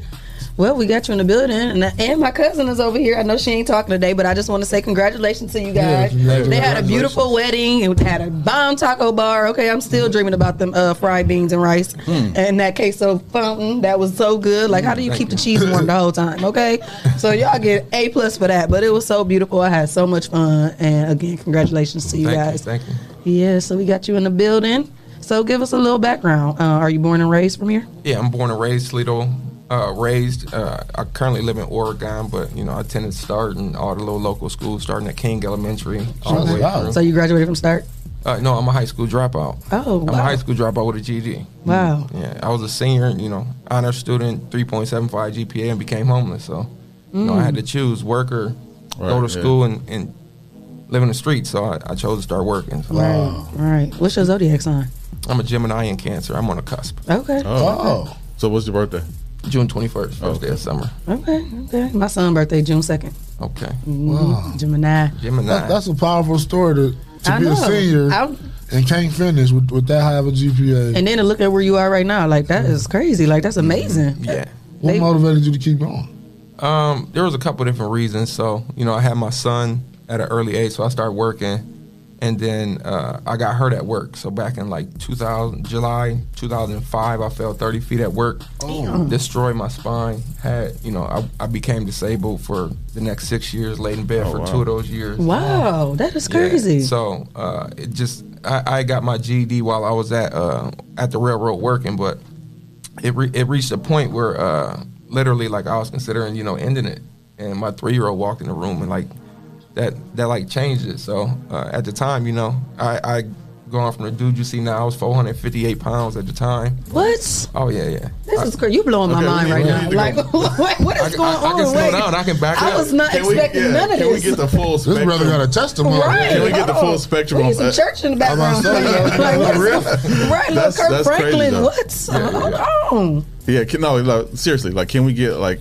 Speaker 13: Well, we got you in the building, and, and my cousin is over here. I know she ain't talking today, but I just want to say congratulations to you
Speaker 19: Yeah,
Speaker 13: guys.
Speaker 19: congratulations.
Speaker 13: they had a beautiful wedding and had a bomb taco bar. Okay, I'm still dreaming about them uh, fried beans and rice
Speaker 19: Mm.
Speaker 13: and that queso fountain. That was so good. Like, how do you
Speaker 19: Thank
Speaker 13: keep the cheese warm the whole time? Okay, so y'all get a plus for that. But it was so beautiful. I had so much fun, and again, congratulations to you
Speaker 17: Thank you,
Speaker 13: guys.
Speaker 17: thank you.
Speaker 13: Yeah, so we got you in the building. So give us a little background. Uh, are you born and raised from here?
Speaker 17: Yeah, I'm born and raised Toledo. Uh, raised, uh, I currently live in Oregon, but you know I attended Start and all the little local schools, starting at King Elementary. All the way through.
Speaker 13: So you graduated from Start?
Speaker 17: Uh, no, I'm a high school dropout.
Speaker 13: Oh,
Speaker 17: I'm a
Speaker 13: wow.
Speaker 17: high school dropout with a GD.
Speaker 13: Wow.
Speaker 17: Yeah, I was a senior, you know, honor student, 3.75 GPA, and became homeless. So, you know, I
Speaker 20: Mm.
Speaker 17: had to choose work or go
Speaker 20: Right,
Speaker 17: to
Speaker 20: yeah.
Speaker 17: school and, and live in the streets. So I, I chose to start working. So
Speaker 13: Right. Right. What's your zodiac sign?
Speaker 17: I'm a Gemini and Cancer. I'm on a cusp.
Speaker 13: Okay. Oh.
Speaker 17: So what's your birthday? June 21st, first day of summer.
Speaker 13: Okay. Okay. My son's birthday June second. Mm-hmm.
Speaker 17: Okay.
Speaker 13: Gemini.
Speaker 17: Gemini.
Speaker 2: That- that's a powerful story to, to
Speaker 13: I
Speaker 2: be
Speaker 13: know.
Speaker 2: a senior
Speaker 13: I'm-
Speaker 2: and can't finish with, with that high of a GPA.
Speaker 13: And then to look at where you are right now, like that is crazy. Like that's amazing.
Speaker 17: Mm-hmm. Yeah.
Speaker 2: What motivated you to keep going?
Speaker 17: Um, there was a couple different reasons. So, you know, I had my son at an early age, so I started working. And then uh, I got hurt at work. So back in like 2000, July 2005, I fell 30 feet at work,
Speaker 2: Damn.
Speaker 17: destroyed my spine. Had you know, I, I became disabled for the next six years, laid in bed
Speaker 13: Oh,
Speaker 17: for
Speaker 13: wow.
Speaker 17: two of those years.
Speaker 13: Wow, that is
Speaker 17: Yeah.
Speaker 13: crazy.
Speaker 17: So uh, it just I, I got my GED while I was at uh, at the railroad working, but it re- it reached a point where uh, literally like I was considering you know ending it, and my three year old walked in the room and like that that like changed it. So uh, at the time, you know, I I gone from the dude you see now I was 458 pounds at the time.
Speaker 13: What?
Speaker 17: Oh yeah, yeah.
Speaker 13: This
Speaker 17: I-
Speaker 13: is crazy. You blowing my
Speaker 17: Okay, we
Speaker 13: mind
Speaker 17: need-
Speaker 13: right
Speaker 17: we
Speaker 13: now.
Speaker 17: need to
Speaker 13: Like, (laughs) what, what is going
Speaker 17: I, I
Speaker 13: on?
Speaker 17: can slow
Speaker 13: Wait.
Speaker 17: down. I can back
Speaker 13: I
Speaker 17: up.
Speaker 13: was not
Speaker 17: Can we-
Speaker 13: expecting
Speaker 17: yeah,
Speaker 13: none of
Speaker 17: can
Speaker 13: this.
Speaker 17: we get the full
Speaker 2: This brother got a testimony.
Speaker 13: Right.
Speaker 5: Can we get the
Speaker 13: Oh,
Speaker 5: full spectrum
Speaker 13: we need
Speaker 5: on
Speaker 13: some
Speaker 17: uh,
Speaker 5: that?
Speaker 13: church in the
Speaker 5: I'm about to
Speaker 13: background.
Speaker 5: say,
Speaker 17: (laughs)
Speaker 13: playing.
Speaker 5: yeah.
Speaker 13: Like, what's
Speaker 5: Really?
Speaker 13: the- right, little
Speaker 5: That's-
Speaker 13: Kirk
Speaker 5: that's crazy,
Speaker 13: Franklin.
Speaker 5: though.
Speaker 13: what?
Speaker 5: Yeah, yeah,
Speaker 13: Hold
Speaker 5: yeah.
Speaker 13: on.
Speaker 5: Yeah, can, no, like, seriously, like, can we get like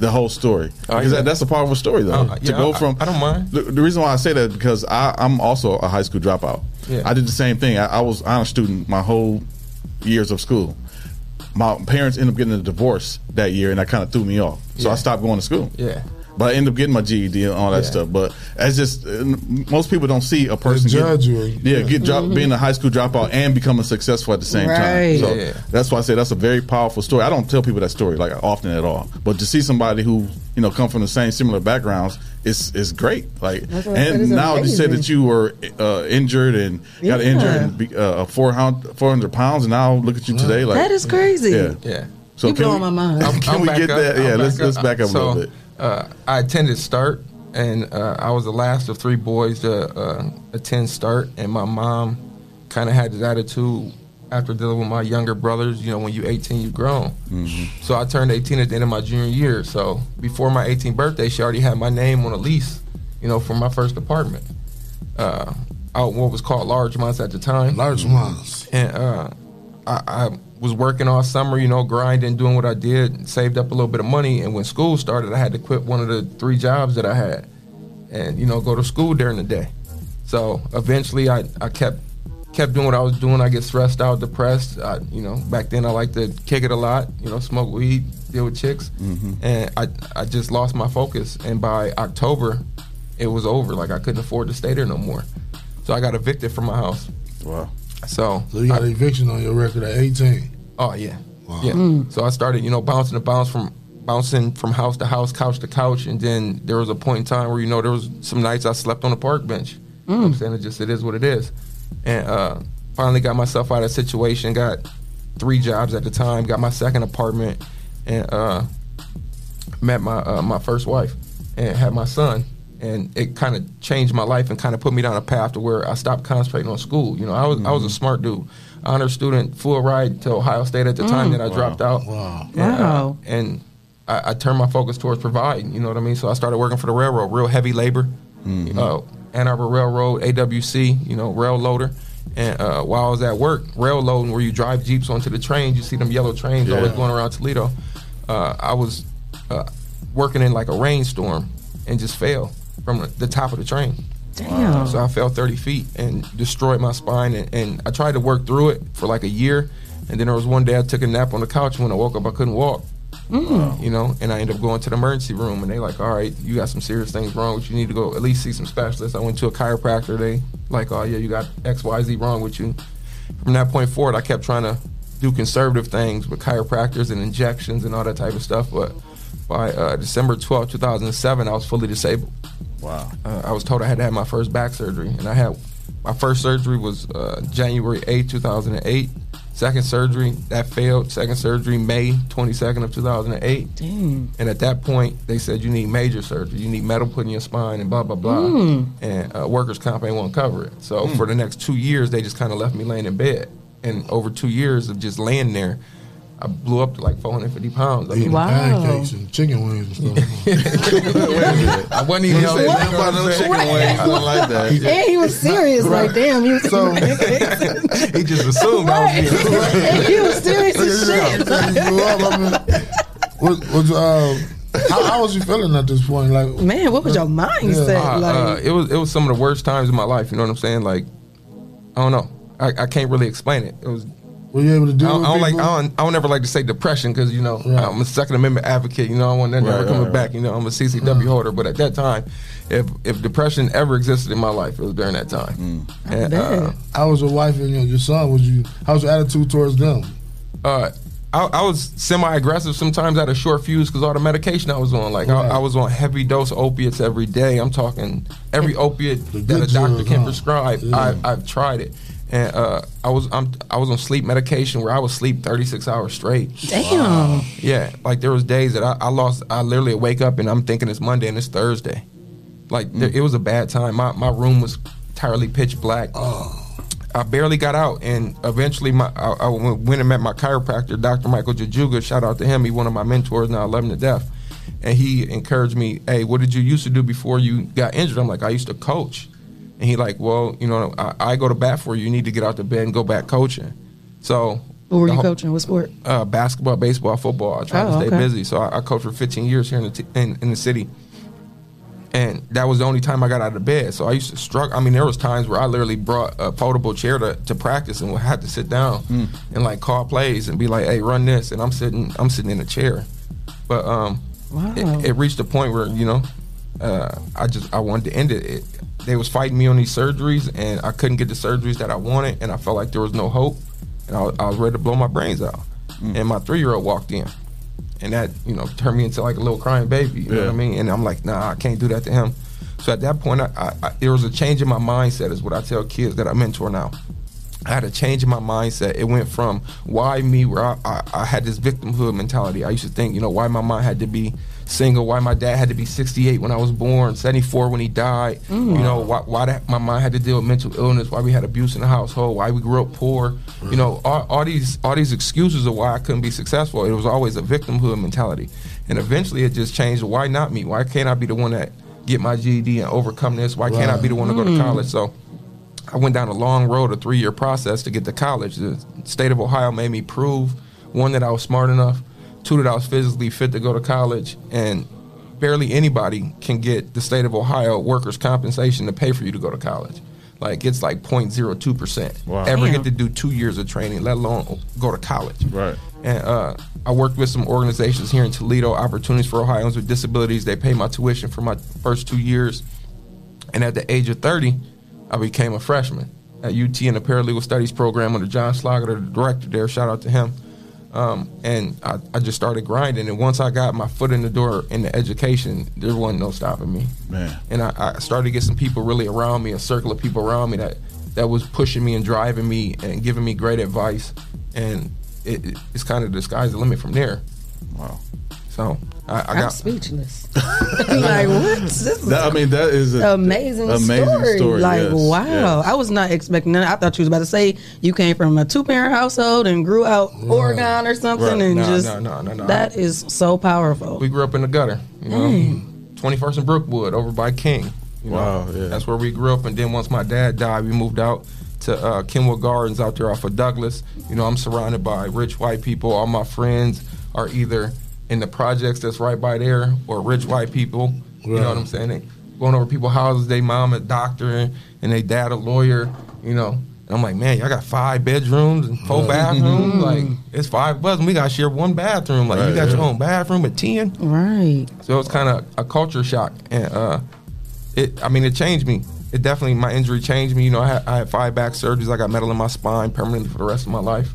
Speaker 5: the whole story? Because
Speaker 17: Oh, yeah.
Speaker 5: that, that's a powerful story, though.
Speaker 17: Uh,
Speaker 5: to
Speaker 17: yeah,
Speaker 5: go
Speaker 17: I-
Speaker 5: from
Speaker 17: I don't mind.
Speaker 5: The, the reason why I say that because I, I'm also a high school dropout.
Speaker 17: Yeah.
Speaker 5: I did the same thing. I, I was honor student my whole years of school. My parents ended up getting a divorce that year, and that kind of threw me off. So I stopped going to school.
Speaker 17: Yeah.
Speaker 5: But I ended up getting my GED and all that
Speaker 17: Yeah.
Speaker 5: stuff. But as just uh, n- most people don't see a person get-
Speaker 2: judge you.
Speaker 5: yeah, get drop,
Speaker 17: Mm-hmm.
Speaker 2: Mhm.
Speaker 5: being a high school dropout and becoming successful at the same
Speaker 2: Right.
Speaker 5: time. So
Speaker 2: Yeah.
Speaker 5: that's why I say that's a very powerful story. I don't tell people that story like often at all, but to see somebody who you know come from the same similar backgrounds is is great. Like
Speaker 13: That's what I said,
Speaker 5: and
Speaker 13: it's
Speaker 5: now you said
Speaker 13: amazing.
Speaker 5: that you were uh, injured and got
Speaker 13: Yeah.
Speaker 5: injured and be, uh, four hundred pounds, and now look at you today. Like
Speaker 13: That is crazy.
Speaker 5: Yeah,
Speaker 17: Yeah.
Speaker 5: So
Speaker 13: You
Speaker 5: can
Speaker 13: blowing
Speaker 5: we-
Speaker 13: my mind.
Speaker 5: I'm- (laughs) Can we
Speaker 17: back
Speaker 5: get that?
Speaker 17: I'm
Speaker 5: Yeah, let's- let's back up a
Speaker 17: So,
Speaker 5: little bit.
Speaker 17: Uh, I attended Start, and uh, I was the last of three boys to uh, attend Start, and my mom kind of had this attitude after dealing with my younger brothers. You know, when you 18, you grown.
Speaker 5: Mm-hmm.
Speaker 17: So I turned 18 at the end of my junior year. So before my 18th birthday, she already had my name on a lease, you know, for my first apartment. Uh, out what was called Largemont's at the time.
Speaker 2: Largemont's.
Speaker 17: And uh, I, I was working all summer, you know, grinding, doing what I did, saved up a little bit of money. And when school started, I had to quit one of the three jobs that I had and, you know, go to school during the day. So eventually I, I kept kept doing what I was doing. I get stressed out, depressed. I, you know, back then I liked to kick it a lot, you know, smoke weed, deal with chicks. And I, I just lost my focus. And by October, it was over. Like I couldn't afford to stay there no more. So I got evicted from my house.
Speaker 5: Wow.
Speaker 17: So,
Speaker 2: So you got an eviction on your record at 18.
Speaker 17: Oh yeah, yeah. So I started, you know, bouncing to bounce from bouncing from house to house, couch to couch, and then there was a point in time where you know there was some nights I slept on a park bench. You know what I'm saying it just it is what it is, and uh, finally got myself out of the situation. Got three jobs at the time. Got my second apartment, and uh, met my uh, my first wife and had my son and it kind of changed my life and kind of put me down a path to where I stopped concentrating on school. You know, I was I
Speaker 13: Mm-hmm.
Speaker 17: was a smart dude, honor student, full ride to Ohio State at the time
Speaker 13: Mm.
Speaker 17: that I
Speaker 13: Wow.
Speaker 17: dropped out.
Speaker 2: Wow,
Speaker 17: and, uh,
Speaker 13: Wow.
Speaker 17: and I, I turned my focus towards providing. You know what I mean? So I started working for the railroad, real heavy labor, uh, Ann Arbor Railroad, AWC. You know, rail loader. And uh, while I was at work, rail loading, where you drive jeeps onto the trains, you see them yellow trains always
Speaker 5: Yeah.
Speaker 17: going around Toledo. Uh, I was uh, working in like a rainstorm and just fell from the- the top of the train.
Speaker 13: Damn.
Speaker 17: So I fell 30 feet and destroyed my spine. And, and I tried to work through it for like a year. And then there was one day I took a nap on the couch. When I woke up, I couldn't walk. You know, and I ended up going to the emergency room. And they like, all right, you got some serious things wrong. with You You need to go at least see some specialists. I went to a chiropractor. They like, oh, yeah, you got X, Y, Z wrong with you. From that point forward, I kept trying to do conservative things with chiropractors and injections and all that type of stuff. But by uh, December twelfth, two 2007, I was fully disabled.
Speaker 5: Wow.
Speaker 17: Uh, I was told I had to have my first back surgery, and I had my first surgery was uh, January eighth, two 2008. Second surgery that failed. Second surgery May 22nd of 2008.
Speaker 13: Damn.
Speaker 17: And at that point, they said you need major surgery. You need metal put in your spine and blah blah blah.
Speaker 13: Mm.
Speaker 17: And uh, workers' comp ain't want to cover it. So for the next two years, they just kind of left me laying in bed. And over two years of just laying there, I blew up to like 450 pounds. I
Speaker 2: Eating pancakes and chicken wings and stuff.
Speaker 17: I wasn't even
Speaker 2: What?
Speaker 17: saying
Speaker 2: What?
Speaker 17: nothing about no chicken
Speaker 2: Right.
Speaker 17: wings. I don't like that.
Speaker 13: And he was serious. Like, damn, you. So,
Speaker 17: He just assumed I was being
Speaker 13: he was serious as shit.
Speaker 2: What, what, uh, how, how was you feeling at this point? Like,
Speaker 13: man, what was your mindset?
Speaker 17: Uh,
Speaker 13: like,
Speaker 17: uh, it was it was some of the worst times in my life. You know what I'm saying? Like I don't know. I, I can't really explain it. It was.
Speaker 2: Were you able to do?
Speaker 17: I don't,
Speaker 2: it
Speaker 17: I don't like.
Speaker 2: people?
Speaker 17: I don't, I don't ever like to say depression because you know
Speaker 2: Right.
Speaker 17: I'm a Second Amendment advocate. You know I want that never
Speaker 2: Right,
Speaker 17: coming
Speaker 2: right, Mm.
Speaker 17: back. You know I'm a CCW holder. But at that time, if if depression ever existed in my life, it was during that time.
Speaker 2: Mm.
Speaker 17: And, uh,
Speaker 2: I was your wife and your, your son. Was you? How's your attitude towards them?
Speaker 17: uh, I, I was semi-aggressive sometimes. I had a short fuse because all the medication I was on. Like I, I was on heavy dose opiates every day. I'm talking every opiate that a
Speaker 2: good
Speaker 17: doctor
Speaker 2: drugs,
Speaker 17: can
Speaker 2: huh?
Speaker 17: prescribe. I, I've tried it, and uh, I was I'm, I was on sleep medication where I would sleep 36 hours straight.
Speaker 13: Damn.
Speaker 17: Yeah, like there was days that I, I lost. I literally wake up and I'm thinking it's Monday and it's Thursday. Like there, it was a bad time. My my room was entirely pitch black. I barely got out, and eventually my I, I went went and met my chiropractor, Dr. Michael Jajuga. Shout out to him. He one of my mentors. Now I love him to death. And he encouraged me. Hey, what did you used to do before you got injured? I'm like, I used to coach. And he like, well, you know, I, I go to bat for you. You need to get out the bed and go back coaching. So
Speaker 13: What were
Speaker 17: the
Speaker 13: you
Speaker 17: whole-
Speaker 13: coaching? What sport? (laughs)
Speaker 17: uh, basketball, baseball, football. I try
Speaker 13: Oh,
Speaker 17: to stay
Speaker 13: okay.
Speaker 17: busy, so I, I coached for 15 years here in the t- in, in the city, and that was the only time I got out of bed. So I used to struggle. I mean, there was times where I literally brought a foldable chair to, to practice and would have to sit down and like call plays and be like, "Hey, run this," and I'm sitting I'm sitting in a chair, but um,
Speaker 13: Wow.
Speaker 17: it, it reached a point where you know, uh, I just I wanted to end it. it. They was fighting me on these surgeries, and I couldn't get the surgeries that I wanted, and I felt like there was no hope, and I, was- I was ready to blow my brains out. And my three year old walked in, and that you know turned me into like a little crying baby. You know what I
Speaker 5: Yeah.
Speaker 17: mean? And I'm like, nah, I can't do that to him. So at that point, I, I, I, there was a change in my mindset. Is what I tell kids that I mentor now. I had a change in my mindset. It went from why me, where I, I, I had this victimhood mentality. I used to think, you know, why my mom had to be single, why my dad had to be 68 when I was born, 74 when he died.
Speaker 21: Mm.
Speaker 17: You know, why, why that, my mom had to deal with mental illness, why we had abuse in the household, why we grew up poor. You
Speaker 21: Mm.
Speaker 17: know, all, all these all these excuses of why I couldn't be successful. It was always a victimhood mentality, and eventually it just changed. Why not me? Why can't I be the one that get my GED and overcome this? Why can't I be the one to go to
Speaker 21: Mm.
Speaker 17: college? So. I went down a long road, a three year process to get to college. The state of Ohio made me prove one, that I was smart enough, two, that I was physically fit to go to college, and barely anybody can get the state of Ohio workers' compensation to pay for you to go to college. Like it's like 0.02%. Ever
Speaker 21: Damn.
Speaker 17: get to do two years of training, let alone go to college. Right. And uh, I worked with some organizations here in Toledo, Opportunities for Ohioans with Disabilities. They paid my tuition for my first two years. And at the age of 30, I became a freshman at UT in the paralegal studies program under John Slogger, the director there. Shout out to him. Um, and I, I just started grinding. And once I got my foot in the door in the education, there wasn't no stopping me.
Speaker 5: Man.
Speaker 17: And I, I started to get some people really around me, a circle of people around me that, that was pushing me and driving me and giving me great advice. And it, it- it's kind of the sky's the limit from there. Wow. So I, I
Speaker 13: I'm
Speaker 17: got.
Speaker 13: speechless. like what? This is
Speaker 5: That- I mean, that is a,
Speaker 13: amazing,
Speaker 5: amazing
Speaker 13: story.
Speaker 5: story,
Speaker 13: Like
Speaker 5: yes,
Speaker 13: wow,
Speaker 5: yes.
Speaker 13: I was not expecting that. I thought you was about to say you came from a two parent household and grew out Oregon or something,
Speaker 17: Right.
Speaker 13: and
Speaker 17: Nah,
Speaker 13: just
Speaker 17: nah, nah, nah, nah.
Speaker 13: that is so powerful.
Speaker 17: We grew up in the gutter, you know.
Speaker 13: Dang.
Speaker 17: Twenty first and Brookwood over by King. You
Speaker 5: Wow,
Speaker 17: know?
Speaker 5: yeah.
Speaker 17: That's where we grew up and then once my dad died, we moved out to uh, Kenwood Gardens out there off of Douglas. You know, I'm surrounded by rich white people. All my friends are either in the projects that's right by there or rich white people. You know
Speaker 21: Right.
Speaker 17: what I'm saying? They going over people's houses, they mom a doctor and they dad a lawyer, you know. And I'm like, man, y'all got five bedrooms and four
Speaker 21: Right.
Speaker 17: bathrooms.
Speaker 21: Mhm.
Speaker 17: Like, it's five of us and we got to share one bathroom. Like,
Speaker 21: Right,
Speaker 17: you got your
Speaker 21: yeah.
Speaker 17: own bathroom at 10.
Speaker 13: Right.
Speaker 17: So it was kind of a culture shock, and uh, it. I mean, it changed me. It definitely my injury changed me. You know, I had, I had five back surgeries. I got metal in my spine permanently for the rest of my life.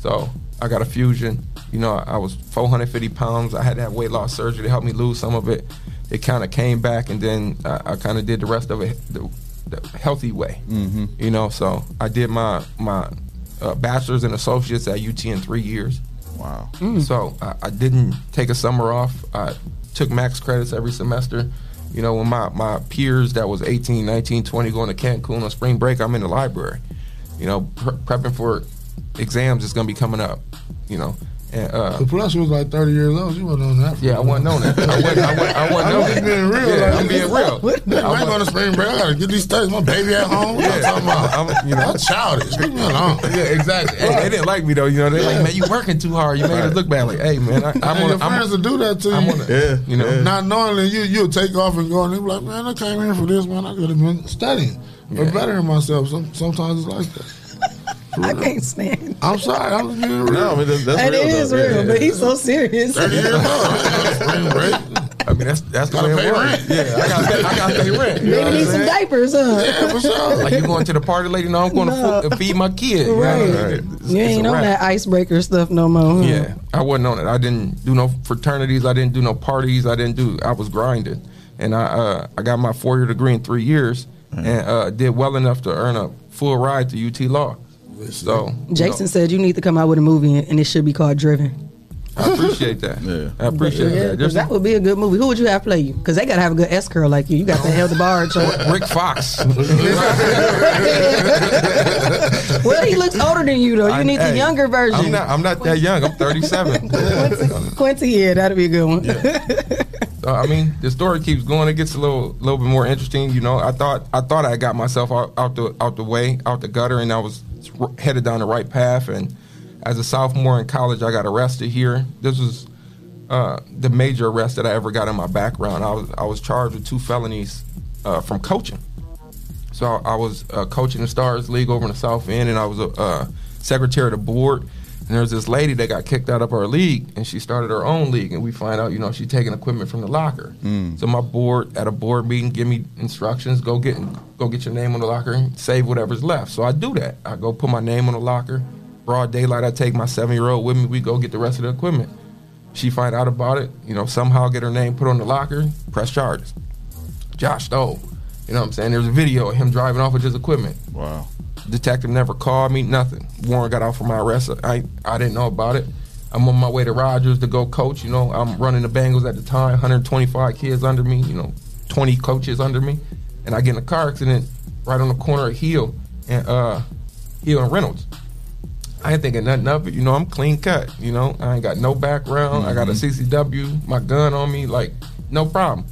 Speaker 17: So I got a fusion. You know, I, I was 450 pounds. I had that weight loss surgery to help me lose some of it. It kind of came back, and then I, I kind of did the rest of it the, the healthy way.
Speaker 5: Mm-hmm.
Speaker 21: Mhm.
Speaker 17: You know, so I did my my uh, bachelor's and associates at UT in three years. Wow. So I, I didn't take a summer off. I took max credits every semester. You know, when my, my peers that was 18, 19, 20 going to Cancun on spring break, I'm in the library. You know, pre- prepping for exams is going to be coming up. You know, And uh,
Speaker 2: So plus, she was like 30 years old. She wasn't on that.
Speaker 17: yeah, I wasn't on that. I wasn't. I wasn't, I
Speaker 2: I
Speaker 17: wasn't, on
Speaker 2: wasn't
Speaker 17: that.
Speaker 2: being real.
Speaker 17: Yeah,
Speaker 2: like,
Speaker 17: I'm being real.
Speaker 2: Look, I ain't going to spring break. I gotta get these things. My baby at home. What yeah. I'm talking about.
Speaker 17: I'm, you know,
Speaker 2: I'm childish. Leave me alone.
Speaker 17: (laughs) Yeah, exactly. Hey, they didn't like me though. You know, they like, man, you working too hard. You made it look bad. Like, hey, man, I, I'm
Speaker 2: and
Speaker 17: on.
Speaker 2: your
Speaker 17: a- I'm,
Speaker 2: friends will do that to
Speaker 17: I'm
Speaker 2: you.
Speaker 17: on (laughs) a- Yeah,
Speaker 2: you
Speaker 17: you
Speaker 2: know,
Speaker 17: know.
Speaker 2: not knowing that you you'll take off and go, and they be like, man, I came here for this, man. I could have been studying or bettering myself. Some, sometimes it's like that.
Speaker 13: (laughs) I can't stand.
Speaker 2: I'm sorry, I'm just being real. No,
Speaker 5: but that's,
Speaker 13: That is real, but he's so serious.
Speaker 17: I mean, that's that's the way it works. Yeah, I got I got to pay
Speaker 13: (laughs)
Speaker 17: rent. You know what
Speaker 13: Maybe
Speaker 17: I'm
Speaker 13: need some
Speaker 17: saying?
Speaker 13: diapers, huh?
Speaker 17: Like you going to the party later? No, I'm going
Speaker 13: No.
Speaker 17: to fu- feed my kid. You know,
Speaker 13: Right.
Speaker 17: it's- it's
Speaker 13: You ain't
Speaker 17: a
Speaker 13: on
Speaker 17: wrap.
Speaker 13: that icebreaker stuff no more. huh?
Speaker 17: Yeah, I wasn't on it. I didn't do no fraternities. I didn't do no parties. I didn't do. I was grinding, and I uh, I got my four year degree in three years,
Speaker 13: Mm.
Speaker 17: and uh, did well enough to earn a full ride to UT Law. So you
Speaker 13: Jason
Speaker 17: know,
Speaker 13: said you need to come out with a movie and it should be called Driven.
Speaker 17: I appreciate that. Yeah, I appreciate
Speaker 13: (laughs) Yeah,
Speaker 17: that.
Speaker 13: 'cause
Speaker 17: There's
Speaker 13: that would be a good movie. Who would you have play you? Because they gotta have a good S curl like you. You got the hell the bar.
Speaker 17: (laughs) Rick
Speaker 13: (laughs)
Speaker 17: Fox.
Speaker 13: well, he looks older than you though. You
Speaker 17: I-
Speaker 13: need the
Speaker 17: hey,
Speaker 13: younger version.
Speaker 17: I'm not, I'm not that young. I'm 37.
Speaker 13: Quincy, yeah, that'd be a good one.
Speaker 17: Uh, I mean, the story keeps going. It gets a little, little bit more interesting. You know, I thought, I thought I got myself out, out the, out the way, out the gutter, and I was r- headed down the right path. And as a sophomore in college, I got arrested here. This was uh, the major arrest that I ever got in my background. I was, I was charged with two felonies uh, from coaching. So I, I was uh, coaching the Stars League over in the South End, and I was a uh, secretary of the board. And there's this lady that got kicked out of our league, and she started her own league. And we find out, you know, she's taking equipment from the locker.
Speaker 7: 嗯 Mm.
Speaker 17: So my board at a board meeting give me instructions: go get go get your name on the locker, and save whatever's left. So I do that. I go put my name on the locker. Broad daylight, I take my seven year old with me. We go get the rest of the equipment. She find out about it. You know, somehow get her name put on the locker. Press charges. Josh Stowe. You know what I'm saying? There's a video of him driving off with his equipment. Wow. Detective never called me, nothing. Warren got out for my arrest. I I didn't know about it. I'm on my way to Rogers to go coach. You know, I'm running the Bengals at the time, 125 kids under me, you know, 20 coaches under me. And I get in a car accident right on the corner of Hill and uh Hill and Reynolds. I ain't thinking nothing of it. You know, I'm clean cut. You know, I ain't got no background. I got a CCW, my gun on me, like, no problem.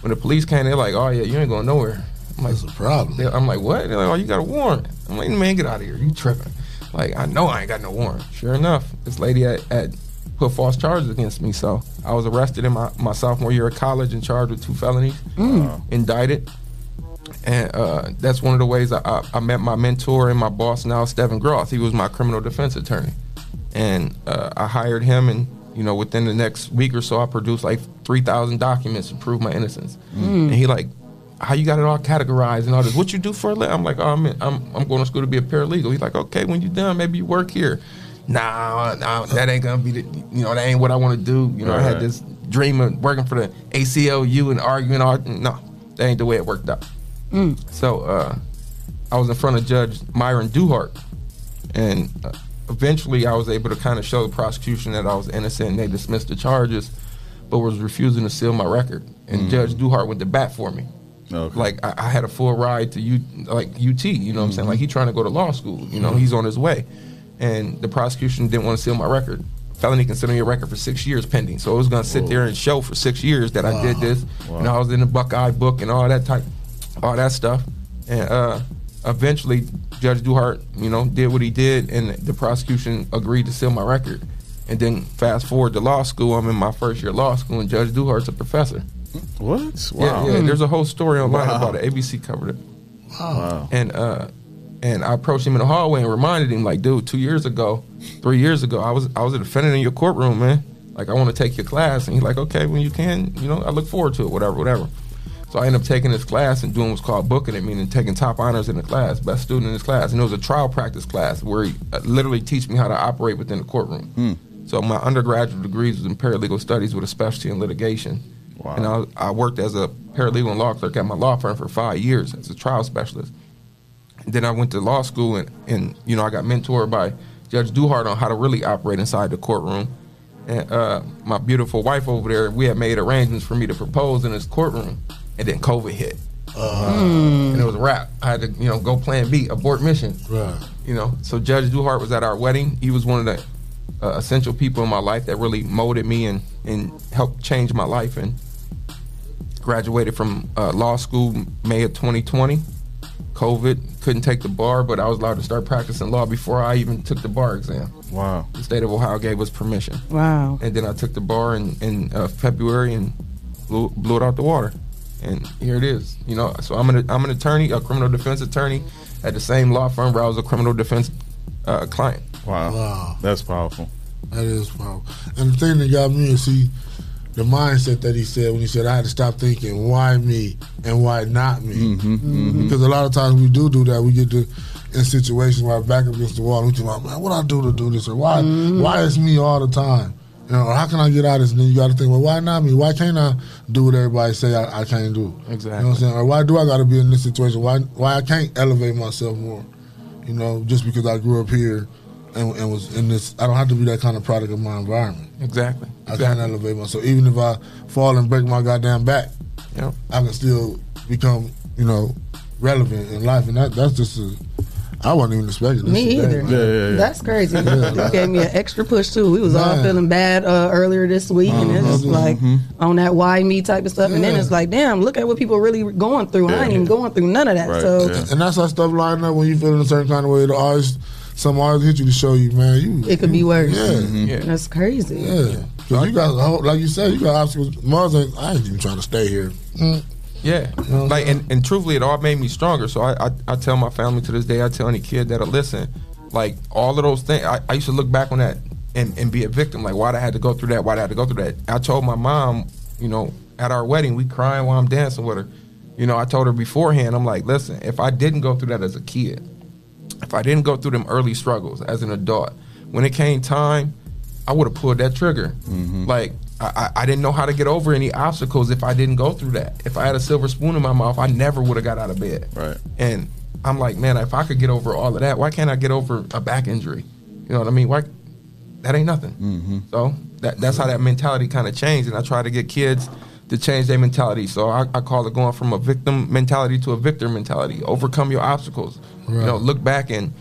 Speaker 17: When the police came, they're like, oh, yeah, you ain't going nowhere. I'm like, That's a problem. I'm like, what? They're like, oh, you got a warrant. I'm like, man, get out of here. You tripping. Like, I know I ain't got no warrant. Sure enough, this lady had, had put false charges against me. So I was arrested in my, my sophomore year of college and charged with two felonies,
Speaker 21: Mm.
Speaker 17: indicted and uh, that's one of the ways I, I, I met my mentor and my boss now, Stephen Groth. He was my criminal defense attorney, and uh, I hired him. And you know, within the next week or so, I produced like three thousand documents to prove my innocence.
Speaker 21: Mm.
Speaker 17: And he like, how you got it all categorized and all this? What you do for a living? I'm like, oh, I'm, in, I'm I'm going to school to be a paralegal. He's like, okay, when you done, maybe you work here. Nah, nah, that ain't gonna be the, you know, that ain't what I want to do. You know, I had
Speaker 21: Right.
Speaker 17: this dream of working for the ACLU and arguing. All, no, that ain't the way it worked out.
Speaker 13: mm.
Speaker 17: So uh, I was in front of Judge Myron Duhart, and uh, eventually I was able to kind of show the prosecution that I was innocent, and they dismissed the charges, but was refusing to seal my record. And
Speaker 21: Mm.
Speaker 17: Judge Duhart went to bat for me. Like I, I had a full ride to U, like UT. You know what I'm saying? Like he trying to go to law school. You know
Speaker 21: Mhm.
Speaker 17: he's on his way, and the prosecution didn't want to seal my record. Felony considering your record for six years pending. So it was gonna sit there and show for six years that I did this. And I was in the Buckeye book and all that type, all that stuff. And uh, eventually, Judge Duhart, you know, did what he did, and the prosecution agreed to seal my record. And then fast forward to law school. I'm in my first year of law school, and Judge Duhart's a professor. What?
Speaker 21: Wow.
Speaker 17: Yeah, yeah. There's a whole story online
Speaker 21: Wow.
Speaker 17: about it. ABC covered it. And uh, and I approached him in the hallway and reminded him, like, dude, two years ago, three years ago, I was I was a defendant in your courtroom, man. Like, I want to take your class. And he's like, okay, when you can, you know, I look forward to it, whatever, whatever. So I ended up taking this class and doing what's called booking it, meaning taking top honors in the class, best student in this class. And it was a trial practice class where he uh, literally teach me how to operate within the courtroom. So my undergraduate degrees was in paralegal studies with a specialty in litigation. Wow. And I, I worked as a paralegal and law clerk at my law firm for five years as a trial specialist. And then I went to law school and, and you know I got mentored by Judge Duhart on how to really operate inside the courtroom. And uh, my beautiful wife over there, we had made arrangements for me to propose in this courtroom, and then COVID hit, and it was a wrap. I had to you know go Plan B, abort mission. You know, so Judge Duhart was at our wedding. He was one of the uh, essential people in my life that really molded me and and helped change my life. And graduated from uh, law school May of 2020. COVID couldn't take the bar, but I was allowed to start practicing law before I even took the bar exam. Wow! The state of Ohio gave us permission.
Speaker 13: Wow.
Speaker 17: And then I took the bar in in uh, February and blew, blew it out the water. And here it is. You know, so I'm an I'm an attorney, a criminal defense attorney at the same law firm where I was a criminal defense uh, client.
Speaker 5: Wow.
Speaker 2: Wow.
Speaker 5: That's powerful.
Speaker 2: That is powerful. And the thing that got me is see the mindset that he said when he said I had to stop thinking why me and why not me.
Speaker 5: Mm-hmm.
Speaker 17: Mm-hmm.
Speaker 2: Because a lot of times we do do that. We get to in situations where our back up against the wall. And we think, about, man, what I do to do this or why why it's me all the time. You know, or how can I get out of this? And then you got to think, well, why not me? Why can't I do what everybody say I, I can't do?
Speaker 17: Exactly.
Speaker 2: You know what I'm saying? Or why do I got to be in this situation? Why why I can't elevate myself more? You know, just because I grew up here and, and was in this, I don't have to be that kind of product of my environment.
Speaker 17: Exactly.
Speaker 2: I can elevate myself. Even if I fall and break my goddamn back,
Speaker 17: Yep.
Speaker 2: I can still become, you know, relevant in life. And that that's just a, I wasn't even expecting this.
Speaker 13: Me
Speaker 2: today,
Speaker 13: either.
Speaker 2: man.
Speaker 13: That's crazy.
Speaker 2: Yeah.
Speaker 13: you gave me an extra push too. We was all
Speaker 2: Man.
Speaker 13: feeling bad uh, earlier this week, and it's
Speaker 2: Mhm.
Speaker 13: like on that why me type of stuff. And then it's like, damn, look at what people really going through. I ain't even going through none of that. So
Speaker 2: and that's how stuff lining up when you feel in a certain kind of way. It always, some always hit you to show you, man. You
Speaker 13: it could be worse.
Speaker 2: Yeah,
Speaker 17: Mm-hmm.
Speaker 13: That's crazy.
Speaker 2: yeah. Because you got, a whole- like you said, you got obstacles. Mars ain't, I ain't even trying to stay here. Mm.
Speaker 17: Mm-hmm. Yeah, like and, and truthfully, it all made me stronger. So I, I I tell my family to this day. I tell any kid that'll listen, like all of those things. I, I used to look back on that and, and be a victim. Like why I had to go through that? Why I had to go through that? I told my mom, you know, at our wedding, we crying while I'm dancing with her. You know, I told her beforehand. I'm like, listen, if I didn't go through that as a kid, if I didn't go through them early struggles as an adult, when it came time, I would have pulled that trigger.
Speaker 5: Mm-hmm.
Speaker 17: Mm-hmm. Like I, I I didn't know how to get over any obstacles if I didn't go through that. If I had a silver spoon in my mouth, I never would have got out of bed.
Speaker 5: Right.
Speaker 17: And I'm like, man, if I could get over all of that, why can't I get over a back injury? You know what I mean? Why? That ain't nothing. So that that's how that mentality kind of changed, and I try to get kids to change their mentality. So I, I call it going from a victim mentality to a victor mentality. Overcome your obstacles. You know,
Speaker 2: Right.
Speaker 17: look back and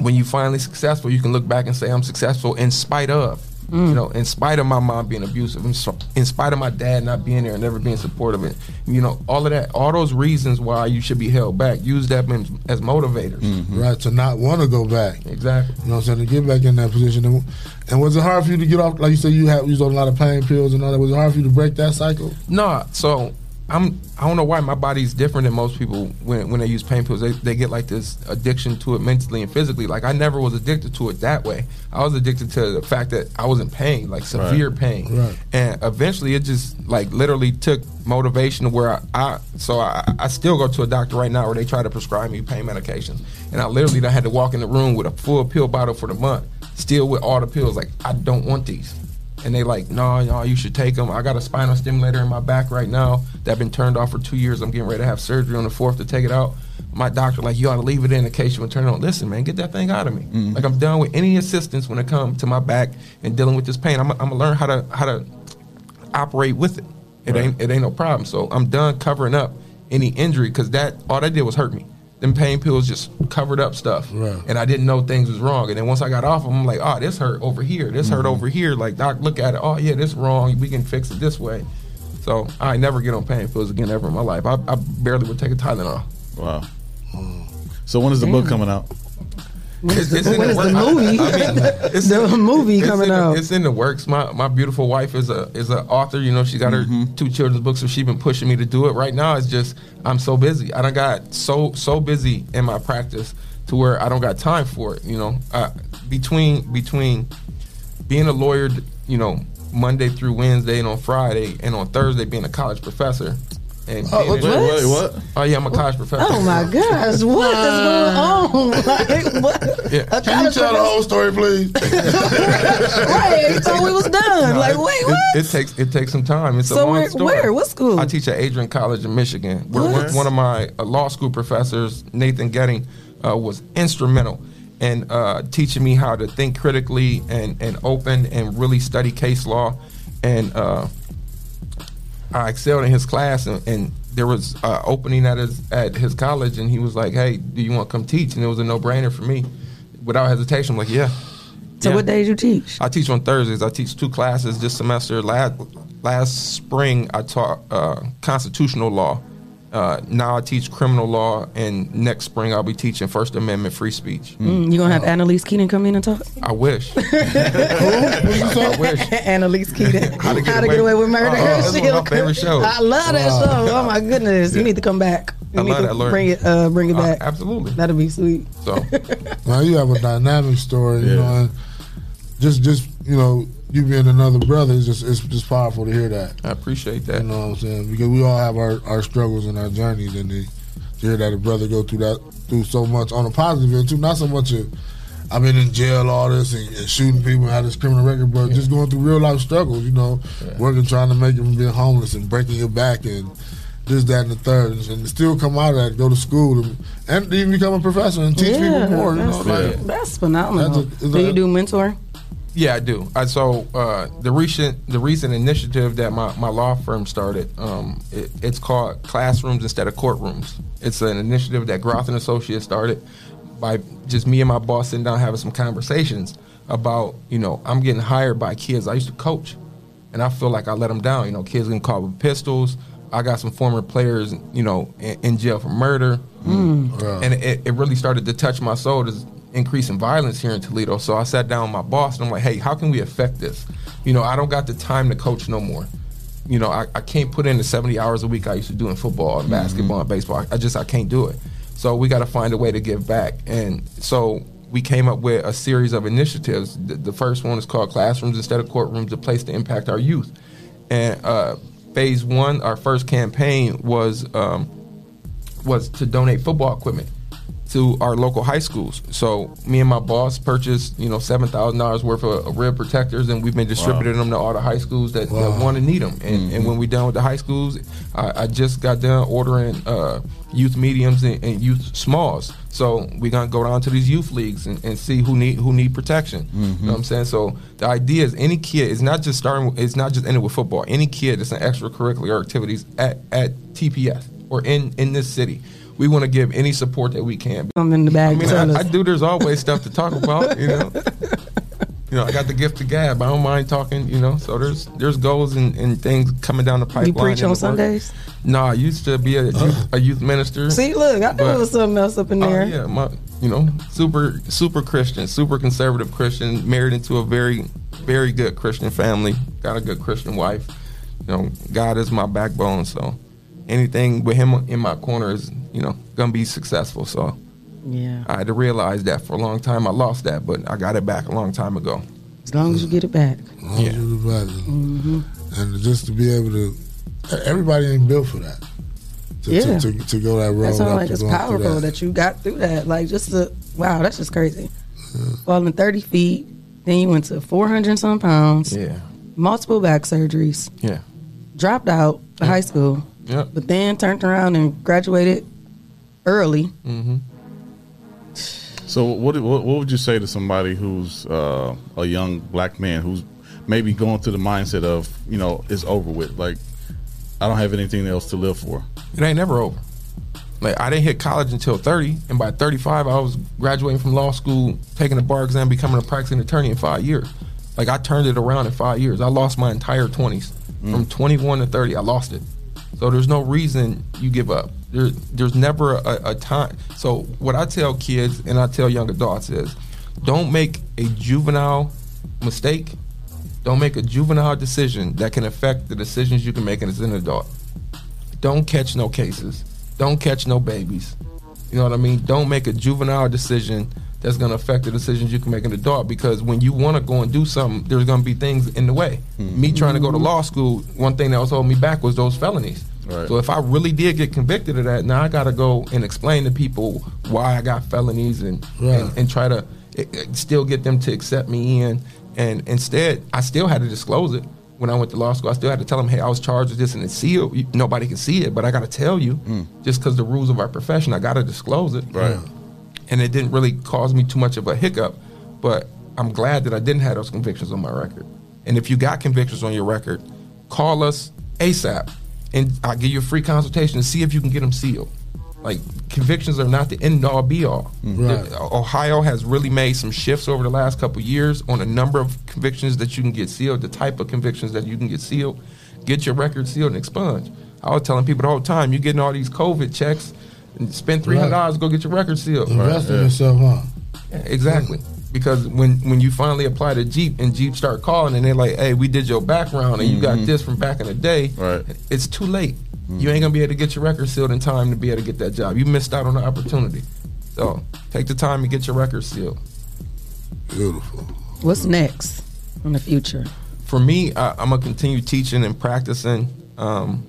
Speaker 17: when you finally successful, you can look back and say I'm successful in spite of.
Speaker 2: Mm.
Speaker 17: You know, in spite of my mom being abusive, in so- in spite of my dad not being there and never being supportive, and you know, all of that, all those reasons why you should be held back, use that men- as motivators.
Speaker 2: Right, to not want to go back.
Speaker 17: Exactly.
Speaker 2: You know what I'm saying? To get back in that position. And, and was it hard for you to get off, like you said, you had used a lot of pain pills and all that. Was it hard for you to break that cycle?
Speaker 17: No, so I'm. I don't know why my body's different than most people when when they use pain pills. They they get like this addiction to it mentally and physically. Like I never was addicted to it that way. I was addicted to the fact that I was in pain, like severe pain.
Speaker 2: Right.
Speaker 17: And eventually, it just like literally took motivation to where I, I so I, I still go to a doctor right now where they try to prescribe me pain medications, and I literally done had to walk in the room with a full pill bottle for the month, still with all the pills. Like I don't want these, and they like, no, no, you should take them. I got a spinal stimulator in my back right now that been turned off for two years. I'm getting ready to have surgery on the fourth to take it out. My doctor like, you ought to leave it in in case you would turn it on. Listen, man, get that thing out of me. Like I'm done with any assistance when it comes to my back and dealing with this pain. I'm, I'm gonna learn how to how to operate with it. It ain't it ain't no problem. So I'm done covering up any injury because that all that did was hurt me. Them pain pills just covered up stuff,
Speaker 5: Mm-hmm.
Speaker 2: Right.
Speaker 17: and I didn't know things was wrong. And then once I got off 'em, I'm like, oh, this hurt over here. This
Speaker 5: Mm-hmm.
Speaker 17: hurt
Speaker 2: Mhm.
Speaker 17: over here. Like doc, look at it. Oh yeah, this wrong. We can fix it this way. So I ain't never get on pain pills again ever in my life. I, I barely would take a Tylenol.
Speaker 5: Wow. So when is the book
Speaker 17: Damn.
Speaker 5: coming out?
Speaker 13: When is
Speaker 17: (laughs)
Speaker 13: the,
Speaker 17: It's in
Speaker 13: when
Speaker 17: the
Speaker 13: is the
Speaker 17: works.
Speaker 13: (laughs) movie?
Speaker 17: I- I mean, it's-
Speaker 13: the movie
Speaker 17: it's
Speaker 13: coming
Speaker 17: in the,
Speaker 13: out.
Speaker 17: It's in the works. My my beautiful wife is a is an author. You know, she got
Speaker 13: Mm-hmm.
Speaker 17: her two children's books, so she's been pushing me to do it. Right now, it's just I'm so busy. I done got so so busy in my practice to where I don't got time for it. You know, uh, between between being a lawyer, you know, Monday through Wednesday and on Friday and on Thursday being a college professor. And
Speaker 13: Oh,
Speaker 17: being
Speaker 13: what?
Speaker 17: in-
Speaker 13: Wait, what?
Speaker 17: Oh yeah, I'm a college professor.
Speaker 2: (laughs)
Speaker 13: Oh my gosh, what is going on? (laughs) Like,
Speaker 17: (laughs)
Speaker 13: what?
Speaker 17: Yeah.
Speaker 2: Can you tell the whole story, please? (laughs)
Speaker 13: (laughs) Right, so we was done.
Speaker 17: No,
Speaker 13: like,
Speaker 17: it-
Speaker 13: wait,
Speaker 17: it-
Speaker 13: what?
Speaker 17: It, takes it takes some time. It's a
Speaker 13: So
Speaker 17: long
Speaker 13: where-
Speaker 17: story.
Speaker 13: where? What school?
Speaker 17: I teach at Adrian College in Michigan, where one-
Speaker 13: What?
Speaker 17: one of my uh, law school professors, Nathan Getting, uh, was instrumental in uh, teaching me how to think critically and and open and really study case law, and. Uh, I excelled in his class, and, and there was uh, opening at his at his college, and he was like, "Hey, do you want to come teach?" And it was a no brainer for me, without hesitation. I'm like, "Yeah."
Speaker 13: So what days you teach?
Speaker 17: I teach on Thursdays. I teach two classes this semester. Last last spring, I taught uh, constitutional law. Uh, now I teach criminal law, and next spring I'll be teaching First Amendment free speech.
Speaker 13: Mm, you gonna have Annalise Keenan come in and talk?
Speaker 17: I wish.
Speaker 13: I wish. Annalise Keenan. How to get, away, with murder?
Speaker 17: Oh, that's one of my
Speaker 13: She'll come-
Speaker 17: favorite shows.
Speaker 13: (laughs) I love that
Speaker 17: Wow.
Speaker 13: show. Oh my goodness, you
Speaker 17: Yeah.
Speaker 13: need to come back. You
Speaker 17: I
Speaker 13: need
Speaker 17: love
Speaker 13: to
Speaker 17: that learning.
Speaker 13: Bring it, uh, bring it
Speaker 17: Uh,
Speaker 13: back.
Speaker 17: absolutely.
Speaker 13: That'd be sweet.
Speaker 17: So
Speaker 2: now you have a dynamic story, you
Speaker 17: Yeah.
Speaker 2: know. And just, just you know, you being another brother is just, it's just powerful to hear that.
Speaker 17: I appreciate that.
Speaker 2: You know what I'm saying? Because we all have our, our struggles and our journeys, and to to hear that a brother go through that through so much on a positive end too. Not so much of I've been in jail, all this, and, and shooting people, and had this criminal record, but just going through real life struggles. You know, working, trying to make it from being homeless and breaking your back and. This, that, and the third, and, and still come out of that, go to school, and, and even become a professor and teach people more. You know,
Speaker 13: that's,
Speaker 2: like,
Speaker 13: that's phenomenal.
Speaker 2: That's a-
Speaker 13: do you do mentor?
Speaker 17: Yeah, I do. I, so uh, the recent the recent initiative that my, my law firm started, um, it, it's called Classrooms Instead of Courtrooms. It's an initiative that Groth and Associates started by just me and my boss sitting down having some conversations about you know I'm getting hired by kids. I used to coach, and I feel like I let them down. You know, kids getting caught with pistols. I got some former players, you know, in, in jail for murder
Speaker 2: Mm. Wow.
Speaker 17: and it, it really started to touch my soul to increase in violence here in Toledo. So I sat down with my boss and I'm like, hey, how can we affect this? You know, I don't got the time to coach no more. You know, I, I can't put in the 70 hours a week I used to do in football and basketball and baseball. I, I just, I can't do it. So we got to find a way to give back. And so we came up with a series of initiatives. The, the first one is called Classrooms Instead of Courtrooms, a place to impact our youth. And uh, phase one, our first campaign was um, was to donate football equipment to our local high schools. So me and my boss purchased, you know, seven thousand dollars worth of, of rib protectors, and we've been distributing them to all the high schools that, that want to need them. And, and when we done with the high schools, I, I just got done ordering uh, youth mediums and, and youth smalls. So we're gonna go down to these youth leagues and, and see who need who need protection. You know what I'm saying? So the idea is any kid. It's not just starting. It's not just ending with football. Any kid that's in extracurricular activities at at TPS or in in this city. We want to give any support that we can.
Speaker 13: I'm in the
Speaker 17: I
Speaker 13: bag.
Speaker 17: mean,
Speaker 13: tell
Speaker 17: I, I
Speaker 13: us.
Speaker 17: do. There's always stuff to talk about, you know. You know, I got the gift of gab. I don't mind talking, you know. So there's there's goals and, and things coming down the pipeline.
Speaker 13: You preach
Speaker 17: and the
Speaker 13: on
Speaker 17: work.
Speaker 13: Sundays?
Speaker 17: No, I used to be a, youth, a youth minister.
Speaker 13: See, look, I knew
Speaker 17: but-
Speaker 13: there was something else up in
Speaker 17: Oh,
Speaker 13: there.
Speaker 17: yeah, my, you know, super super Christian, super conservative Christian, married into a very very good Christian family. Got a good Christian wife. You know, God is my backbone. So anything with Him in my corner is you know gonna be successful. So
Speaker 13: Yeah.
Speaker 17: I had to realize that for a long time. I lost that, but I got it back a long time ago.
Speaker 13: As long as you get it back. Mm-hmm.
Speaker 2: Yeah. And just to be able to, everybody ain't built for that. To,
Speaker 13: Yeah.
Speaker 2: to, to, to go that road.
Speaker 13: That sounds
Speaker 2: after
Speaker 13: like it's
Speaker 2: going through
Speaker 13: powerful that.
Speaker 2: that.
Speaker 13: you got through that. Like just a wow, that's just crazy. Falling thirty feet, then you went to four hundred and some pounds.
Speaker 17: Yeah.
Speaker 13: Multiple back surgeries.
Speaker 17: Yeah.
Speaker 13: Dropped out of high school.
Speaker 17: Yeah.
Speaker 13: But then turned around and graduated early.
Speaker 17: Mm-hmm.
Speaker 5: So what, what what would you say to somebody who's uh, a young black man who's maybe going through the mindset of you know it's over with like I don't have anything else to live for.
Speaker 17: It ain't never over. Like I didn't hit college until thirty, and by thirty-five, I was graduating from law school, taking a bar exam, becoming a practicing attorney in five years. Like I turned it around in five years. I lost my entire twenties, from twenty-one to thirty. I lost it. So there's no reason you give up. There, there's never a, a time. So what I tell kids and I tell young adults is, don't make a juvenile mistake. Don't make a juvenile decision that can affect the decisions you can make as an adult don't catch no cases. Don't catch no babies. You know what I mean? Don't make a juvenile decision that's going to affect the decisions you can make in the adult because when you want to go and do something, there's going to be things in the way. Me trying to go to law school, one thing that was holding me back was those felonies.
Speaker 5: Right.
Speaker 17: So if I really did get convicted of that, now I got to go and explain to people why I got felonies and
Speaker 2: Right.
Speaker 17: and, and try to eh, eh, still get them to accept me in. And instead, I still had to disclose it when I went to law school. I still had to tell them, hey, I was charged with this and it's sealed. You- Nobody can see it, but I got to tell you
Speaker 5: Mm.
Speaker 17: just because the rules of our profession, I got to disclose it.
Speaker 5: Right.
Speaker 17: And it didn't really cause me too much of a hiccup, but I'm glad that I didn't have those convictions on my record. And if you got convictions on your record, call us ASAP and I'll give you a free consultation and see if you can get them sealed. Like, Like convictions are not the end all be all.
Speaker 2: Right.
Speaker 17: The- Ohio has really made some shifts over the last couple years on the number of convictions that you can get sealed, the type of convictions that you can get sealed. Get your record sealed and expunged. I was telling people the whole time, you're getting all these COVID checks and spend three hundred dollars go get your record sealed.
Speaker 2: Invest in
Speaker 17: Yeah.
Speaker 2: yourself, huh?
Speaker 17: Yeah, Exactly. Because when when you finally apply to Jeep and Jeep start calling and they're like, "Hey, we did your background and you got this from back in the day," right. it's too late. You ain't gonna be able to get your record sealed in time to be able to get that job. You missed out on the opportunity. So take the time and get your record sealed.
Speaker 2: Beautiful.
Speaker 13: What's next in the future?
Speaker 17: For me, I, I'm gonna continue teaching and practicing. Um,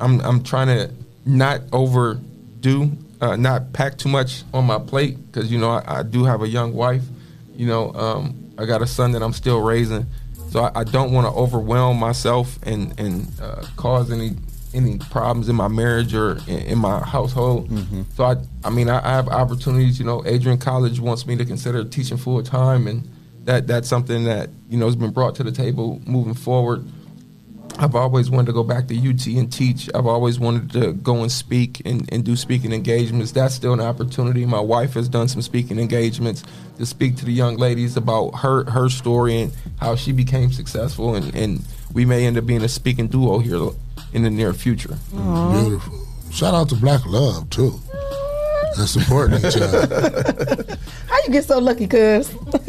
Speaker 17: I'm I'm trying to not overdo, uh, not pack too much on my plate because you know I, I do have a young wife. You know, um, I got a son that I'm still raising, so I, I don't want to overwhelm myself and and uh, cause any any problems in my marriage or in, in my household. So I I mean I, I have opportunities. You know, Adrian College wants me to consider teaching full time, and that that's something that you know has been brought to the table moving forward. I've always wanted to go back to UT and teach. I've always wanted to go and speak and, and do speaking engagements. That's still an opportunity. My wife has done some speaking engagements to speak to the young ladies about her her story and how she became successful. And, and we may end up being a speaking duo here in the near future.
Speaker 2: Aw. Beautiful. Shout out to Black Love too. And supporting each other.
Speaker 13: (laughs) How you get so lucky, cuz? (laughs)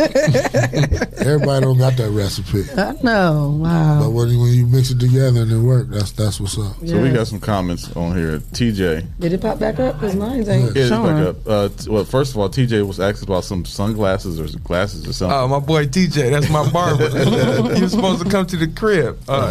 Speaker 2: Everybody don't got that recipe.
Speaker 13: I know.
Speaker 2: But
Speaker 13: Wow.
Speaker 2: when you, when you mix it together and it work, that's that's what's up.
Speaker 5: So we got some comments on here. TJ.
Speaker 13: Did it pop back up? Because mine
Speaker 5: Yeah,
Speaker 13: ain't
Speaker 5: it's
Speaker 13: showing.
Speaker 5: back up. Uh, t- well, first of all, TJ was asked about some sunglasses or glasses or something.
Speaker 17: Oh, my boy TJ, that's my barber. You're supposed to come to the crib. Uh,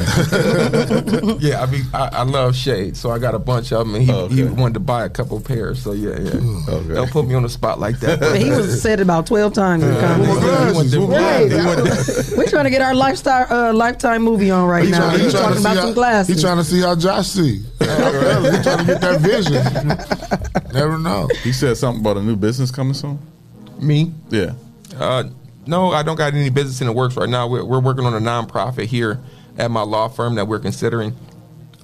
Speaker 17: yeah, I mean, I, I love shades, so I got a bunch of them, and he, he wanted to buy a couple pairs. So yeah, yeah, don't put me on the spot like that.
Speaker 13: But he was said about twelve times in the comments.
Speaker 17: He wanted them-
Speaker 13: Right.
Speaker 17: he wanted them-
Speaker 13: We're trying to get our lifestyle uh, lifetime movie on right now.
Speaker 2: tryna- he
Speaker 13: you
Speaker 2: tryna
Speaker 13: talking
Speaker 2: see
Speaker 13: about
Speaker 2: how-
Speaker 13: some glasses?
Speaker 2: He trying to see how Josh see.
Speaker 13: Oh,
Speaker 2: (laughs) He trying to get that vision.
Speaker 13: (laughs)
Speaker 2: Never know.
Speaker 5: He said something about a new business coming soon.
Speaker 17: Me?
Speaker 5: Yeah.
Speaker 17: Uh, no, I don't got any business in the works right now. We're, we're working on a nonprofit here at my law firm that we're considering.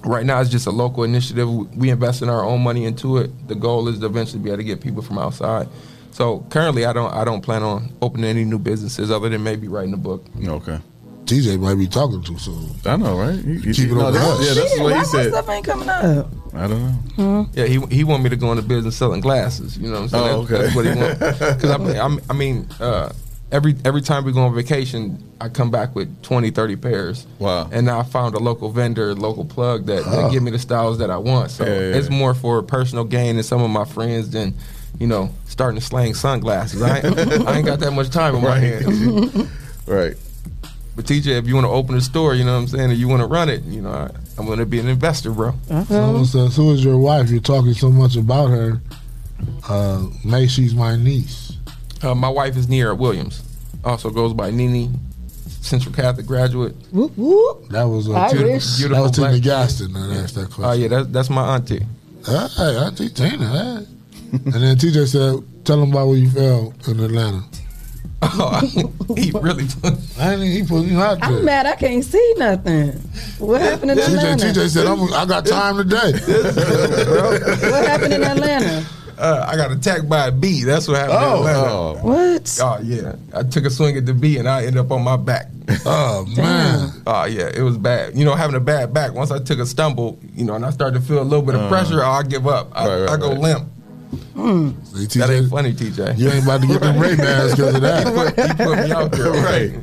Speaker 17: Right now, it's just a local initiative. We invest in our own money into it. The goal is to eventually be able to get people from outside. So currently, I don't I don't plan on opening any new businesses other than maybe writing a book.
Speaker 5: Okay.
Speaker 2: TJ might be talking too soon.
Speaker 5: I know, right?
Speaker 2: Keep it
Speaker 17: no,
Speaker 2: on the
Speaker 17: that's-
Speaker 2: hush.
Speaker 17: yeah, that's Shit, what he why my said.
Speaker 13: Stuff ain't coming up.
Speaker 5: I don't know.
Speaker 17: Yeah, he he wanted me to go into business selling glasses. You know what I'm saying?
Speaker 5: Oh,
Speaker 17: That's-
Speaker 5: okay.
Speaker 17: That's what he wanted.
Speaker 5: (laughs)
Speaker 17: Because I, I'm- I mean, uh, every every time we go on vacation, I come back with 20, 30 pairs. Wow. And I found a local vendor, local plug that,
Speaker 5: Oh.
Speaker 17: that give me the styles that I want. So
Speaker 5: Yeah, yeah,
Speaker 17: it's more for personal gain and some of my friends than, you know, starting to slang sunglasses. I, ain't- I ain't got that much time in my
Speaker 5: Right. (laughs)
Speaker 17: hands.
Speaker 5: right.
Speaker 17: But TJ, if you want to open a store, you know what I'm saying, and you want to run it, you know, I, I'm going to be an investor, bro.
Speaker 2: Someone says, "Who is your wife? You're talking so much about her. Uh, May she's my niece."
Speaker 17: Uh, my wife is Niera Williams. Also goes by Nene, Central Catholic graduate.
Speaker 13: Whoop whoop.
Speaker 2: That was uh,
Speaker 17: I
Speaker 2: Tina,
Speaker 17: wish.
Speaker 2: that was
Speaker 17: Beautiful
Speaker 2: Tina
Speaker 17: black-
Speaker 2: Gaston that asked that
Speaker 17: Oh
Speaker 2: question.
Speaker 17: yeah, that's that's my auntie.
Speaker 2: Hey, Auntie Tina. Hey. and then TJ said, "Tell him about where you fell in Atlanta."
Speaker 17: (laughs) he really.
Speaker 2: I didn't, he put you out there.
Speaker 13: I'm mad. I can't see nothing. What happened in
Speaker 2: TJ,
Speaker 13: Atlanta?
Speaker 2: TJ said, I'm, "I got time
Speaker 17: (laughs)
Speaker 2: today."
Speaker 13: What happened
Speaker 2: (laughs)
Speaker 13: in Atlanta?
Speaker 17: Uh, I got attacked by a bee. That's what happened.
Speaker 2: Oh.
Speaker 17: in Atlanta.
Speaker 2: Oh.
Speaker 13: What?
Speaker 17: Oh yeah, I took a swing at the bee and I ended up on my back.
Speaker 2: (laughs) Oh man.
Speaker 17: Oh yeah, it was bad. You know, having a bad back. Once I took a stumble, you know, and I started to feel a little bit of
Speaker 2: Uh.
Speaker 17: pressure, I give up. I,
Speaker 2: Right, right,
Speaker 17: I go
Speaker 2: right.
Speaker 17: limp. That ain't funny, TJ.
Speaker 2: You ain't about to get
Speaker 17: (laughs)
Speaker 2: them Ray Bans because of that.
Speaker 17: right.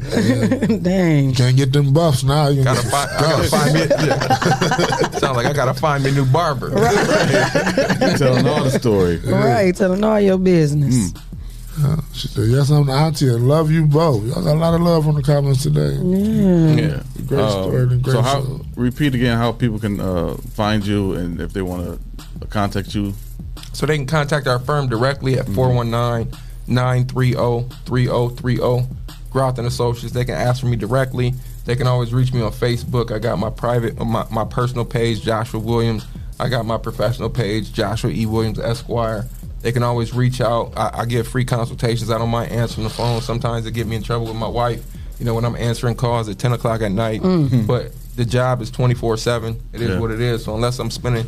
Speaker 13: (laughs) Dang.
Speaker 2: Can't get them buffs now. You
Speaker 17: gotta find, I gotta find me. yeah. (laughs) Sound like I gotta find me a new barber. (laughs)
Speaker 5: Telling all the story.
Speaker 13: Right, telling all your business.
Speaker 2: Hmm. Uh, She said, yes, I'm the auntie and love you both. Y'all got a lot of love from the comments today.
Speaker 5: Yeah.
Speaker 2: Mm. Great
Speaker 5: Uh,
Speaker 2: story and great
Speaker 5: so, how,
Speaker 2: show.
Speaker 5: repeat again how people can uh, find you and if they want to contact you.
Speaker 17: So they can contact our firm directly at oh, 419-930-3030. Groth and oh. Associates. They can ask for me directly. They can always reach me on Facebook. I got my private, uh, my, my personal page, Joshua Williams. I got my professional page, Joshua E. Williams Esquire. They can always reach out. I, I get free consultations. I don't mind answering the phone. Sometimes they get me in trouble with my wife. You know, when I'm answering calls at 10 o'clock at night.
Speaker 5: Mhm.
Speaker 17: But the job is 24 7. It is
Speaker 5: Yeah.
Speaker 17: what it is. So unless I'm spending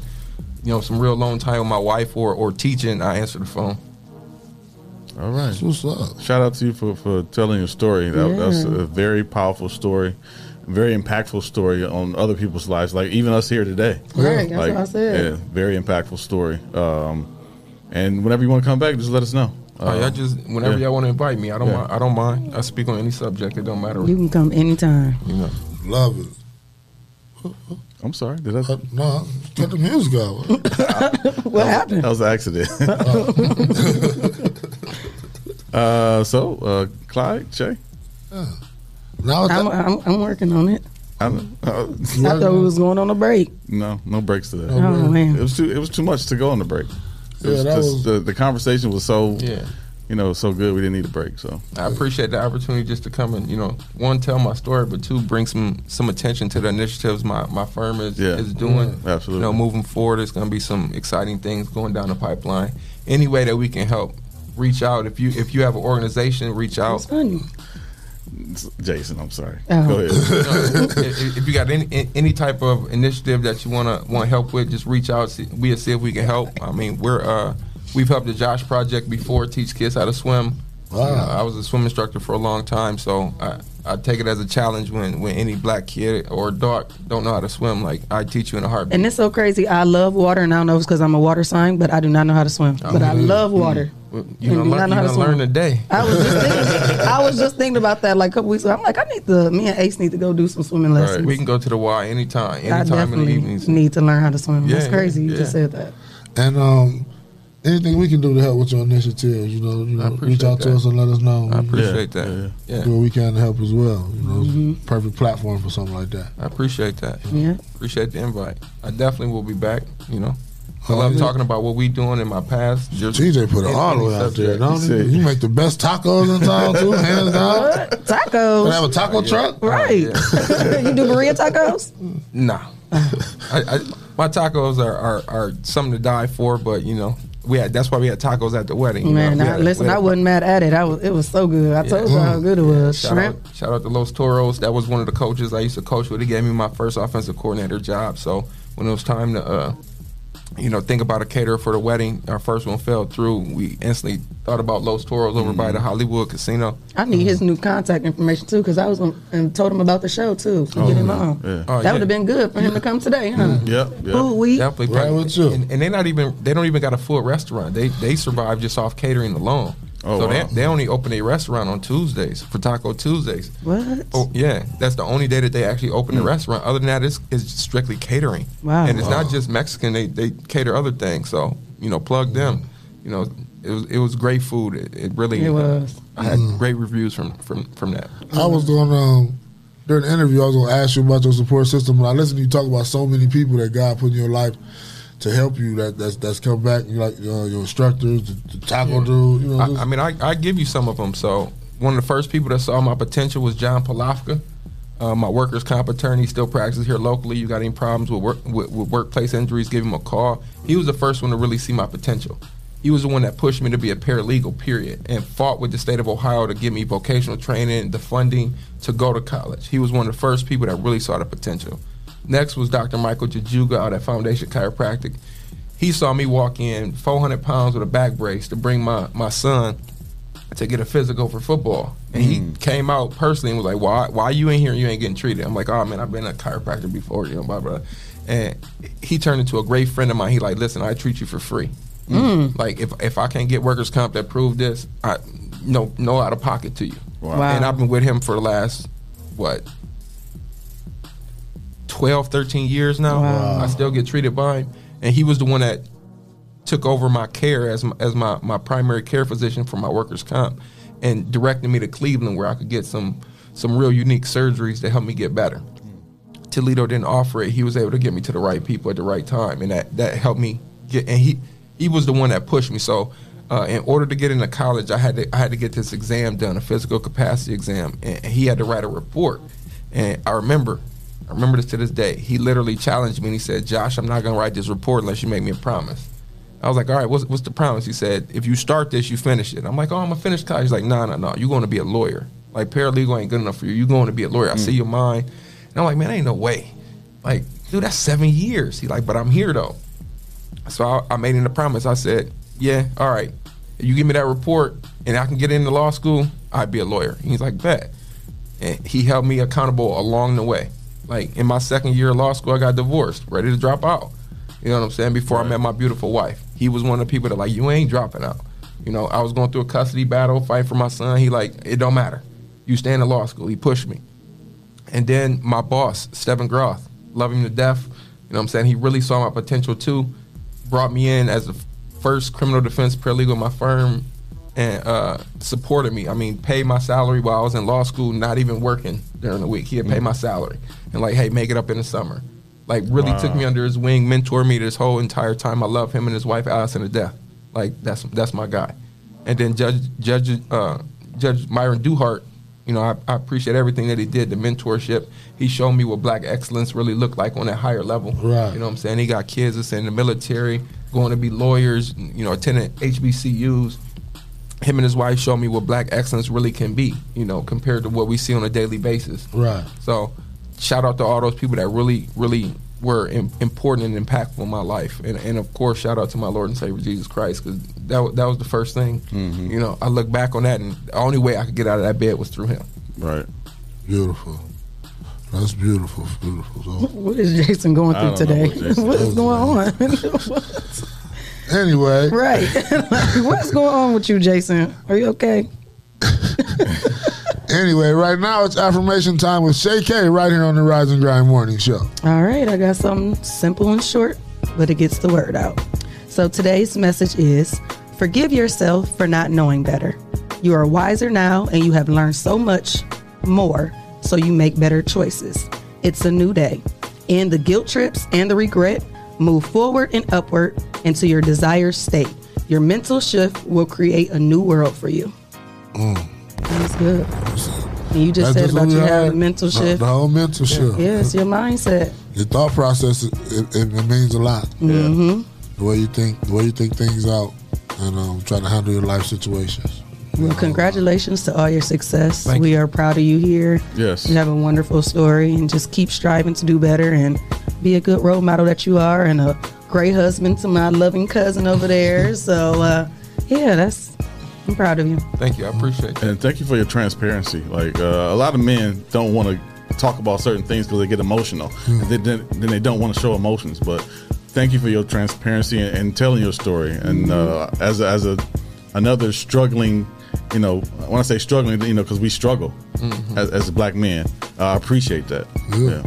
Speaker 17: you know, some real alone time with my wife or or teaching, I answer the phone.
Speaker 5: All right.
Speaker 2: What's up?
Speaker 5: Shout out to you for, for telling your story. That, That's
Speaker 17: Yeah.
Speaker 5: a very powerful story, very impactful story on other people's lives. Like even us here today.
Speaker 2: Right, that's what
Speaker 5: Like,
Speaker 2: I said.
Speaker 5: Yeah, very impactful story. Um, and whenever you want to come back, just let us know. Um,
Speaker 17: Oh, y'all just whenever
Speaker 5: yeah.
Speaker 17: y'all want to invite me, I don't
Speaker 5: Yeah.
Speaker 17: mind. I don't mind. I speak on any subject. It don't matter.
Speaker 13: You can come anytime.
Speaker 17: You know.
Speaker 2: Love it.
Speaker 5: I'm sorry. Did I?
Speaker 2: no, cut the music out.
Speaker 13: (laughs) what happened?
Speaker 5: That was an
Speaker 13: (laughs)
Speaker 5: accident.
Speaker 13: Oh.
Speaker 5: (laughs) uh, so, uh, Clyde, Jay,
Speaker 17: Uh,
Speaker 2: Now
Speaker 13: I'm, I'm, I'm working on it.
Speaker 5: I don't, (laughs) uh,
Speaker 13: I thought we was going on a break.
Speaker 5: No, no breaks today.
Speaker 13: No Oh, break. man.
Speaker 5: it was too. It was too much to go on the break. It
Speaker 17: Yeah,
Speaker 5: was
Speaker 17: that
Speaker 5: just-
Speaker 17: was-
Speaker 5: the, the conversation was so.
Speaker 17: Yeah.
Speaker 5: You know, so good. We didn't need a break. So
Speaker 17: I appreciate the opportunity just to come and you know one tell my story, but two bring some some attention to the initiatives my my firm is
Speaker 5: Yeah.
Speaker 17: is doing.
Speaker 5: Yeah, absolutely.
Speaker 17: You know, moving forward, there's going to be some exciting things going down the pipeline. Any way that we can help, reach out. If you if you have an organization, reach out.
Speaker 5: Jason, I'm sorry.
Speaker 17: (laughs)
Speaker 13: Oh.
Speaker 17: No,
Speaker 5: Go ahead.
Speaker 17: if, if you got any any type of initiative that you wanna want help with, just reach out. See, we'll see if we can help. I mean, we're uh, we've helped the Josh Project before teach kids how to swim.
Speaker 2: Wow.
Speaker 17: You know, I was a swim instructor for a long time, so I, I take it as a challenge when, when any black kid or adult don't know how to swim. Like I teach you in a heartbeat.
Speaker 13: And it's so crazy. I love water, and I don't know if it's because I'm a water sign, but I do not know how to swim.
Speaker 2: Oh,
Speaker 13: But I love water.
Speaker 17: You know,
Speaker 13: And do
Speaker 17: learn,
Speaker 13: not know
Speaker 17: you
Speaker 13: how to
Speaker 17: gonna
Speaker 13: swim.
Speaker 17: learn today.
Speaker 2: Mm-hmm.
Speaker 13: I was just thinking about that like a couple weeks ago. I'm like, I need to. Me and Ace need to go do some swimming lessons.
Speaker 17: We can go to the Y anytime,
Speaker 13: I
Speaker 17: anytime in the
Speaker 13: definitely
Speaker 17: evenings.
Speaker 13: need to learn how to swim. That's
Speaker 17: Yeah,
Speaker 13: crazy. You
Speaker 17: yeah.
Speaker 13: just said that.
Speaker 2: And um, anything we can do to help with your initiatives, you know, you know reach
Speaker 17: appreciate
Speaker 2: out to
Speaker 17: that.
Speaker 2: us and let us know.
Speaker 17: I appreciate that. Yeah.
Speaker 2: Do what we can to help as well. You know, it's
Speaker 13: Mm-hmm.
Speaker 2: a perfect platform for something like that.
Speaker 17: I appreciate that.
Speaker 13: Yeah.
Speaker 17: Appreciate the invite. I definitely will be back, you know. I
Speaker 2: Oh,
Speaker 17: love
Speaker 2: yeah.
Speaker 17: talking about what we doing in my past. Just
Speaker 2: TJ put it all the way out there. Don't he? You make the best tacos in town too, hands down.
Speaker 13: (laughs) What? Tacos.
Speaker 2: Can I have a taco truck?
Speaker 13: Right.
Speaker 17: Oh,
Speaker 13: (laughs) you do burrito
Speaker 17: (laughs)
Speaker 13: tacos?
Speaker 17: Nah. I, I, my tacos are, are, are something to die for, but you know, we had that's why we had tacos at the wedding. you know.
Speaker 13: Man,
Speaker 17: We
Speaker 13: I,
Speaker 17: had-
Speaker 13: listen,
Speaker 17: we had-
Speaker 13: I wasn't mad at it. I was, it was so good. I told you
Speaker 17: Yeah.
Speaker 13: how good it was.
Speaker 17: Shout
Speaker 13: Shrimp.
Speaker 17: out, shout out to Los Toros. That was one of the coaches I used to coach with. He gave me my first offensive coordinator job. So when it was time to, uh, you know, think about a caterer for the wedding, our first one fell through. We instantly thought about Los Toros over by the Hollywood Casino.
Speaker 13: I need
Speaker 17: Mm-hmm.
Speaker 13: his new contact information too, because I was on, and told him about the show too. So get him on.
Speaker 17: Oh, Uh, Yeah.
Speaker 13: that would have been good for him to come today, huh?
Speaker 5: Yep.
Speaker 13: yep. Ooh, we-
Speaker 17: definitely
Speaker 13: Right
Speaker 17: probably- And, and they not even they don't even got a full restaurant. They they survive just off catering alone.
Speaker 5: Oh,
Speaker 17: so
Speaker 5: wow.
Speaker 17: they, they only open a restaurant on Tuesdays for Taco Tuesdays.
Speaker 13: (laughs) What?
Speaker 17: Oh yeah, that's the only day that they actually open the restaurant. Other than that, it's, it's strictly catering.
Speaker 13: Hmm. Wow.
Speaker 17: And it's
Speaker 13: Wow.
Speaker 17: not just Mexican; they they cater other things. So you know,
Speaker 13: Hmm.
Speaker 17: plug them. You know, it was it was great food. It, it really uh,
Speaker 13: It was.
Speaker 17: I had great reviews from from from that.
Speaker 2: I was
Speaker 13: Uh-huh.
Speaker 2: going um during the interview I was gonna ask you about your support system, but I listened to you talk about so many people that God put in your life to help you that that's that's come back. You like uh, your instructors, the, the taco dude. You know,
Speaker 17: I, I mean, I, I give you some of them. So one of the first people that saw my potential was John Palafka. Uh, my workers' comp attorney still practices here locally. You got any problems with, work, with with workplace injuries? Give him a call. He was the first one to really see my potential. He was the one that pushed me to be a paralegal, period, and fought with the state of Ohio to give me vocational training, the funding to go to college. He was one of the first people that really saw the potential. Next was Dr. Michael Jajuga out at Foundation Chiropractic he saw me walk in 400 pounds with a back brace to bring my, my son to get a physical for football. And he came out personally and was like, why, why you in here and you ain't getting treated? I'm like, oh man, I've been a chiropractor before, you know, blah, blah. And he turned into a great friend of mine. He like, listen, I treat you for free.
Speaker 13: Mm.
Speaker 17: Like if, if I can't get workers comp that prove this, I no no out of pocket to you.
Speaker 13: Wow. Wow.
Speaker 17: And I've been with him for the last what 12, 13 years now. I still get treated by him, and he was the one that took over my care as my, as my my primary care physician for my workers comp, and directed me to Cleveland where I could get some some real unique surgeries to help me get better. Toledo didn't offer it. He was able to get me to the right people at the right time, and that that helped me get. And he he was the one that pushed me. So, uh, in order to get into college, I had to I had to get this exam done, a physical capacity exam, and he had to write a report. And I remember, I remember this to this day. He literally challenged me and he said, "Josh, I'm not going to write this report unless you make me a promise." I was like, all right, what's, what's the promise? He said, if you start this, you finish it. I'm like, oh, I'm gonna finish college. He's like, no, no, no, you're going to be a lawyer. Like paralegal ain't good enough for you. You're going to be a lawyer. I see your mind, and I'm like, man, ain't no way. Like, dude, that's seven years. He like, but I'm here though. So I, I made it a promise. I said, "Yeah, all right. If you give me that report, and I can get into law school, I'd be a lawyer." And he's like, "Bet." And he held me accountable along the way. Like in my second year of law school, I got divorced, ready to drop out. You know what I'm saying? Before I met my beautiful wife, he was one of the people that like, "You ain't dropping out." You know, I was going through a custody battle, fight for my son. He like, "It don't matter. You stay in the law school." He pushed me. And then my boss, Stephen Groth, love him to death. You know what I'm saying? He really saw my potential too. Brought me in as the first criminal defense paralegal in my firm and uh, supported me. I mean, paid my salary while I was in law school, not even working during the week. He had paid my salary and like, hey, make it up in the summer. Like really took me
Speaker 5: Wow.
Speaker 17: under his wing, mentored me this whole entire time. I love him and his wife Allison to death. Like that's that's my guy. And then Judge Judge uh, Judge Myron Duhart, you know, I, I appreciate everything that he did, the mentorship. He showed me what black excellence really looked like on that higher level.
Speaker 2: Right.
Speaker 17: You know what I'm saying? He got kids that's in the military, going to be lawyers, you know, attending HBCUs. Him and his wife showed me what black excellence really can be, you know, compared to what we see on a daily basis.
Speaker 2: Right.
Speaker 17: So, shout out to all those people that really, really were im- important and impactful in my life, and, and of course, shout out to my Lord and Savior Jesus Christ because that wa- that was the first thing. You know, I look back on that, and the only way I could get out of that bed was through Him.
Speaker 5: Right.
Speaker 2: Beautiful. That's beautiful. Beautiful.
Speaker 17: Mm.
Speaker 2: So,
Speaker 13: (laughs) What is Jason going
Speaker 2: I
Speaker 13: through
Speaker 2: don't know
Speaker 13: today?
Speaker 2: what
Speaker 13: (laughs)
Speaker 2: Jason
Speaker 13: what
Speaker 2: goes
Speaker 13: is going
Speaker 2: on? anyway.
Speaker 13: (laughs) Right. (laughs) Like, What's going on with you, Jason? Are you okay?
Speaker 2: anyway, right now it's affirmation time with Shay K right here on the Rise and Grind Morning Show.
Speaker 13: All right, I got something simple and short, but it gets the word out. So today's message is forgive yourself for not knowing better. You are wiser now and you have learned so much more, so you make better choices. It's a new day. End the guilt trips and the regret. Move forward and upward into your desired state. Your mental shift will create a new world for you.
Speaker 2: Mm.
Speaker 13: That's good. And you just
Speaker 2: That's
Speaker 13: said
Speaker 2: what
Speaker 13: about
Speaker 2: we
Speaker 13: you
Speaker 2: heard.
Speaker 13: having a mental
Speaker 2: The-
Speaker 13: shift.
Speaker 2: The whole mental shift.
Speaker 13: Yeah, it's your mindset.
Speaker 2: Your thought process, it, it, it means a lot.
Speaker 13: Mhm.
Speaker 2: The way you think, the way you think things out, and um, trying to handle your life situations.
Speaker 13: Well, congratulations to all your success.
Speaker 2: Thank
Speaker 13: we are proud of you here.
Speaker 2: Yes.
Speaker 13: You have a wonderful story and just keep striving to do better and be a good role model that you are and a great husband to my loving cousin over there. So, uh, yeah, that's, I'm proud of you.
Speaker 17: Thank you, I appreciate it.
Speaker 5: And thank you for your transparency. Like uh, a lot of men don't want to talk about certain things because they get emotional.
Speaker 17: Hmm.
Speaker 5: They, then, then they don't want to show emotions. But thank you for your transparency and, and telling your story. And uh, as a, as a another struggling, you know, when I say struggling, you know, because we struggle
Speaker 17: Mm-hmm.
Speaker 5: as, as a black man. Uh, I appreciate that. Yeah.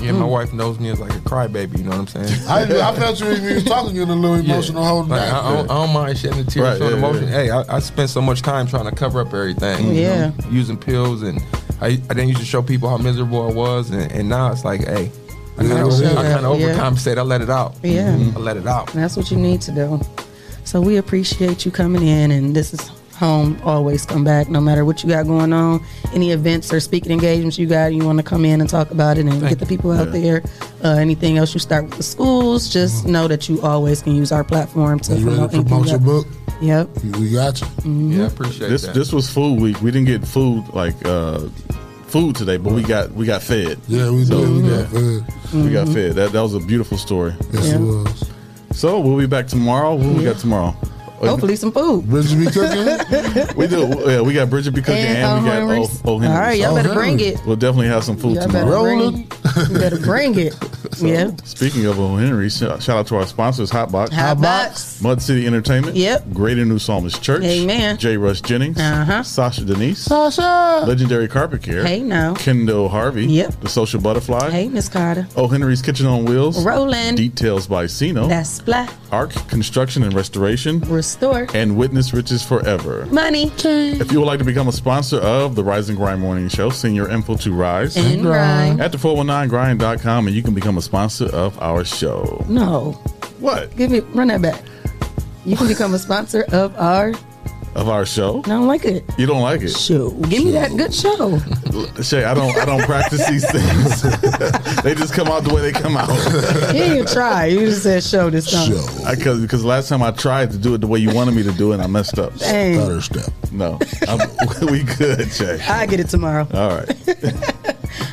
Speaker 17: Yeah, my wife knows me as like a crybaby. You know what I'm saying?
Speaker 2: I, I felt you when
Speaker 17: (laughs)
Speaker 2: you was talking, you in a little emotional
Speaker 17: Yeah.
Speaker 2: holding
Speaker 17: Like,
Speaker 2: back.
Speaker 17: I, I don't, I don't mind shedding the tears
Speaker 2: Right,
Speaker 17: for
Speaker 2: yeah,
Speaker 17: the emotion.
Speaker 2: yeah.
Speaker 17: Hey, I, I spent so much time trying to cover up
Speaker 13: Oh,
Speaker 17: everything. you
Speaker 2: Yeah.
Speaker 17: know, using pills and I, I didn't used to show people how miserable I was, and, and now it's like, hey, I
Speaker 13: Yeah,
Speaker 17: kind
Speaker 13: I
Speaker 17: of
Speaker 13: see that, yeah.
Speaker 17: overcompensate. I let it out.
Speaker 13: Yeah.
Speaker 17: I let it out.
Speaker 13: And that's what you need to do. So we appreciate you coming in, and this is home. Always come back, no matter what you got going on, any events or speaking engagements you got. You want to come in and talk about it, and get the people out there. Uh, anything else you start with the schools, just know that you always can use our platform to
Speaker 2: Mm-hmm. You ready to
Speaker 13: promote, anything
Speaker 2: promote your
Speaker 13: up.
Speaker 2: book?
Speaker 13: Yep.
Speaker 2: We got you.
Speaker 13: Mhm.
Speaker 5: this, This was food week. We didn't get food like uh, food today, but we got we got fed.
Speaker 2: Yeah, we did. We got fed.
Speaker 5: We
Speaker 13: Mm-hmm.
Speaker 5: got
Speaker 2: Mhm.
Speaker 5: fed. That that was a beautiful story.
Speaker 2: Yes, it was.
Speaker 5: So we'll be back tomorrow. What we got tomorrow?
Speaker 13: Hopefully, some food.
Speaker 2: Bridget
Speaker 13: (laughs)
Speaker 2: be cooking.
Speaker 5: we do. Yeah, we got Bridget B. Cooking
Speaker 13: And
Speaker 5: and, we
Speaker 13: O.
Speaker 5: got
Speaker 13: Henry's.
Speaker 5: O. O. Henry's. Oh,
Speaker 13: All right, y'all better bring it.
Speaker 5: We'll definitely have some food
Speaker 13: Y'all better
Speaker 5: tomorrow.
Speaker 13: bring it. You better
Speaker 2: (laughs)
Speaker 13: bring it. yeah.
Speaker 5: Speaking of O. Henry, sh- shout out to our sponsors, Hotbox.
Speaker 13: Hotbox.
Speaker 5: Mud City Entertainment.
Speaker 13: Yep.
Speaker 5: Greater New Psalmist Church.
Speaker 13: Amen.
Speaker 5: J. Rush Jennings.
Speaker 13: Uh-huh.
Speaker 5: Sasha Denise.
Speaker 13: Sasha.
Speaker 5: Legendary Carpet Care.
Speaker 13: Hey, now.
Speaker 5: Kendall Harvey. Yep. The Social Butterfly.
Speaker 13: Hey, Miss Carter.
Speaker 5: Oh, Henry's Kitchen on Wheels.
Speaker 13: Rolling.
Speaker 5: Details by Sino.
Speaker 13: That's splat.
Speaker 5: Arc Construction and Restoration.
Speaker 13: Restore. Mm-hmm.
Speaker 5: And Witness Riches Forever.
Speaker 13: Money.
Speaker 5: If you would like to become a sponsor of the Rise and Grind Morning Show, send your info to Rise
Speaker 13: And grind.
Speaker 5: at the419grind.com and you can become a sponsor of our show.
Speaker 13: No.
Speaker 5: What?
Speaker 13: Give me run that back. You can become a sponsor of our.
Speaker 5: Of our show?
Speaker 13: I don't like it.
Speaker 5: You don't like it?
Speaker 13: Show. Give me that good show.
Speaker 5: Shay, I don't I don't practice
Speaker 13: (laughs)
Speaker 5: these things. they just come out the way they come out.
Speaker 13: You didn't even try. You just said show this time.
Speaker 5: Because because last time I tried to do it the way you wanted me to do it, and I messed up.
Speaker 13: Dang. Stutter
Speaker 5: No, I'm- (laughs) we good, Shay.
Speaker 13: I get it tomorrow.
Speaker 5: All right.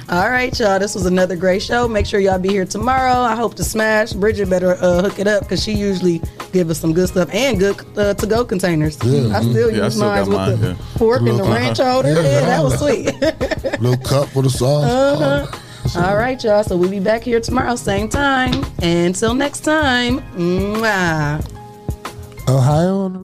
Speaker 13: All right, y'all. This was another great show. Make sure y'all be here tomorrow. I hope to smash. Bridget better uh, hook it up because she usually give us some good stuff and good uh, to go containers. I still
Speaker 2: Mm-hmm. Yeah, Uh-huh. I
Speaker 13: use
Speaker 2: still
Speaker 13: mine
Speaker 2: got
Speaker 13: with
Speaker 2: mine,
Speaker 13: the
Speaker 2: yeah.
Speaker 13: fork and the
Speaker 2: Little-
Speaker 13: ranch holder.
Speaker 2: Yeah.
Speaker 13: Yeah,
Speaker 2: (laughs)
Speaker 13: that was sweet.
Speaker 2: Little cup for the sauce.
Speaker 13: Uh-huh. All right, y'all. So we'll be back here tomorrow, same time. Until next time. Mwah.
Speaker 2: Ohio on the